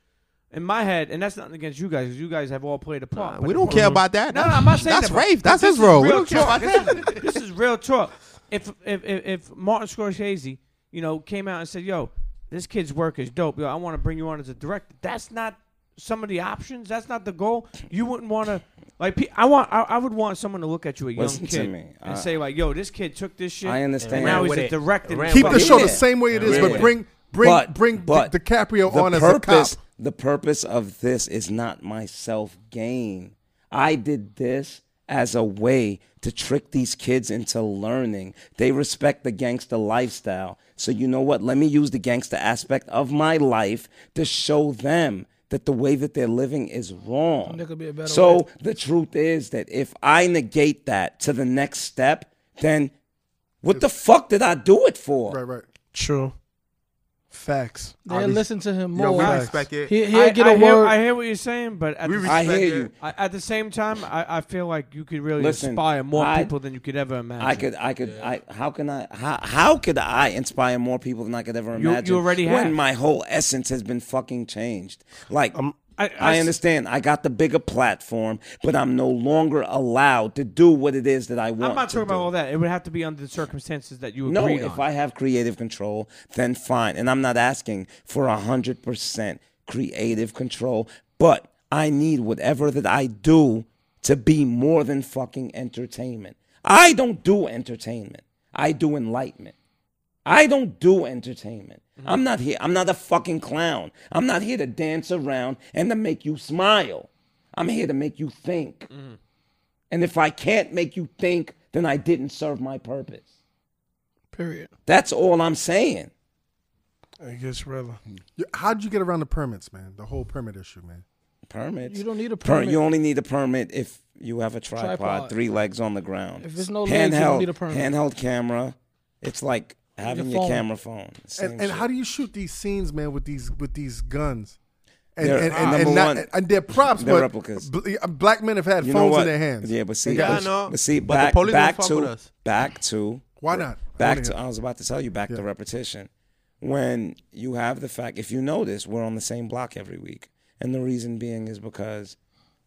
In my head, and that's nothing against you guys. 'cause You guys have all played a part. but-
We don't care about that.
No, no, I'm not saying
that's
that, but- but
Rafe. That's
this
his
is
role. We
real
don't care about
talk.
that.
this is real talk. If if if, if Martin Scorsese, you know, came out and said, "Yo, this kid's work is dope. Yo, I want to bring you on as a director." That's not some of the options. That's not the goal. You wouldn't want to like. pe- I want. I, I would want someone to look at you, a young
Listen to
kid,
me.
and
I-
say like, "Yo, this kid took this shit.
I understand.
And now
Ran
he's
with
a
it.
director.
Ran
Keep
But
the
he
show the
did.
same way it is,
Really?
but bring bring
But-
bring
but
Di- DiCaprio
the
on as
purpose,
a cop.
The purpose of this is not my self gain. I did this as a way to trick these kids into learning. They respect the gangster lifestyle. So you know what? Let me use the gangster aspect of my life to show them that the way that they're living is wrong.
There could be a better
so
way.
the truth is that if I negate that to the next step, then what the fuck did I do it for?
Right, right.
True. Facts.
They listen to him more.
Yo, we
Facts.
respect it.
He,
I,
he'll get a
I
word.
Hear, I hear what you're saying, but at,
We
the,
respect
I hear
it.
you.
I, at the same time, I, I feel like you could really
Listen,
inspire more
I-
people than you could ever imagine.
I could, I could, I. How can I? How, how could I inspire more people than I could ever
You-
imagine?
you already
when
have.
my whole essence has been fucking changed. Like
I-
Um,
I,
I s-
understand, I got the bigger platform, but I'm no longer allowed to do what it is that I want.
I'm not
to
talking about
do.
all that. It would have to be under the circumstances that you
No,
agreed
if
on.
I have creative control, then fine. And I'm not asking for 100% creative control, but I need whatever that I do to be more than fucking entertainment. I don't do entertainment. I do enlightenment. I don't do entertainment.
Mm-hmm.
I'm not here. I'm not a fucking clown. I'm not here to dance around and to make you smile. I'm here to make you think.
Mm-hmm.
And if I can't make you think, then I didn't serve my purpose.
period.
That's all I'm saying.
It gets realer.
You- How'd you get around the permits, man? The whole permit issue, man.
Permits.
You don't need a
Per-
permit.
you only need a permit if you have a tripod,
Tripod.
three legs on the ground.
If there's no legs, you don't need a permit.
Handheld camera. It's like having your,
phone.
camera phone. Same
And, and
shit.
how do you shoot these scenes, man, with these with these guns? And
They're- uh,
and, and,
number
and, not,
one,
and they're props,
they're
but
replicas.
bl- black men have had
You know
phones
what?
in their hands.
Yeah, but see,
Yeah, I
but,
know.
but see,
But the
back,
police don't
back
fuck
to
with us.
back to
Why not?
back
Wanna
to
hear.
I was about to tell you back
Yeah.
to repetition. When you have the fact, if you notice, we're on the same block every week, and the reason being is because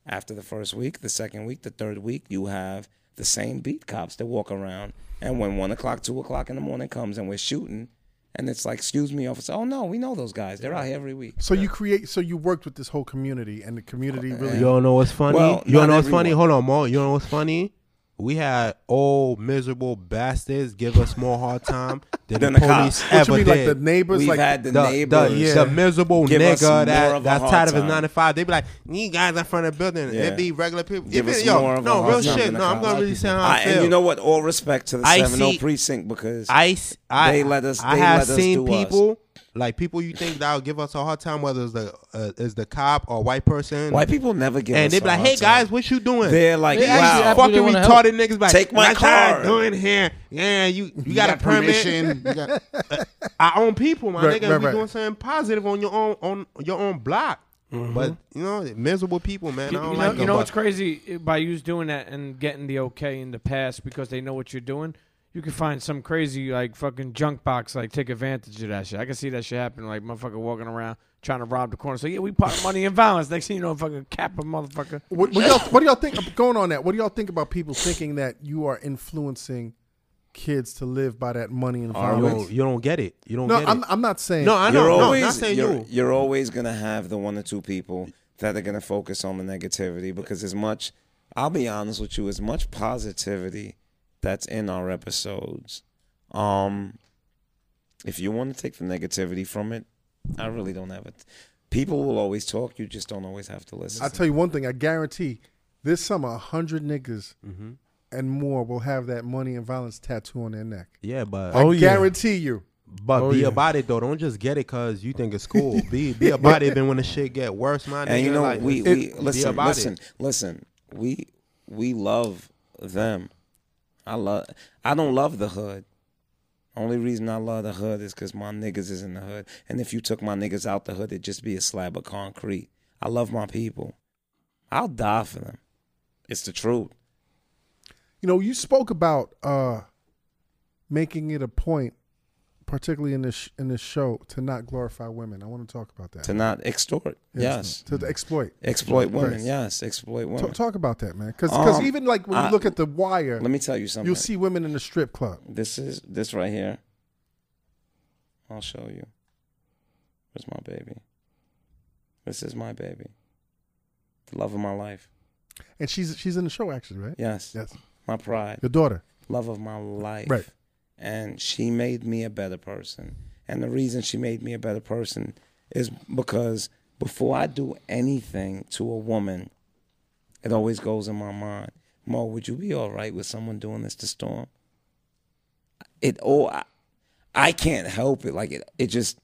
after the first week, the second week, the third week, you have the same beat cops that walk around, and when one o'clock, two o'clock in the morning comes, and we're shooting, and it's like, excuse me, officer, oh no, we know those guys, they're out here every week.
So you create. So you worked with this whole community, and the
Oh,
community really.
You don't know what's funny?
Well,
you don't
not
know what's funny?
everyone.
Hold on, Mo. You don't know what's funny? We had old miserable bastards give us more hard time than
Than
the
the cops.
police
What
ever
you mean, like
did.
the neighbors?
We've
like
had the,
the, the,
neighbors.
the miserable
Give us more
nigga
of
that,
a
that's
hard
tired of his
time.
nine to five. They be like, "You guys in front of the building."
Yeah.
It be regular people.
Give
Even-
us
yo,
more of a
no
hard
real
time
shit.
than
No,
the
I'm gonna
cops.
really say how I,
I,
feel.
and you know what? All respect to the
I
70
see-
precinct because
I, s- I-
They let us-
I
they
have
let us
seen
do us.
people like people you think that'll give us a hard time, whether it's the uh, is the cop or white person.
white people never give.
and
us
they
a
be like,
hard
"Hey
time.
guys, what you doing?"
They're like,
They actually
wow.
have-
fucking
They wanna help.
retarded niggas. be Like,
Take my
"What y'all
card."
doing here? Yeah, you you, got, a permit.
permission. you got,
uh, our own people, my
Right,
nigga.
right,
we
right.
doing something positive on your own on your own block.
Mm-hmm.
But you know, miserable people, man. I
You
don't
know,
like
you
them,
know
but-
what's crazy by you doing that and getting the okay in the past because they know what you're doing. You can find some crazy like fucking junk box like take advantage of that shit. I can see that shit happen like motherfucker walking around trying to rob the corner. So yeah, we part money and violence. Next thing you know, fucking cap a motherfucker.
What, what, y'all, what do y'all think going on that? What do y'all think about people thinking that you are influencing kids to live by that money and
you
violence?
don't, Oh, you don't get it. You don't
No,
get
I'm,
it.
I'm not saying.
no, I know.
you're
no,
always
not saying
you're,
you.
you're always gonna have the one or two people that are gonna focus on the negativity because as much, I'll be honest with you, as much positivity that's in our episodes, um, if you want to take the negativity from it, I really don't have it. People will always talk. You just don't always have to listen.
I tell you one thing. I guarantee this summer, a hundred niggas
Mm-hmm.
and more will have that money and violence tattoo on their neck.
Yeah, but
Oh,
I guarantee you.
but
Oh,
be about it though. Don't just get it because you think it's cool.
*laughs*
be be about it. Then when the shit get worse, my nigga.
and you know
like,
we,
it-
we
be
listen
about it.
listen listen we we love them i love i don't love the hood only reason i love the hood is because my niggas is in the hood and if you took my niggas out the hood it'd just be a slab of concrete i love my people i'll die for them it's the truth
You know, you spoke about uh, making it a point, particularly in this in this show, to not glorify women. I want to talk about that.
to not extort yes,
To exploit.
exploit women
Right.
yes exploit
Ta-
women
talk about that, man. Because because
Um,
even like when you
I-
look at the wire,
let me tell you something
you'll see women in the strip club.
This is this right here. I'll show you. Where's my baby? This is my baby. the love of my life.
And she's she's in the show actually, right?
Yes,
Yes.
my pride,
Your daughter.
love of my life.
Right.
And she made me a better person. And the reason she made me a better person is because before I do anything to a woman, it always goes in my mind, Mo, would you be all right with someone doing this to Storm? It all, I, I can't help it. Like it, it just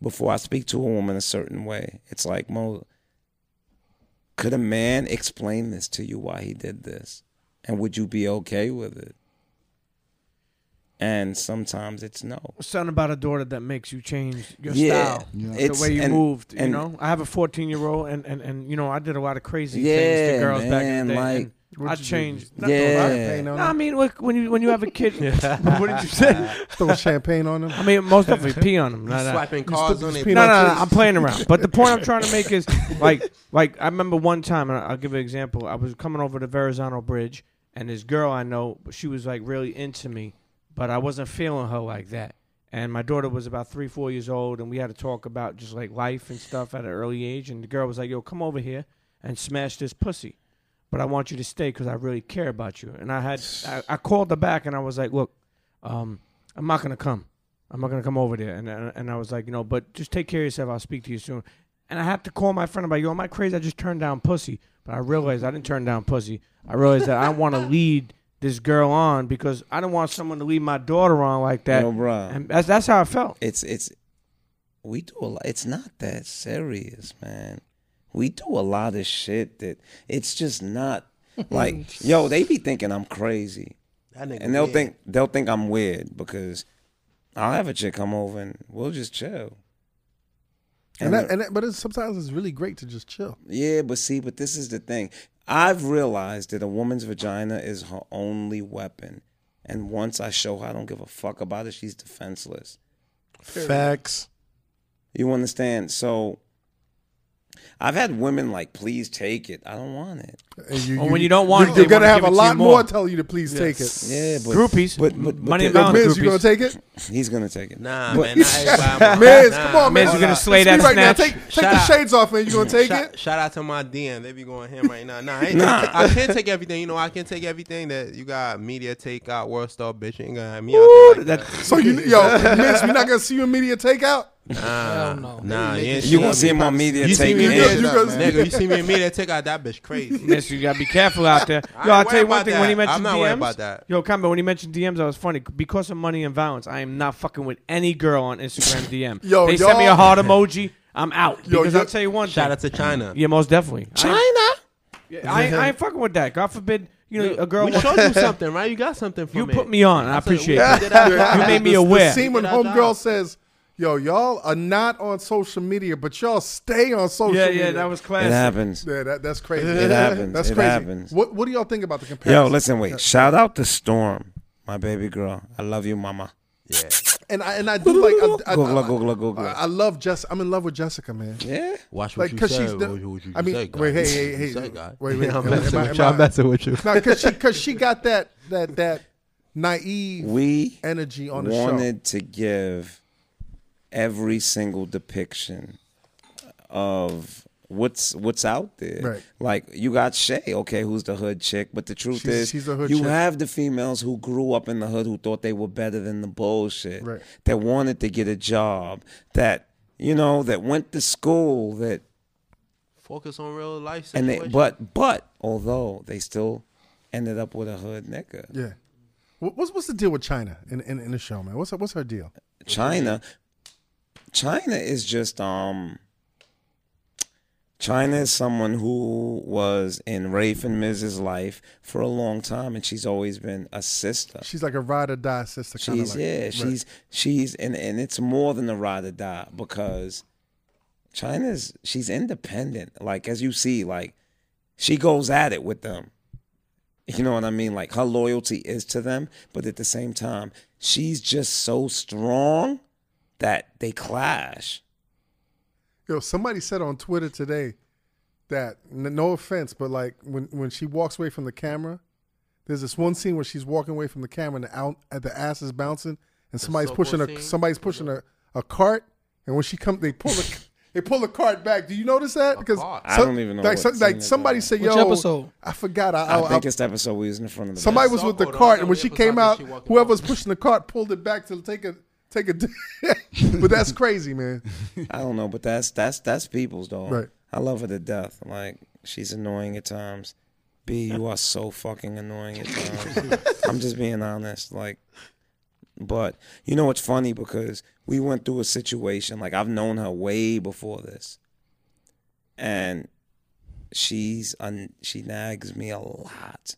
before I speak to a woman a certain way, it's like Mo. Could a man explain this to you why he did this, and would you be okay with it? And sometimes it's no.
Something about a daughter that makes you change your
yeah,
style.
Yeah.
It's,
the way you
and-
moved, you
and-
know. I have a 14 year old, and, and and you know, I did a lot of crazy things
Yeah,
to girls back in
man,
the day.
like-
and I changed.
Yeah.
No, I mean, look, when you when you have a *laughs* kid, what did you say?
Throw
*laughs*
champagne on them.
I mean, most of it pee on them. Not, not,
Swiping cars on
pee
it.
on-
no, no, no,
Peanuts.
I'm playing around. *laughs* But the point I'm trying to make is like, like I remember one time, and I'll give an example. I was coming over the Verrazano Bridge, and this girl I know, she was like really into me, but I wasn't feeling her like that. And my daughter was about three, four years old, and we had to talk about just like life and stuff at an early age. And the girl was like, "Yo, come over here and smash this pussy." But I want you to stay because I really care about you. And I had, I, I called her back and I was like, look, um, I'm not gonna come. I'm not gonna come over there. And, and and I was like, you know, but just take care of yourself. I'll speak to you soon. And I had to call my friend about, yo, am I crazy? I just turned down pussy. But I realized I didn't turn down pussy. I realized that I want to lead this girl on because I don't want someone to lead my daughter on like that.
Yo, bruh.
And that's that's how I felt.
it's it's we do a lot it's not that serious man we do a lot of shit that it's
*laughs*
just not like yo they be thinking i'm crazy
That nigga
and they'll
weird.
think they'll think i'm weird because i'll have a chick come over and we'll just chill
And that, and that, but it's, sometimes it's really great to just chill.
yeah, but see, but this is the thing. I've realized that a woman's vagina is her only weapon. And once I show her I don't give a fuck about it, she's defenseless.
Facts.
You understand? So I've had women like, please take it. I don't want it.
And you,
Or when you don't want it,
you're
they
gonna
wanna
have
give
a
it to you
lot
more.
more telling you to please take it.
Yeah, but
Groupies.
But, but, but
Money
the-
and
Yo,
value.
Miz, you
groupies.
gonna take it?
he's gonna take it.
Nah,
*laughs* But-
man. not
*laughs*
everybody-
Miz,
nah.
come on, man.
Miz, you're gonna
It's
slay
me
that
right now.
snatch.
Take, take the
out.
shades off, man. You gonna take
shout,
it?
shout out to my DM. They be going him right now. Nah, I, ain't I can't take everything. You know, I can't take everything that you got. Media take out, world star bitch. You ain't gonna have me out there like that.
So you, yo,
*laughs*
Miz, we're not gonna see you in media takeout.
Nah,
no.
nah, you ain't
you
shit.
gonna see him on media
You see
taking
me
you
in
you
it.
media,
go-
nigga. You see me in media take out that
*laughs*
bitch crazy.
Yes, you gotta be careful out there.
*laughs* I
Yo, I'll
ain't
tell you
worried
one
about
thing. When he
that.
mentioned
I'm not
DMs,
worried about that.
yo, combo. When he mentioned DMs, I was funny because of money and violence. I am not fucking with any girl on Instagram
*laughs*
DM.
Yo,
they sent me a
y'all-
heart emoji. I'm out
Yo,
because
yo-
I'll tell you one
Shout
thing.
out to China.
yeah, most definitely. I ain't, yeah, I, ain't- I ain't fucking with that. God forbid, you know, a girl.
we
wants-
showed
*laughs*
you something, right? You got something from
you
it.
put me on. and I appreciate
We
it.
did our job.
You made me aware.
See when
Get our
homegirl
job.
says, "Yo, y'all are not on social media, but y'all stay on social."
Yeah,
media.
yeah, that was
It
classic.
happens.
Yeah, that, that's crazy.
It happens.
That's
It
crazy.
happens.
What What do y'all think about the comparison?
Yo, listen, wait. Shout out to Storm, my baby girl. I love you, mama.
and I and I do like I, I,
Google,
I,
Google, Google.
I- I love Jess. I'm in love with Jessica, man.
Yeah.
*laughs* Watch
Like,
what you
cause
say.
she's the-
what you- what you
I mean,
say, guy.
wait, hey,
What
hey,
you
hey,
say, guy.
wait, wait,
*laughs*
am
I'm
I-
messing
am
with
I-
you. I'm messing with you.
No, because she because she got that that that naive
We
energy on the show.
wanted to give every single depiction of what's what's out there.
Right.
Like you got Shay, okay, who's the hood chick, but the truth
She's-
is
she's a hood
you
chick.
have the females who grew up in the hood who thought they were better than the bullshit.
Right.
That wanted to get a job, that you know, that went to school, that
Focus on real life
and
situation.
they but but although they still ended up with a hood nigga.
Yeah. What- What's what's the deal with China in, in, in the show, man? What's her, what's her deal?
China China is just um China is someone who was in Rafe and Miz's life for a long time and she's always been a sister.
She's like a ride or die sister. kinda
She's
like,
yeah,
Right.
she's she's and and it's more than a ride or die because China's she's independent. Like as you see, like she goes at it with them. You know what I mean? Like her loyalty is to them, but at the same time, she's just so strong that they clash.
Yo, somebody said on Twitter today that n- no offense, but like when when she walks away from the camera, there's this one scene where she's walking away from the camera and the out at the ass is bouncing and somebody's
softball
pushing a
scene?
somebody's pushing a, a cart and when she comes they pull the *laughs* They pull the cart back. Do you notice that? Because
cart?
some-
I don't even know
Like,
what
some- like
scene that
somebody
was.
said,
Which
"Yo,
episode?
I forgot." I,
I,
I,
think it's the episode we was in front of the
somebody
bus.
was with the
Hold on,
cart,
I
and
know
when
the
she
episode
came
that
out,
she walked
whoever was pushing the cart pulled it back to take a take a. *laughs* but that's crazy,
*laughs*
man.
I don't know, but that's that's that's people's dog.
Right.
I love her to death. I'm like she's annoying at times. B, you are so fucking annoying at times. I'm just being honest. Like, but you know what's funny because we went through a situation. Like I've known her way before this, and she's un, she nags me a lot.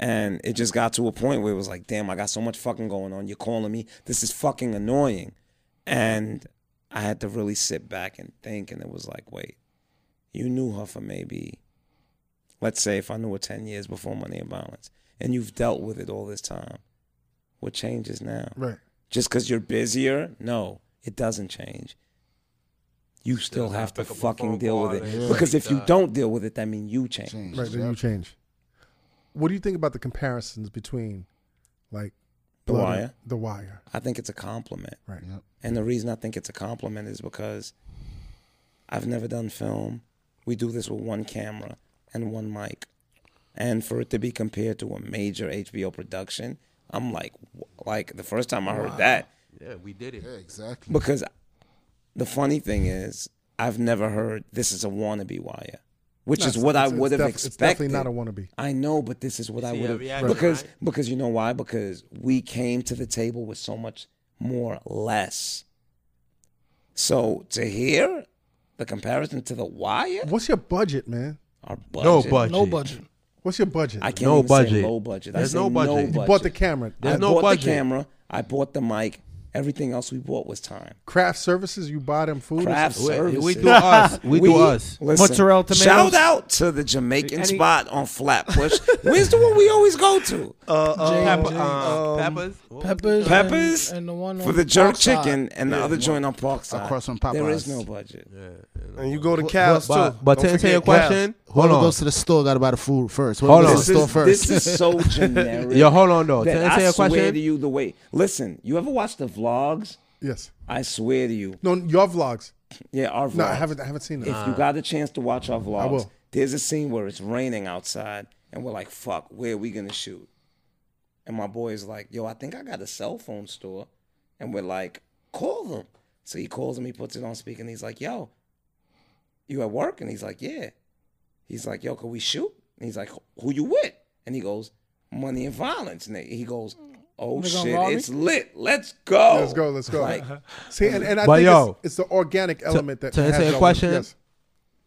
And it just got to a point where it was like, damn, I got so much fucking going on. You're calling me. This is fucking annoying. And I had to really sit back and think, and it was like, wait, you knew her for maybe, let's say, if I knew her 10 years before Money and Violence, and you've dealt with it all this time, what changes now?
Right.
Just because you're busier? No, it doesn't change. You still have to
pick up a
fucking
phone
deal with
call and
it.
it's
Because
like
if you
that.
don't deal with it, that means you change.
Change.
Right, then
Yep.
you change. What do you think about the comparisons between, like,
The
Blood-
Wire.
The Wire,
I think it's a compliment.
right?
Yep.
And the reason I think it's a compliment is because I've never done film. We do this with one camera and one mic. And for it to be compared to a major HBO production, I'm like, wh- like the first time I heard that,
Yeah, we did it.
Yeah, exactly.
because the funny thing is, I've never heard this is a wannabe wire, which
No,
is
it's-
what I
it's- it's
would have
def-
expected.
It's definitely not a wannabe.
I know, but this is what I
see
would
her
have
reaction,
because
right?
because you know why? Because we came to the table with so much more less. So to hear the comparison to the wire,
What's your budget, man?
our budget,
No budget.
No budget.
What's your budget?
I can't
No
even say
budget.
low budget.
There's
I say
no budget. You
you bought the camera.
I
There's no
bought
budget.
the camera. I bought the mic. Everything else we bought was time.
Craft services. You buy them food. or
Craft
something?
services.
We do us. We, do us.
Listen,
Mozzarella tomatoes.
Shout out to the Jamaican
Any-
spot on
*laughs*
Flatbush. Where's the one we always go to?
Pepper,
Jay-
um,
um,
peppers. What was
Peppers. and-
Peppers
And, the one
for
on
the jerk
Parkside.
chicken and the other joint on Parkside.
Across from
There
Popeyes.
is no budget.
And you go to cows
but,
too.
but
Don't
to answer
forget
your
cows.
question, hold
Whoever
on.
goes to the store got to buy the food first.
Hold
Whoever goes to the
This
store
is, this
first.
is so generic.
Yo, hold on though. To
that
answer
I
your
swear
question,
to you, the way. Listen, you ever watch the vlogs?
Yes.
I swear to you.
No, your vlogs.
Yeah, our vlogs.
No, I haven't. I haven't seen them.
If you got a chance to watch our vlogs,
will.
there's a scene where it's raining outside, and we're like, "Fuck, where are we gonna shoot?" And my boy is like, "Yo, I think I got a cell phone store," and we're like, "Call them." So he calls him. He puts it on speaker, and he's like, "Yo, you at work?" And he's like, "Yeah." He's like, "Yo, can we shoot?" And he's like, "Who you with?" And he goes, "Money and violence." And he goes, "Oh
They gonna
shit,
rob me?"
it's lit. Let's go.
Let's go. Let's go. *laughs*
Like,
See, and, and I
But
think
yo,
it's, it's the organic element that.
to answer
has
your
y'all-
question,
yes.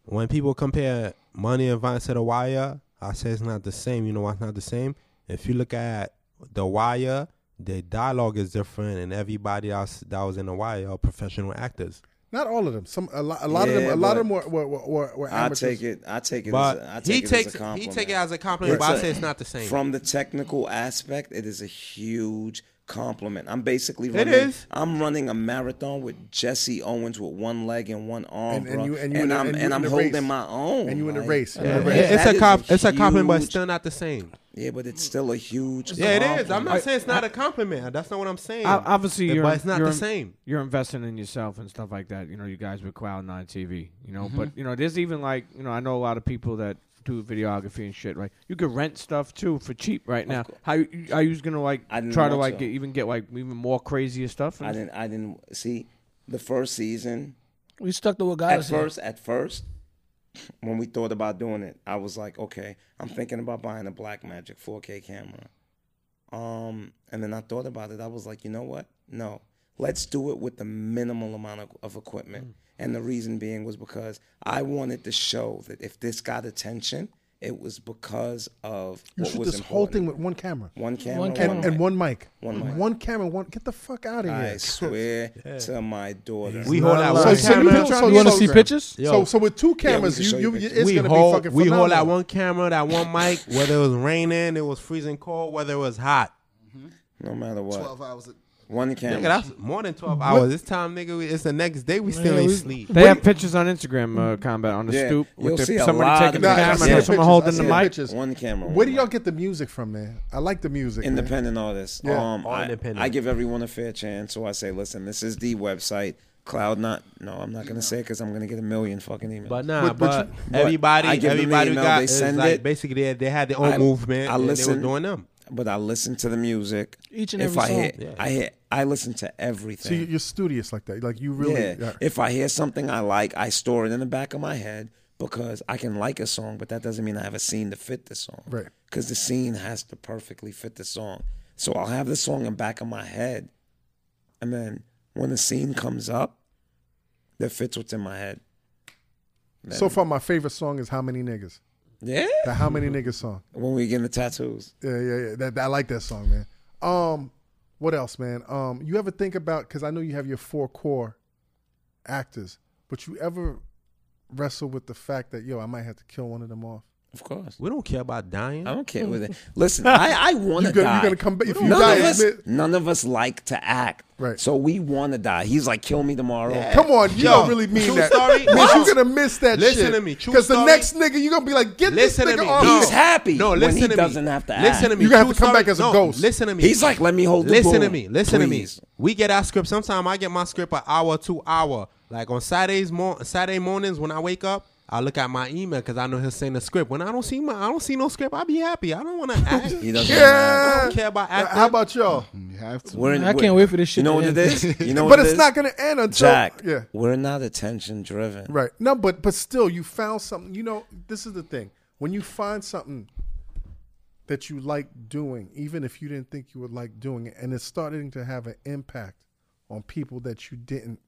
when people compare money and violence to the wire, I say it's not the same. You know why it's not the same? If you look at the wire, the dialogue is different, and everybody else that was in the wire are professional actors.
Not all of them. Some a lot. A lot of
Yeah,
them. A lot of
but
them were were were, were, were
I
amateurs.
take it. I take it.
But
as a, I
he
take it
takes
as a compliment.
he take it as a compliment, but I say it's not the same.
From the technical aspect, it is a huge compliment. I'm basically
It
running,
is.
I'm running a marathon with Jesse Owens with one leg and one arm,
And- and
bro.
you- and you in the-
I'm
and you in
and I'm
the
holding
race.
my own.
And you in the
like,
race. You in
Yeah,
the
that-
race.
it- it's
that
a
is
comp, it's a compliment, but it's
huge-
still not the same.
Yeah, but it's still a huge.
Yeah, it is. I'm
compliment.
not saying it's not a compliment. That's not what I'm saying.
O- obviously,
But
you're
it's not
you're,
the same.
You're investing in yourself and stuff like that. You know, you guys with Cloud Nine TV. You know,
Mm-hmm.
but you know, there's even like you know, I know a lot of people that do videography and shit. Right, you could rent stuff too for cheap right now. How you, are you gonna like
I didn't
try to
want
like
to.
get, even get like even more crazier stuff?
I didn't. I didn't see the first season.
We stuck to what got
at
us here.
first, at first, when we thought about doing it, I was like, okay, I'm thinking about buying a Black Magic 4K camera. Um, and then I thought about it. I was like, you know what? No, let's do it with the minimal amount of, of equipment. And the reason being was because I wanted to show that if this got attention, it was because of
You
what
shoot
was
this whole thing
important.
with one camera.
one camera,
One
one
camera.
and, and
mic.
one mic.
One mic.
One camera. One. Get the fuck out of
I
here. *laughs*
swear to my daughter.
we hold out
So-
one
so you
camera.
feel- so
You want to
so-
see pictures?
So, so with two cameras,
can show
you,
you
you,
pictures.
it's
we
gonna
hold,
be fucking
we hold that
phenomenal.
one camera, that one mic, whether it was raining, it was freezing cold, whether it was hot.
no matter what,
12 hours.
one
Nigga,
camera.
that's more than twelve hours. This time, nigga, we- it's the next day. We still ain't sleep.
They have pictures on Instagram,
Mm-hmm.
uh, combat on the
Yeah,
stoop
you'll
with the,
see a
somebody
lot
taking
of
the
Nah, I
camera,
pictures.
see the
and
Yeah.
someone
pictures. I
holding the
see
mic.
pictures.
One camera.
Where
one
do
mic.
y'all get the music from, man? I like the music. man.
independent artists.
Yeah.
Um,
All
I,
independent.
I give everyone a fair chance, so I say, listen, this is the website. Cloud not. No, I'm not gonna say it because I'm gonna get a million fucking emails.
But nah,
But-
but,
but
everybody,
I give them the
everybody we
email,
got
they
is
send
like
it.
basically they, they had their own
I-
movement.
I
and They
listen.
were doing them.
but I listen to the music.
Each and
if
every
I
song.
hear, I hear, I listen to everything.
So you- you're studious like that. Like you really.
yeah. If I hear something I like, I store it in the back of my head because I can like a song, but that doesn't mean I have a scene to fit the song.
Right.
Because the scene has to perfectly fit the song. So I'll have the song in back of my head, and then when the scene comes up, that fits what's in my head. Then-
so far, my favorite song is "How Many Niggas."
yeah.
The "How
*laughs*
Many Niggas" song.
When we get the tattoos,
Yeah, yeah, yeah. That, I like that song, man. Um, what else, man? Um, you ever think about? Because I know you have your four core actors, but you ever wrestle with the fact that yo, I might have to kill one of them off.
of course.
We don't care about dying.
I don't care with
*laughs*
it. Listen, I, I want
You
to
go- you
die.
gotta come back- if you
none
die,
of us,
admit-
none of us like to act.
Right.
So we want to die. He's like, kill me tomorrow.
Come on, you
Yo,
don't really mean
true
that.
story?
Miss,
What?
you gonna miss that
Listen
shit.
to me, true
Because the
story?
next nigga, you gonna be like, get
Listen
this
to
nigga
me.
off.
No.
oh, He's happy
No,
when
listen
he
to me.
doesn't have to
Listen
act.
to me.
You gotta
True
come
story-
back as a
no,
ghost.
Listen to me.
He's like, let me hold the
Listen to
broom,
me. Listen
please.
to me. We get our script. Sometimes I get my script an hour, two hour. Like on Saturdays, mor- Saturday mornings when I wake up, I look at my email because I know he'll send a script. When I don't see my, I don't see no script. I be happy. I don't want
*laughs*
to act.
He doesn't
Yeah.
I don't care about acting.
How about y'all?
You have to.
We're in,
I
we're-
can't wait for this shit
You know
to
what it
end.
is? You
*laughs*
know what
But
it
it's
is?
not gonna end *laughs* until
Jack,
yeah.
we're not attention driven.
Right. No, but but still, you found something. You know, this is the thing. When you find something that you like doing, even if you didn't think you would like doing it, and it's starting to have an impact on people that you didn't.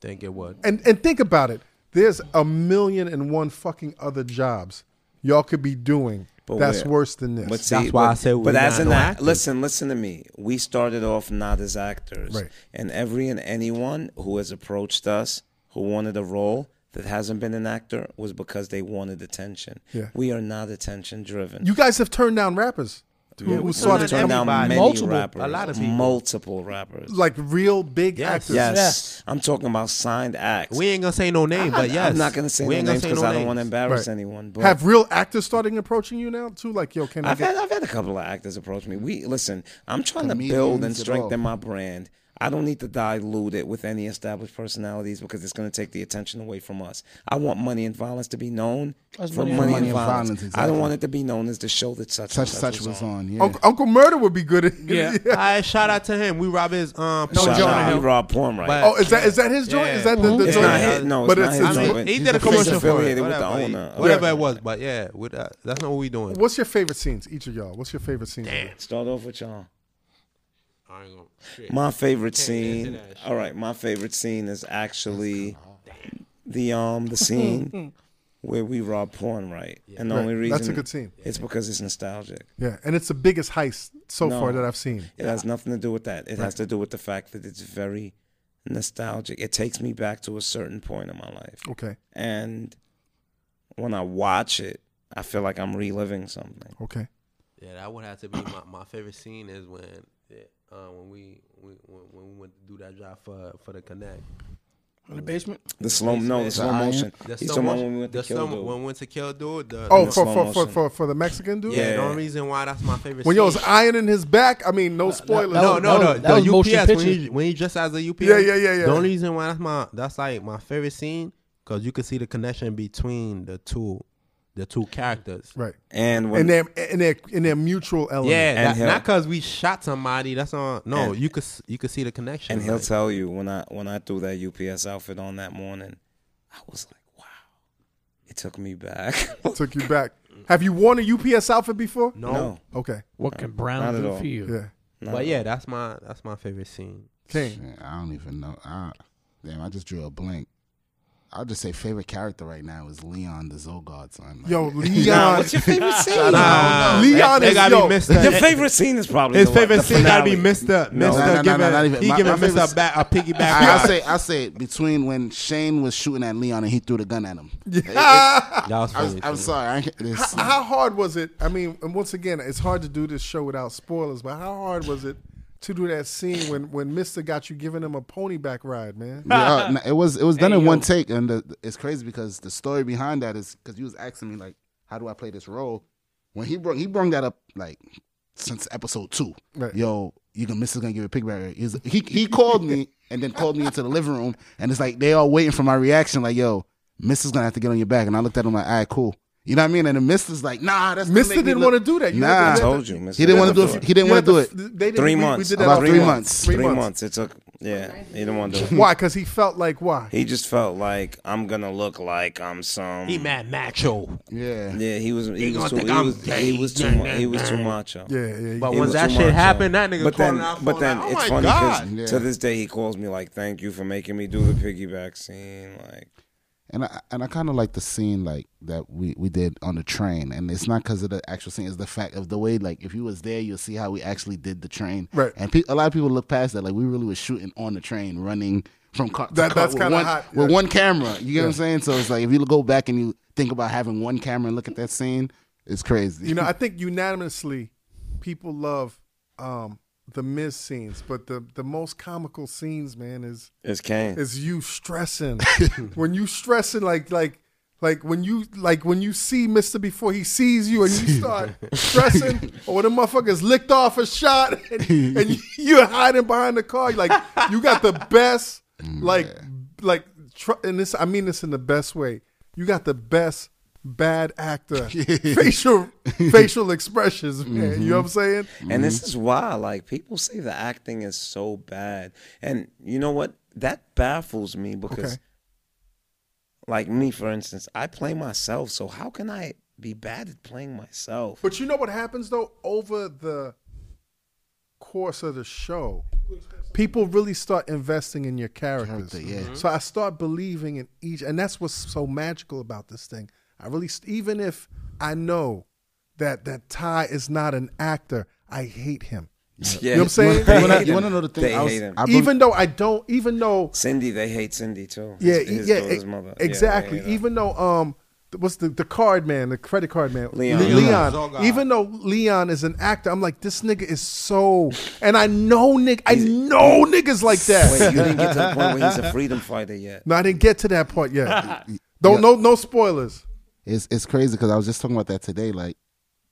Think it would.
And and think about it. There's a million and one fucking other jobs y'all could be doing
But
that's
we're-
worse than this.
But see,
That's why
but,
I said
But
we're
as
not
an
no
act,
actors.
listen, listen to me. We started off not as actors,
Right.
and every and anyone who has approached us who wanted a role that hasn't been an actor was because they wanted attention.
Yeah.
We are not attention driven.
you guys have turned down rappers who, who started
turned
down
everybody.
many
Multiple.
rappers,
A lot of people.
multiple rappers.
like real big
Yes.
actors.
Yes.
Yes.
I'm talking about signed acts.
We ain't gonna say no name, but yes,
I'm not gonna say
we
no
ain't
names because I don't want to
names.
embarrass
Right.
anyone. But
Have real actors starting approaching you now too? Like, yo, can I
I've
get *laughs*
had I've had a couple of actors approach me. We listen. I'm trying to
Comedians
build
and
and strengthen
all.
my brand. I don't need to dilute it with any established personalities because it's going to take the attention away from us. I want money and violence to be known
That's
for
Money
money,
and
and
Violence.
violence. I
Exactly.
don't want it to be known as the show that such
Such such was on. Yeah.
Uncle, Uncle Murder would be good. At, *laughs*
Yeah.
I shout out to him. We rob his um.
No,
porn
Shout
shop.
out, he robbed porn right.
*laughs* But-
Oh, is that is that his joint?
Yeah.
Is that the, the
it's
joint?
not his. No,
but
it's,
it's,
not
his
his.
joint.
but
he did a
he's
commercial for it,
affiliated with the
whatever, he-
owner.
Whatever
Yeah.
it was, but yeah, with that, that's not what we doing.
What's your favorite scenes? Each of y'all. What's your favorite scenes?
Start off with y'all. My favorite scene. All right, my favorite scene is actually the um the scene where we rob porn right, and the
Right,
only reason
that's a good scene.
It's because it's nostalgic.
Yeah, and it's the biggest heist so
No.
far that I've seen.
It has nothing to do with that. It has to do with the fact that it's very nostalgic. It takes me back to a certain point in my life,
Okay,
and when I watch it, I feel like I'm reliving something.
okay.
Yeah, that would have to be my, my favorite scene is when yeah, uh, when we when, when when we went to do that job for for the connect.
In the basement.
The slow, no, the
The
slow
iron.
motion.
The
He's
slow
talking about
motion-
when we went
the
to kill
slow-
Dude.
When we went to kill dude. The,
Oh,
In
for,
slow
for, for,
motion.
for for the Mexican dude.
yeah, The
yeah.
only reason why that's my favorite.
When
scene.
y'all was ironing his back. I mean, no spoilers.
no,
that
no,
was-
no.
that was
the
motion
UPS when
picture.
he, when he dressed as a UPS.
Yeah, yeah, yeah, yeah.
The only reason why that's my that's like my favorite scene because you could see the connection between the two, the two characters.
Right.
And when
And their and their and their mutual element.
Yeah,
And
that,
he'll-
not because we shot somebody. That's not no.
And-
you could s- you could see the connection.
And he'll
like-
tell you when I when I threw that UPS outfit on that morning, I was like, wow, it took me back. *laughs*
took you back. Have you worn a UPS outfit before?
no,
no,
Okay.
What can
Not
Brown
at
do
all.
for you?
Yeah.
no,
but yeah, that's my that's my favorite scene.
King.
Shit, I don't even know. I, damn, I just drew a blank. I'll just say favorite character right now is Leon the Zogard son. Like,
Yo,
*laughs*
Nah,
Leon. *laughs*
what's your
*laughs*
favorite scene?
Nah,
Leon
they,
is
gotta
yo,
be Mr.
Your favorite scene is probably
His
the one-
favorite
the
scene gotta be
finale.
Mr.
No,
no, no, no,
Mr.
no, not
giving
even.
he
My-
giving
my favorite
Mr. a back a piggyback.
I, I
ride.
say, I say between when Shane was shooting at Leon and he threw the gun at him.
that was
I was,
funny.
I'm sorry. I, can't- this,
How hard was it? I mean, and once again, it's hard to do this show without spoilers, but how hard was it to do that scene when when Mister got you giving him a pony back ride, man?
Yeah,
*laughs*
uh, no, it was it was done in one take, and the, it's crazy because the story behind that is because you was asking me like, how do I play this role? When he brought he brought that up like since episode two.
Right.
Yo, you gonna miss is gonna give you a pig barrier. He, was, he he
*laughs*
called me and then called me into the living room, and it's like they all waiting for my reaction. Like, yo, Miss is gonna have to get on your back. And I looked at him like, all right, cool. You know what I mean? And the Miss is like, nah, that's gonna
Mister
make me
didn't
look-
want to do that. You
Nah.
I
had to-
told you, Mr.
He didn't want to do
Dillard.
it. He didn't
you had
want to do it.
f- they didn't-
Three
we- we
months.
did that
About
on
three
purpose.
months.
Three
Three
months.
months. It took. Yeah, he didn't want to do
*laughs*
it.
Why? Because he felt like why?
He just felt like I'm gonna look like I'm some.
He mad macho.
Yeah.
Yeah, he was. He
gonna
was too.
think
He
I'm
was, he
gay.
was too.
Yeah,
mu-
yeah,
He was too
yeah.
macho.
yeah, yeah.
But
He
once
was
that
too
shit
macho.
happened, that nigga
But
calling
then,
out
but
phone
then
like, oh
it's
my
funny
God.
because to
Yeah.
this day he calls me like, "Thank you for making me do the piggyback scene." Like,
And I and I kind of like the scene like that we, we did on the train, and it's not because of the actual scene; it's the fact of the way like if you was there, you'll see how we actually did the train.
Right.
And pe- a lot of people look past that, like we really was shooting on the train, running from car to
That-
car
that's
with
kinda
one-
hot,
with
yeah.
one camera. You get what I'm saying? So it's like if you go back and you think about having one camera and look at that scene, it's
*laughs*
crazy.
You know, I think unanimously, people love um, the Miz scenes, but the the most comical scenes, man, is
it's Kane.
is you stressing when you stressing like like. Like when you like when you see Mister before he sees you and you start stressing, or when the motherfucker's licked off a shot *laughs* and, and you're hiding behind the car, like you got the best like like tr- and this I mean this in the best way. You got the best bad actor facial facial expressions, man. You know what I'm saying?
And
Mm-hmm.
this is why, like, people say the acting is so bad. And you know what? That baffles me because,
Okay.
like, me, for instance, I play myself. So, how can I be bad at playing *laughs* myself?
But you know what happens though over the course of the show, people really start investing in your characters.
Character, yeah.
So I start believing in each, and that's what's so magical about this thing. I really, st- even if I know that that Ty is not an actor, I hate him.
Yeah.
You know what I'm saying?
They
You wanna-
hate
you
him.
wanna know the thing?
They
I was-
hate him.
I bel-
even though I don't, even though
Cindy, they hate Cindy too.
yeah,
His- his
yeah,
daughter's
e-
mother. Yeah, they
exactly.
hate her.
Even though um, th- what's the the card man, the credit card man,
Leon.
Le-
Leon.
Leon.
Zogar.
Even though Leon is an actor, I'm like this nigga is so, and I know nigga, I know niggas like that.
Wait, you didn't get to the point where he's a freedom fighter yet.
*laughs* No, I didn't get to that part
*laughs*
yet. Don't no no spoilers.
It's it's crazy because I was just talking about that today. Like,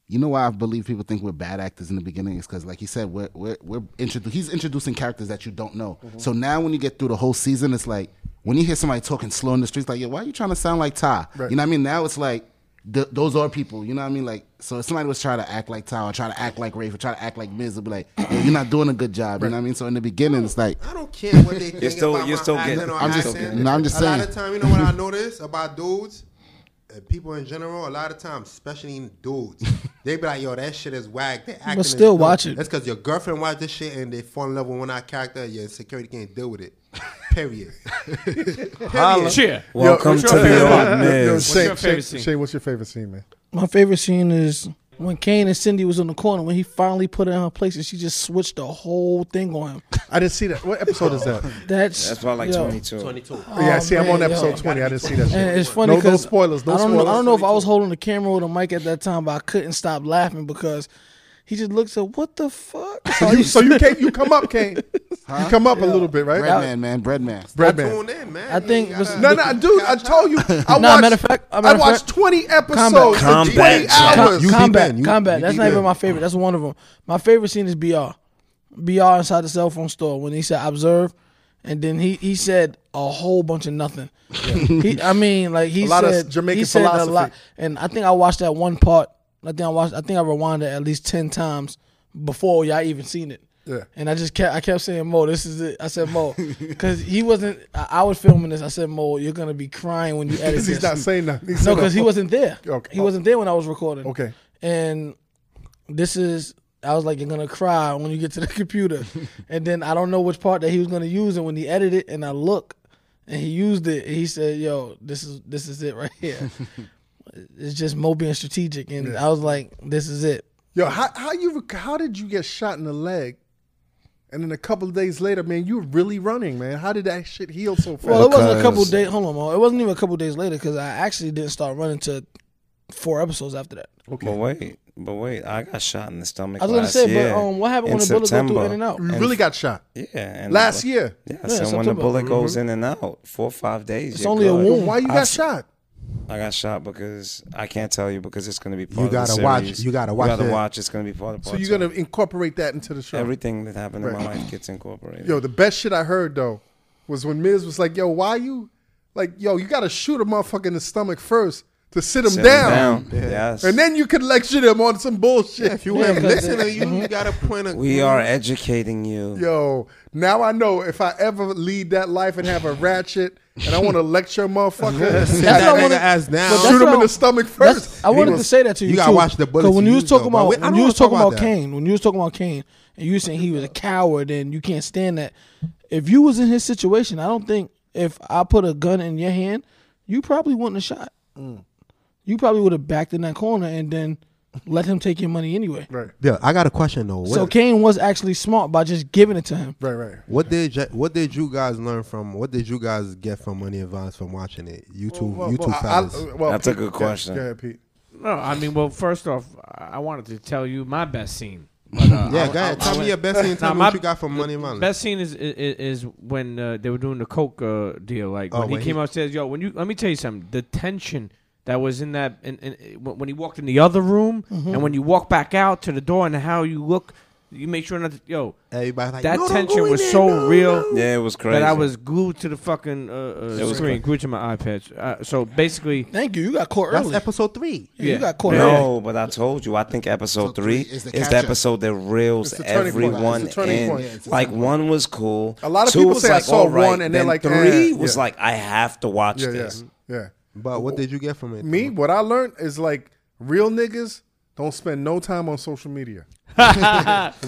you know why I believe people think we're bad actors in the beginning is because, like you said, we're we're we're introdu- he's introducing characters that you don't know. So now when you get through the whole season, it's like when you hear somebody talking slow in the streets, like, yeah, why are you trying to sound like Ty? You know what I mean? Now it's like. Th- those are people, you know what I mean? Like, so if somebody was trying to act like Ty or try to act like Rafe or try to act like Miz, it'd be like, "Yo, you're not doing a good job, you know what I mean? So in the beginning, it's like,
I don't care what they think
still-
about
you're
my
still
accent
getting-
or
I'm
just-
accent.
no, I'm just
a lot
saying.
of time, you know what I notice about dudes, and people in general, a lot of times, especially in *laughs* dudes, they be like, "Yo, that shit is whack." They acting is
still
dope.
watch it.
That's because your girlfriend watched this shit and they fall in love with one of our character. Your security can't deal with it. *laughs* Period. Period.
Cheer.
Welcome to the old Miz.
Shane,
your favorite
Shane-
scene?
Shane, what's your favorite scene, man?
My favorite scene is when Kane and Cindy was in the corner when he finally put her in her place and she just switched the whole thing on him.
I didn't see that. What episode is that?
That's
That's probably like
yo. Oh,
22.
yeah, see, I'm
man,
on episode
yo.
20. I didn't see that.
And
shit.
it's funny
No- no
because
spoilers, no
I don't know. I
spoilers.
don't know if I was holding the camera or the mic at that time, but I couldn't stop laughing because he just looks at what the fuck.
So you,
*laughs*
so you came, you come up, Kane. You come up a little bit, right?
bread man, man, bread man.
Bread man.
Tune in, man.
I
*laughs*
think
You
was-
gotta-
No, no, dude. I told
*laughs*
you. I
Nah,
watched.
matter of fact- uh,
I
matter of
watched
fact-
20
Combat.
episodes in
Combat.
20 hours.
You
combat,
deep in. You-
combat.
you
That's
deep
not even
in.
my favorite. That's one of them. My favorite scene is BR. BR inside the cell phone store when he said observe, and then he he said a whole bunch of nothing. he, I mean, like he
A lot of
said
Jamaican
he said
philosophy.
a lot, and I think I watched that one part. I think I watched. I think I rewinded at least ten times before y'all even seen it.
Yeah.
And I just kept I kept saying Mo, this is it. I said
*laughs*
Mo, because he wasn't. I, I was filming this. I said Mo, you're gonna be crying
*laughs*
when you edit
Because
this.
he's not saying nothing. He's *laughs*
No,
saying
because he wasn't there.
Okay.
He wasn't there when I was recording.
Okay.
And this is, I was like, you're gonna cry when you get to the *laughs* computer. and then I don't know which part that he was gonna use, and when he edited, it, and I look, and he used it, and he said, "Yo, this is this is it right here." *laughs* it's just Mo being strategic, and I was like, "This is it."
Yo, how how you rec- how did you get shot in the leg? And then a couple of days later, man, you were really running, man. How did that shit heal so fast?
Well, it wasn't a couple
Because-
days. Hold on, Mo. It wasn't even a couple days later because I actually didn't start running to four episodes after that.
But wait, but wait, I got shot in the stomach.
I was gonna
last
say, but,
year
um, what happened
in
when the bullet go through
September.
in and out?
you really got shot
Yeah, and
last year.
Yeah,
Yes, and when the
September. mm-hmm.
bullet goes in and out, four or five days.
It's
you're
only a
good.
wound.
Why you
I've
got
s-
shot?
I got shot because I can't tell you because it's going to be part
You
of the
gotta watch-
series.
you gotta watch
gotta
that.
watch. It's going to be part of.
So
part
you're
two.
gonna incorporate that into the show.
everything that happened in
Right.
my life gets incorporated.
Yo, the best shit I heard though was when Miz was like, "Yo, why you like, yo, you gotta shoot a motherfucker in the stomach first to sit him,
Sit
down,
him down. Yes.
and then you could lecture them on some bullshit."
If you
*laughs*
ain't listening, you got to point a.
we are educating you.
Yo, now I know if I ever lead that life and have a ratchet and I want to lecture a motherfucker,
*laughs* Sit
That's
that
what I wanted-
nigga ass down.
But
shoot him
what
in
I-
the stomach
That's,
first.
I wanted
He
to
was-
say that to you.
You gotta
too.
watch the bullets
'Cause when
you
you was
use,
talking
though, but
about
we-
when
I don't
you
wanna
was
talk
talking
about
about
that.
Kane, when you was talking about Kane, and you saying he was a coward and you can't stand that. If you was in his situation, I don't think if I put a gun in your hand, you probably wouldn't have shot.
Mm.
You probably would have backed in that corner and then let him take your money anyway.
right,
Yeah, I got a question though. What,
So Kane was actually smart by just giving it to him.
right, right.
what did you, what did you guys learn from? What did you guys get from Money Advance from watching it? You two,
Well,
you two
well, I-
fellas.
I- well,
That's a
Pete,
good
go-
question.
Go ahead, Pete.
No, I mean, well, first off, I I wanted to tell you my best scene. But, uh,
yeah,
I-
go
I-
ahead.
I
Tell me
went-
your best scene. Tell
Nah,
me
my
what you got from Money Advance.
Best scene is is, is when uh, they were doing the coke uh, deal. Like
Oh,
when
when
he came
he-
upstairs, yo. When you let me tell you something, the tension that was in that, in, in, when when he walked in the other room,
Mm-hmm.
and when you walk back out to the door, and how you look, you make sure not. To, yo,
Everybody like
that
no, don't
tension
go in
was
there,
so
no,
real
no.
Yeah, it was crazy.
that I was glued to the fucking uh,
It
uh,
was
screen, glued to my iPad. Uh,
*laughs*
so basically,
Thank you. You got caught
That's
early.
episode three.
Yeah,
Yeah.
You got caught early.
No, but I told you. I think episode
So
three
three is
is
the
the
catch-up.
episode that reels
It's the turning point.
everyone
It's the turning
in.
point. Yeah, it's
the
like
turning
one was cool.
A lot of
two
people
was
say I
like,
saw
all right,
one and they're
then
like,
three
eh,
was
yeah.
like I have to watch
Yeah, yeah,
this.
yeah.
But what did you get from it?
Mm-hmm.
Me, what I learned is like real niggas don't spend no time on social
*laughs*
media.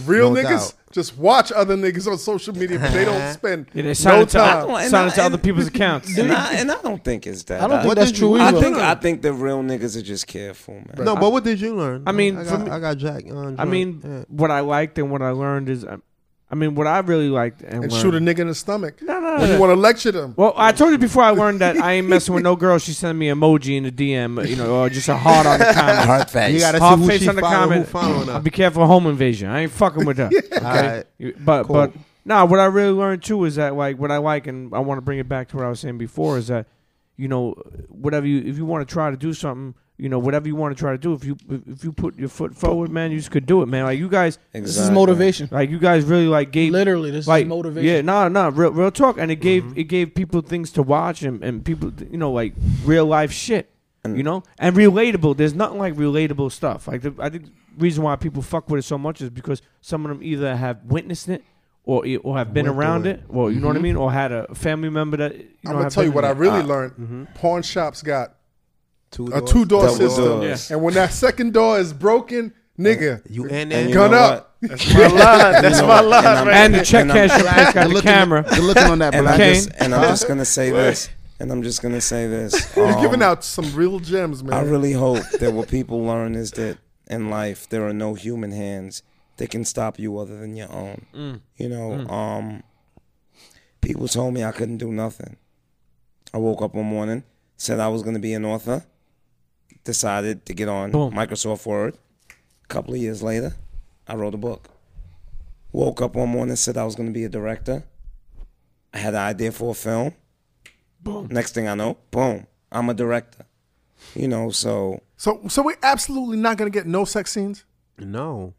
real
No
niggas
doubt.
just watch other niggas on social media, but they
*laughs*
don't spend
yeah, they
no
signed it to,
time.
don't- and
signed
I-
it to other
and- *laughs*
people's accounts.
And I, and I don't think it's that.
I don't think
What
that's
did
true
you-
either.
I think I think the real niggas are just careful, man.
No, but what did you learn?
I mean,
I
for
got,
me-
I got Jack. uh,
I mean,
Jordan.
what I liked and what I learned is, um, I mean, what I really liked and,
and
learned-
shoot a nigga in the stomach.
No, no, no,
When
no.
you want to lecture them.
Well, I told you before I learned that I ain't messing with no girl. She sent me emoji in the DM, you know, or just a heart on the comment.
Heart
yeah. you
face.
gotta
*laughs* Hard
see who
face
she
on the
following, who
comment.
following
Uh,
*laughs* her.
be careful, home invasion. I ain't fucking with that.
Alright.
You- But
Cool.
but nah, what I really learned too is that like what I like, and I want to bring it back to what I was saying before is that you know whatever you if you want to try to do something, you know whatever you want to try to do, if you if- if you put your foot forward, man, you just could do it, man. Like you guys,
This is motivation.
like you guys really like gave
Literally, this
like
is motivation.
Yeah, no, no, real, real talk, and it gave it gave people things to watch and, and people, you know, like real life shit, you know, and relatable. There's nothing like relatable stuff. Like the, I think the reason why people fuck with it so much is because some of them either have witnessed it or e, or have been
Went through
around
it.
it, or you know what I mean, or had a family member that. You know,
I'm gonna
have
tell you
been
what
in
I
it.
really learned.
Mm-hmm.
Pawn shops got
Two
a
doors.
two door
Double
system,
doors.
and when that second door is broken, nigga,
You
And
in there?
you
gun
know
up.
That's
*laughs*
my line. That's my line.
and the check
*laughs*
cash has got the
looking-
camera.
Good looking on *laughs* that
And
black.
I'm
Kane.
just and I'm just gonna say this. And I'm just gonna say this.
*laughs* You're giving
Um,
out some real gems, man.
I really hope that what people learn is that in life there are no human hands that can stop you other than your own. You know, um, people told me I couldn't do nothing. I woke up one morning, said I was going to be an author, decided to get on
Boom.
Microsoft Word. A couple of years later, I wrote a book. Woke up one morning, said I was going to be a director. I had an idea for a film. Boom. Next thing I know, boom, I'm a director. You know, so
so, so we're absolutely not gonna get no sex scenes.
No.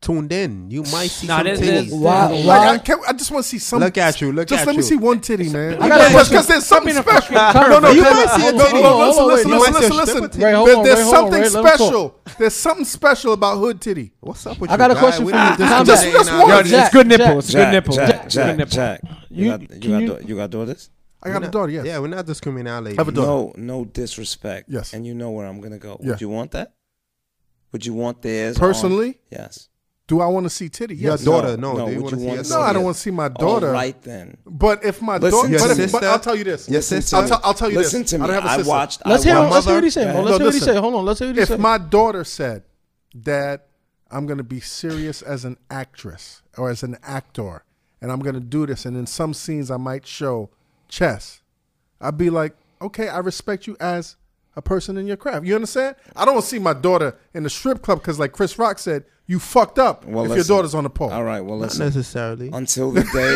Tuned in. You might see
Nah,
some
this-
titties.
this-
Why?
Like, I,
why
can't, I just want to see some.
Look at you, look
just
at
let me
you.
see one titty, man.
I got a
Because
question.
there's something
Stop being a
special.
fucking
No, no,
pervert.
you
might see a titty. Hold
Listen, listen,
on, wait, you might
listen,
see a
listen,
stripper
listen.
titty. Ray,
hold
There-
on, Ray,
There's
hold on,
something
Ray, let him talk.
special. There's something special about hood titty.
What's up with
I
you?
got a
guy?
question
We
for
don't
you.
do
Tom,
this
just-
today,
just
nah.
one.
Yo,
Jack,
it's good nipple.
Jack,
it's
Jack,
good nipple.
Jack,
Good
Jack,
nipple.
Jack. You,
You-
got, you,
can
got
you-
da- you got daughters?
I got a daughter. Yes.
Yeah, we're not discriminating.
Have a daughter.
No, no disrespect.
Yes.
And you know where I'm gonna go.
Yeah.
Would you want that? Would you want theirs on-
Personally?
Yes.
Do I want to see titty?
Your
Yes.
daughter, no.
no,
Do you
would
want to
you
see
want
your
to
No,
daughter?
I don't want to see my daughter.
All right then.
But if my
Listen
daughter,
to
but,
me.
if, but I'll tell you this.
Your sister-
I'll, tell, I'll tell you
listen
this.
to me.
I don't have a sister.
watched.
Let's
I
hear.
watched,
Let's hear what he said.
man.
Hold on, Let's
No,
hear what he
listen.
said. Hold on. Let's hear what he
If
said.
my daughter said, "Dad, I'm going to be serious as an actress or as an actor, and I'm going to do this, and in some scenes I might show chess," I'd be like, "Okay, I respect you as." a person in your craft. You understand? I don't want to see my daughter in the strip club because, like Chris Rock said, you fucked up
Well,
if your
listen.
daughter's on the pole.
All right. Well,
Not
listen.
necessarily.
Until the
*laughs*
day,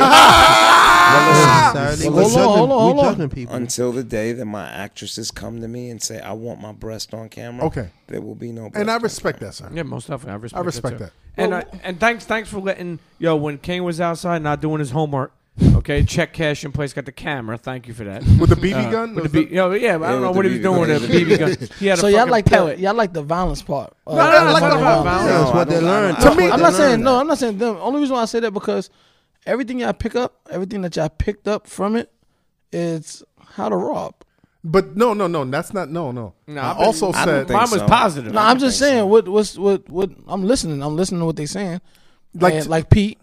Necessarily.
Hold
We're
on,
judging-
hold on, hold
we're
on.
judging people.
until the day that my actresses come to me and say, "I want my breast on camera."
Okay.
There will be no. Breast
And I
on
respect
camera.
that, sir.
Yeah, most definitely. I respect.
I respect
too.
that.
And I, and thanks thanks for letting yo when King was outside not doing his homework. Okay, check cash in place. Got the camera. Thank you for that.
With the BB
Uh,
gun?
with the B, yo, yeah, but I
Yeah,
don't know
with
what
the
he was
BB
doing
gun.
with a BB gun. He had a
So y'all
fucking
like
pellet.
the y'all like the violence part. Uh,
No, no, I like
I'm
the
not-
violence.
No,
That's
I
what they
don't- I
learned.
don't-
To
I
me-
don't
I'm
learn
not saying
that.
no. I'm not saying them. Only reason why I say that because everything y'all pick up, everything that y'all picked up from it, is how to rob.
But no, no, no. That's not. No, no.
No,
I
I
also
I don't
said,
think
Mine was
so.
positive.
No, I'm just
think so.
saying what what's what what I'm listening. I'm listening to what they saying.
Like
Like
t-
like Pete,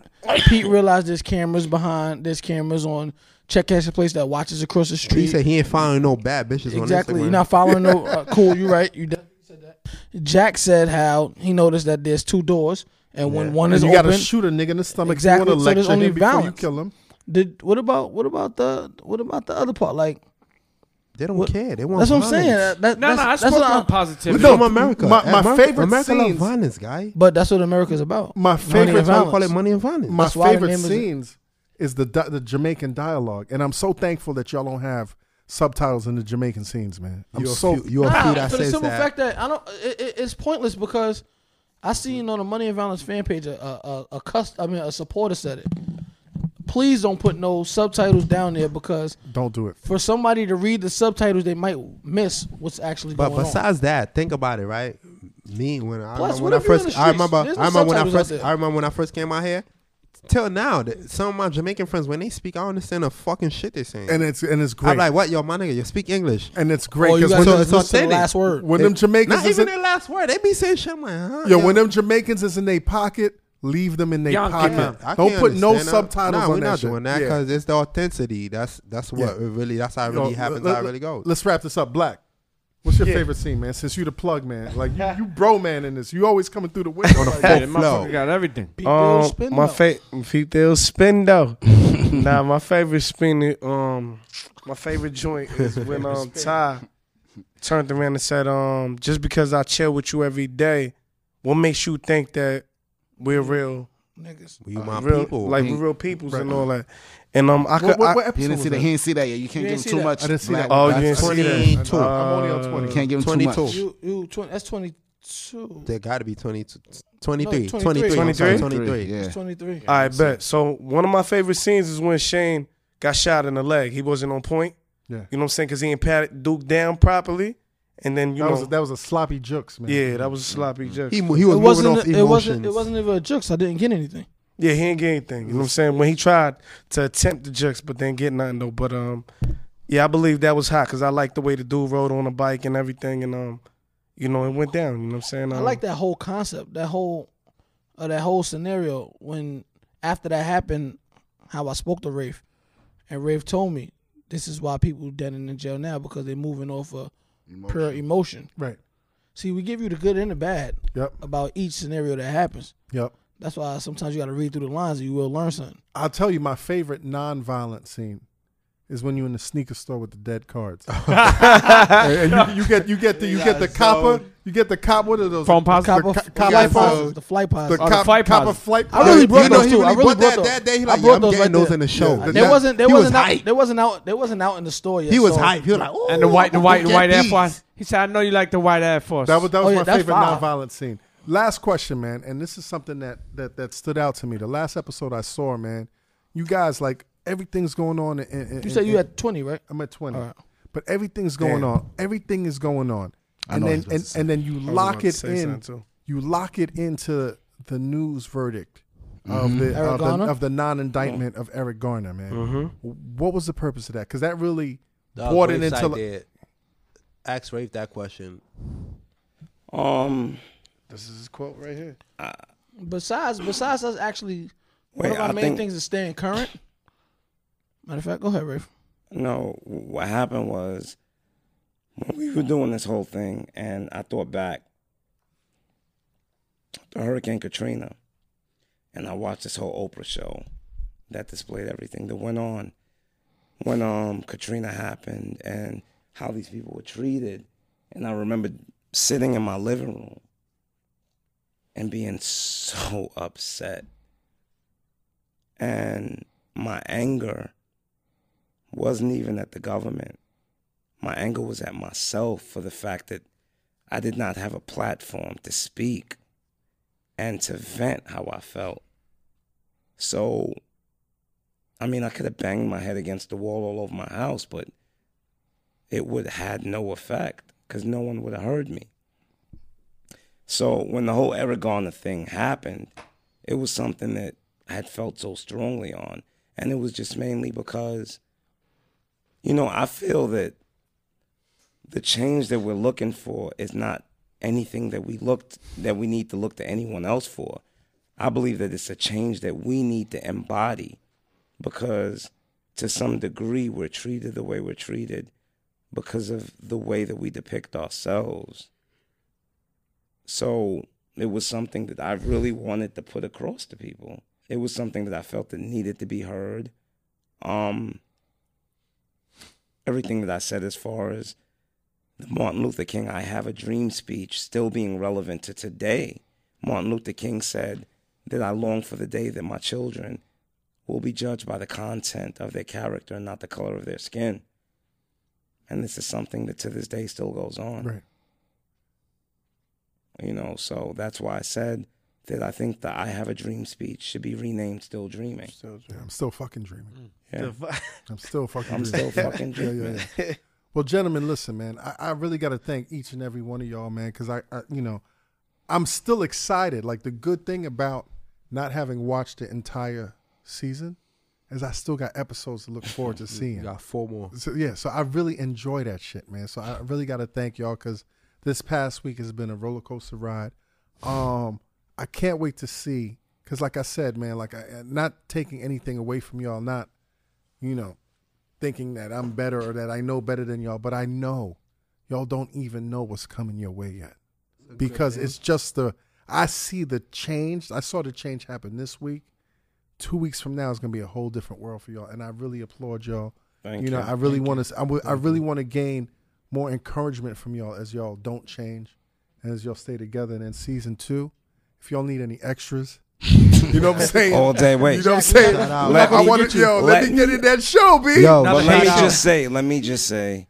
Pete realized there's cameras behind. There's cameras on check cashing place that watches across the
He
street.
said he ain't following no bad bitches on
Exactly.
Instagram.
You're not following no. Uh, cool. You're right. You definitely said that. Jack said how he noticed that there's two doors, and when one
and
is
you got
open,
to shoot a nigga in the stomach.
Exactly,
You want to
so
lecture
there's only
him before you
balance.
kill him.
did what about what about the what about the other part? Like
They don't
What-
care. They want
that's what I'm
violence.
saying. That, that-
No,
that's,
no, I
that's
spoke
what
on
I,
positivity. *laughs*
No,
No,
America.
my- my
America,
favorite
America love
scenes-
violence, guy.
But that's what America's about.
My
Money
favorite-
and
That's why
I
violence.
call it money and violence.
My
That's why the
favorite
name is-
scenes is the di- the Jamaican dialogue, and I'm so thankful that y'all don't have subtitles in the Jamaican scenes, man. I'm
you a
so
few, you a
Nah,
few that
for the
says
simple
that.
fact that I don't, it, it, it's pointless because I seen on the Money and Violence fan page a a, a, a cust, I mean a supporter said it. Please don't put no subtitles down there because
don't do it.
for somebody to read the subtitles, they might miss what's actually
But
going on.
besides that, think about it, right? Me when I
Plus,
remember
what
when I
if you're in
first
the
I
streets?
remember
There's no
I remember when I
subtitles out
first
there.
I remember when I first came out here. Till now, that some of my Jamaican friends when they speak, I don't understand the fucking shit they saying.
And it's and it's great.
I'm like, what, yo, my nigga, you speak English?
and it's
Or
great
you
because
guys
so-
just
so
listen to the
thin it.
last word.
when, when them Jamaicans
Not
is
even
in,
their last word. They be saying shit. I'm like, huh?
yo, when them Jamaicans is in their pocket, leave them in
Yeah,
their
I
pocket.
can't-
Don't put no
understand that.
subtitles
nah,
on
we're
that
not
shit.
doing that
Yeah.
because it's the authenticity. That's that's what
Yeah.
it really. That's how it
Yo,
really happens.
let-
how it
let-
really goes.
Let's wrap this up, Black. What's your favorite scene, man? Since you the plug, man, like you, you bro, man, in this. You always coming through the window. like,
Hey, the
Full flow.
motherfucker got everything. *laughs*
Um,
spin
my
though.
favorite feet they'll spin though. nah, my favorite spin it, um my favorite joint is *laughs* when um Ty turned around and said, um, just because I chill with you every day, what makes you think that we're real
Niggas.
You my
real
people.
like we're real peoples and all that. And um I could
what, what, what
I,
episode
He didn't
was
see that.
that?
He didn't see that yet. You can't
You didn't
give him
see
too
that.
much.
I didn't see
black-
that. Oh,
you
that's-
didn't see that.
I'm
22.
only on
You
twenty.
can't give him too much.
22.
You you twenty. That's twenty two.
There got to be 22, 23,
23.
23, 23,
23?
23.
Yeah.
Twenty three.
I bet. So one of my favorite scenes is when Shane got shot in the leg. He wasn't on point.
Yeah.
You know what I'm saying? Cause he ain't patted Duke down properly. And then you
That
know
was, a, that was a sloppy jokes, man.
Yeah, that was a sloppy
Mm-hmm.
judge.
He, mo- he
It
was moving
wasn't. e,
off emotions.
It wasn't. It wasn't even a joke. So I didn't get anything.
Yeah, he ain't get anything. You know what I'm saying? When he tried to attempt the jukes, but didn't get nothing though. But um, yeah, I believe that was hot because I like the way the dude rode on the bike and everything, and um, you know, it went down. You know what I'm saying?
I
Um,
like that whole concept, that whole, uh, that whole scenario. When after that happened, how I spoke to Rafe, and Rafe told me this is why people dead in the jail now because they're moving off of pure emotion.
Right.
See, we give you the good and the bad
Yep.
about each scenario that happens.
Yep.
That's why sometimes you got to read through the lines, and you will learn something.
I'll tell you my favorite non-violent scene is when you're in the sneaker store with the dead cards.
*laughs*
and and you, you get you get the you
*laughs*
get the copper you get the cop what are those
Phone pods?
The co-
Copper, flight
copper
flight
phone-
pods, the Uh, flight
the
pods.
Oh, the
cop-
flight
copper
pods.
flight
I really brought
you know,
those
he
too. I
really
really
bought
brought
that
those.
that day. He
I
like, yeah,
brought
I'm
those
getting
right
those
there.
in the show.
Yeah,
They
That-
wasn't. They
he was
wasn't out.
hype.
They wasn't out. They wasn't out in the store yet.
He was
so-
hype. He was like, oh,
And the white, the
I'm
white,
gonna
the white
get
Air
these.
Force. He said, "I know you like the white Air Force."
That was that
Oh,
was
yeah,
my
that's
favorite
fire.
non-violent scene. Last question, man, and this is something that that that stood out to me. The last episode I saw, man, you guys like everything's going on. In, in,
You said you had twenty, right?
I'm at twenty,
All right.
but everything's going
Damn.
on. Everything is going on,
I
and
know
then
he's about
and,
to say.
and then you
was about
lock
to
it
say
in.
something, too.
You lock it into the news verdict of the
Eric
of the,
Garner?
of the non-indictment of Eric Garner, man. What was the purpose of that? Because that really
Dog,
brought it
Rafe's
into like,
idea. Ask Rafe that question. Mm,
Um,
this is his quote right here.
Besides, besides us actually,
wait,
one of our
I
main
think
things is staying current. Matter of fact, go ahead, Rafe.
no. What happened was when we were doing this whole thing, and I thought back to Hurricane Katrina, and I watched this whole Oprah show that displayed everything that went on when um Katrina happened and how these people were treated And I remember sitting in my living room and being so *laughs* upset. And my anger wasn't even at the government. My anger was at myself for the fact that I did not have a platform to speak and to vent how I felt. So, I mean, I could have banged my head against the wall all over my house, but it would have had no effect because no one would have heard me. So when the whole Aragona thing happened, it was something that I had felt so strongly on. And it was just mainly because, you know, I feel that the change that we're looking for is not anything that we looked that we need to look to anyone else for. I believe that it's a change that we need to embody because to some degree we're treated the way we're treated because of the way that we depict ourselves. So it was something that I really wanted to put across to people. It was something that I felt that needed to be heard. Um, everything that I said as far as the Martin Luther King I Have a Dream speech still being relevant to today. Martin Luther King said that I long for the day that my children will be judged by the content of their character and not the color of their skin. And this is something that to this day still goes on
Right.
you know so that's why i said that i think the i have a dream speech should be renamed still dreaming
Yeah, I'm still fucking dreaming.
yeah.
I'm still fucking.
i'm
dreaming.
still fucking
*laughs* Yeah, yeah,
dreaming
yeah. Well, gentlemen, listen, man. I, I really got to thank each and every one of y'all, man, because I, I, you know, I'm still excited. Like the good thing about not having watched the entire season is I still got episodes to look forward to seeing.
Got four more.
So yeah, so I really enjoy that shit, man. So I really got to thank y'all because this past week has been a roller coaster ride. Um, I can't wait to see because, like I said, man, like I not taking anything away from y'all, not you know thinking that I'm better or that I know better than y'all, but I know y'all don't even know what's coming your way yet because it's just the I see the change. I saw the change happen this week. Two weeks from now is going to be a whole different world for y'all, and I really applaud y'all.
Thank
you know,
you.
I really want to. I would- I really want to gain more encouragement from y'all as y'all don't change, and as y'all stay together. And in season two, if y'all need any extras, you know what I'm saying.
*laughs* all day wait
You know what I'm saying?
out.
Like,
Let
I
me
want
get
to,
you-
yo, let,
let-
me get in that show, B.
Yo,
Another
but
let me
shout out.
just say let me just say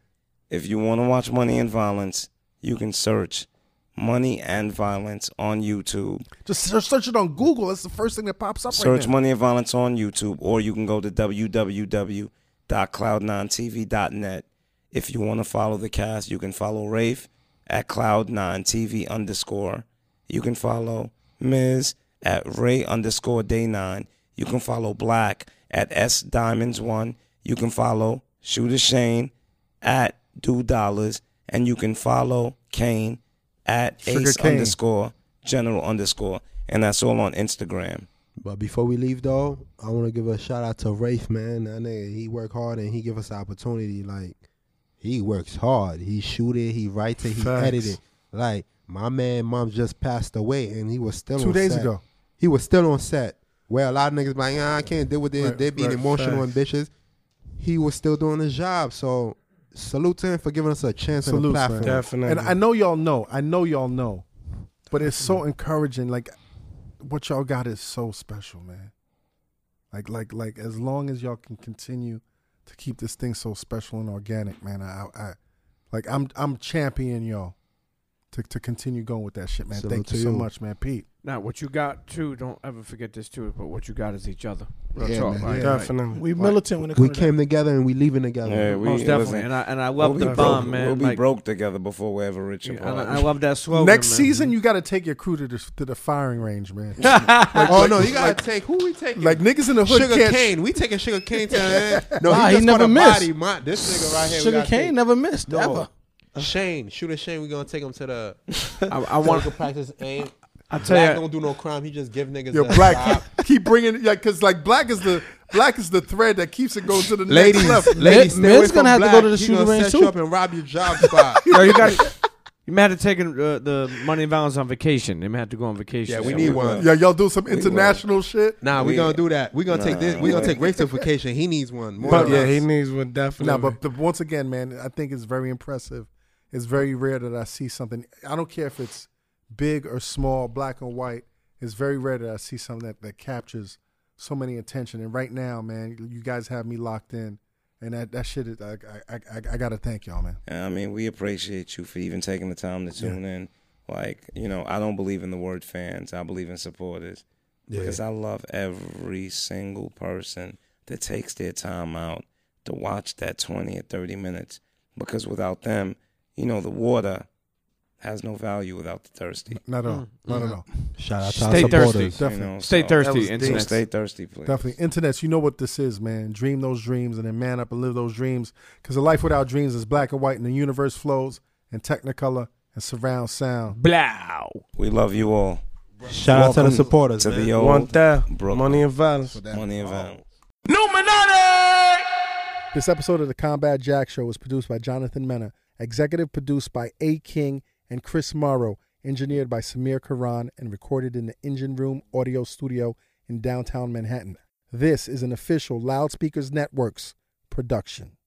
if you want to watch money and violence you can search money and violence on youtube
Just search, search it on Google. That's the first thing that pops up.
search
right now.
money and violence on youtube or you can go to www.cloud9tv.net if you want to follow the cast you can follow rafe at cloud9tv underscore you can follow ms at ray underscore day 9 you can follow black at s diamonds 1 you can follow shooter shane at do dollars and you can follow kane at
Sugar
ace
Kane.
underscore general underscore and that's all on instagram
But before we leave though, I want to give a shout out to Rafe, man. That nigga, he work hard and he give us the opportunity. Like he works hard. He shoot it. He writes it. He
Facts.
edit it. Like my man, mom just passed away, and he was still
Two
on
days
set.
ago.
He was still on set. Where a lot of niggas be like, nah, I can't deal with it.
Right,
They're being
right,
emotional
facts.
and bitches. He was still doing his job. So salute to him for giving us a chance and a
Salute,
platform.
man.
Definitely.
Mm-hmm.
And I know y'all know. I know y'all know. But it's so encouraging. Like what y'all got is so special, man. Like like like as long as y'all can continue to keep this thing so special and organic, man. I I, I like I'm I'm championing y'all to to continue going with that shit, man.
Salute
Thank you
to
so
you.
much, man. Pete.
Now, what you got too? Don't ever forget this too. But what you got is each other. Real
Yeah,
talk,
man.
like, like,
Definitely.
We militant when it comes
We
to
came together and we leaving together.
Yeah, we
Most definitely,
listen,
and I and I
We'll
love
be
the
broke-
bomb, man.
We'll be
like,
broke together before we're ever rich
and
apart.
I, I love that slogan.
Next
man. *laughs*
season you gotta take your crew to the to the firing range, man.
*laughs* oh no, you gotta take who we taking?
like niggas in the hood
Sugar
can't
cane. We taking sugar cane to
*laughs*
No,
Nah,
he,
he
just
never
never
missed.
Body. My, this nigga right here.
that.
we
Sugar
gotta
Cane never missed
take.
ever.
No. Shane, shooter Shane. We gonna take him to the.
I, I
Want
want.
*laughs*
to practice aim.
I tell
Black
you,
don't do no crime. He just give niggas.
Yo,
a
black
*laughs*
vibe.
keep, keep bringing like because like black is the black is the thread that keeps it going to the
Ladies,
next level.
ladies, stay
Men's
away from
gonna have to
black.
go to the
He
shooting
gonna
range
set
too.
you up and rob your job *laughs* spot.
yo, you got. You might have taken uh, the money and violence on vacation. They might have to go on vacation.
yeah, we
somewhere.
need
one.
one.
Yeah, y'all do some international shit.
Nah, we
We-
gonna do that. We gonna
Nah,
take this. We gonna
nah.
take racification. He needs one. More
But
than
yeah,
us.
he needs one definitely.
No, but the, once again, man, I think it's very impressive It's very rare that I see something. I don't care if it's big or small, black or white. It's very rare that I see something that, that captures so many attention. And right now, man, you guys have me locked in, and that that shit is. I I I, I gotta thank y'all, man.
I mean, we appreciate you for even taking the time to tune in. Like, you know, I don't believe in the word fans. I believe in supporters. Because I love every single person that takes their time out to watch that 20 or 30 minutes. Because without them, you know, the water has no value without the thirsty.
Not at all. Not at all.
Shout out to
Stay
our
thirsty.
supporters.
Definitely.
You know,
Stay
so-
thirsty,
was
So
internet.
stay thirsty, please.
Definitely. Internets, you know what this is, man. Dream those dreams and then man up and live those dreams. Because a life without dreams is black and white and the universe flows in technicolor and surround sound.
Blow.
We love you all.
Shout out to the
Welcome
supporters.
To
man.
the old
One thousand.
Brooklyn.
Money and violence.
money event.
This episode of the Combat Jack Show was produced by Jonathan Mena, executive produced by A. King and Chris Morrow, engineered by Samir Karan, and recorded in the Engine Room Audio Studio in downtown Manhattan. This is an official Loudspeakers Networks production.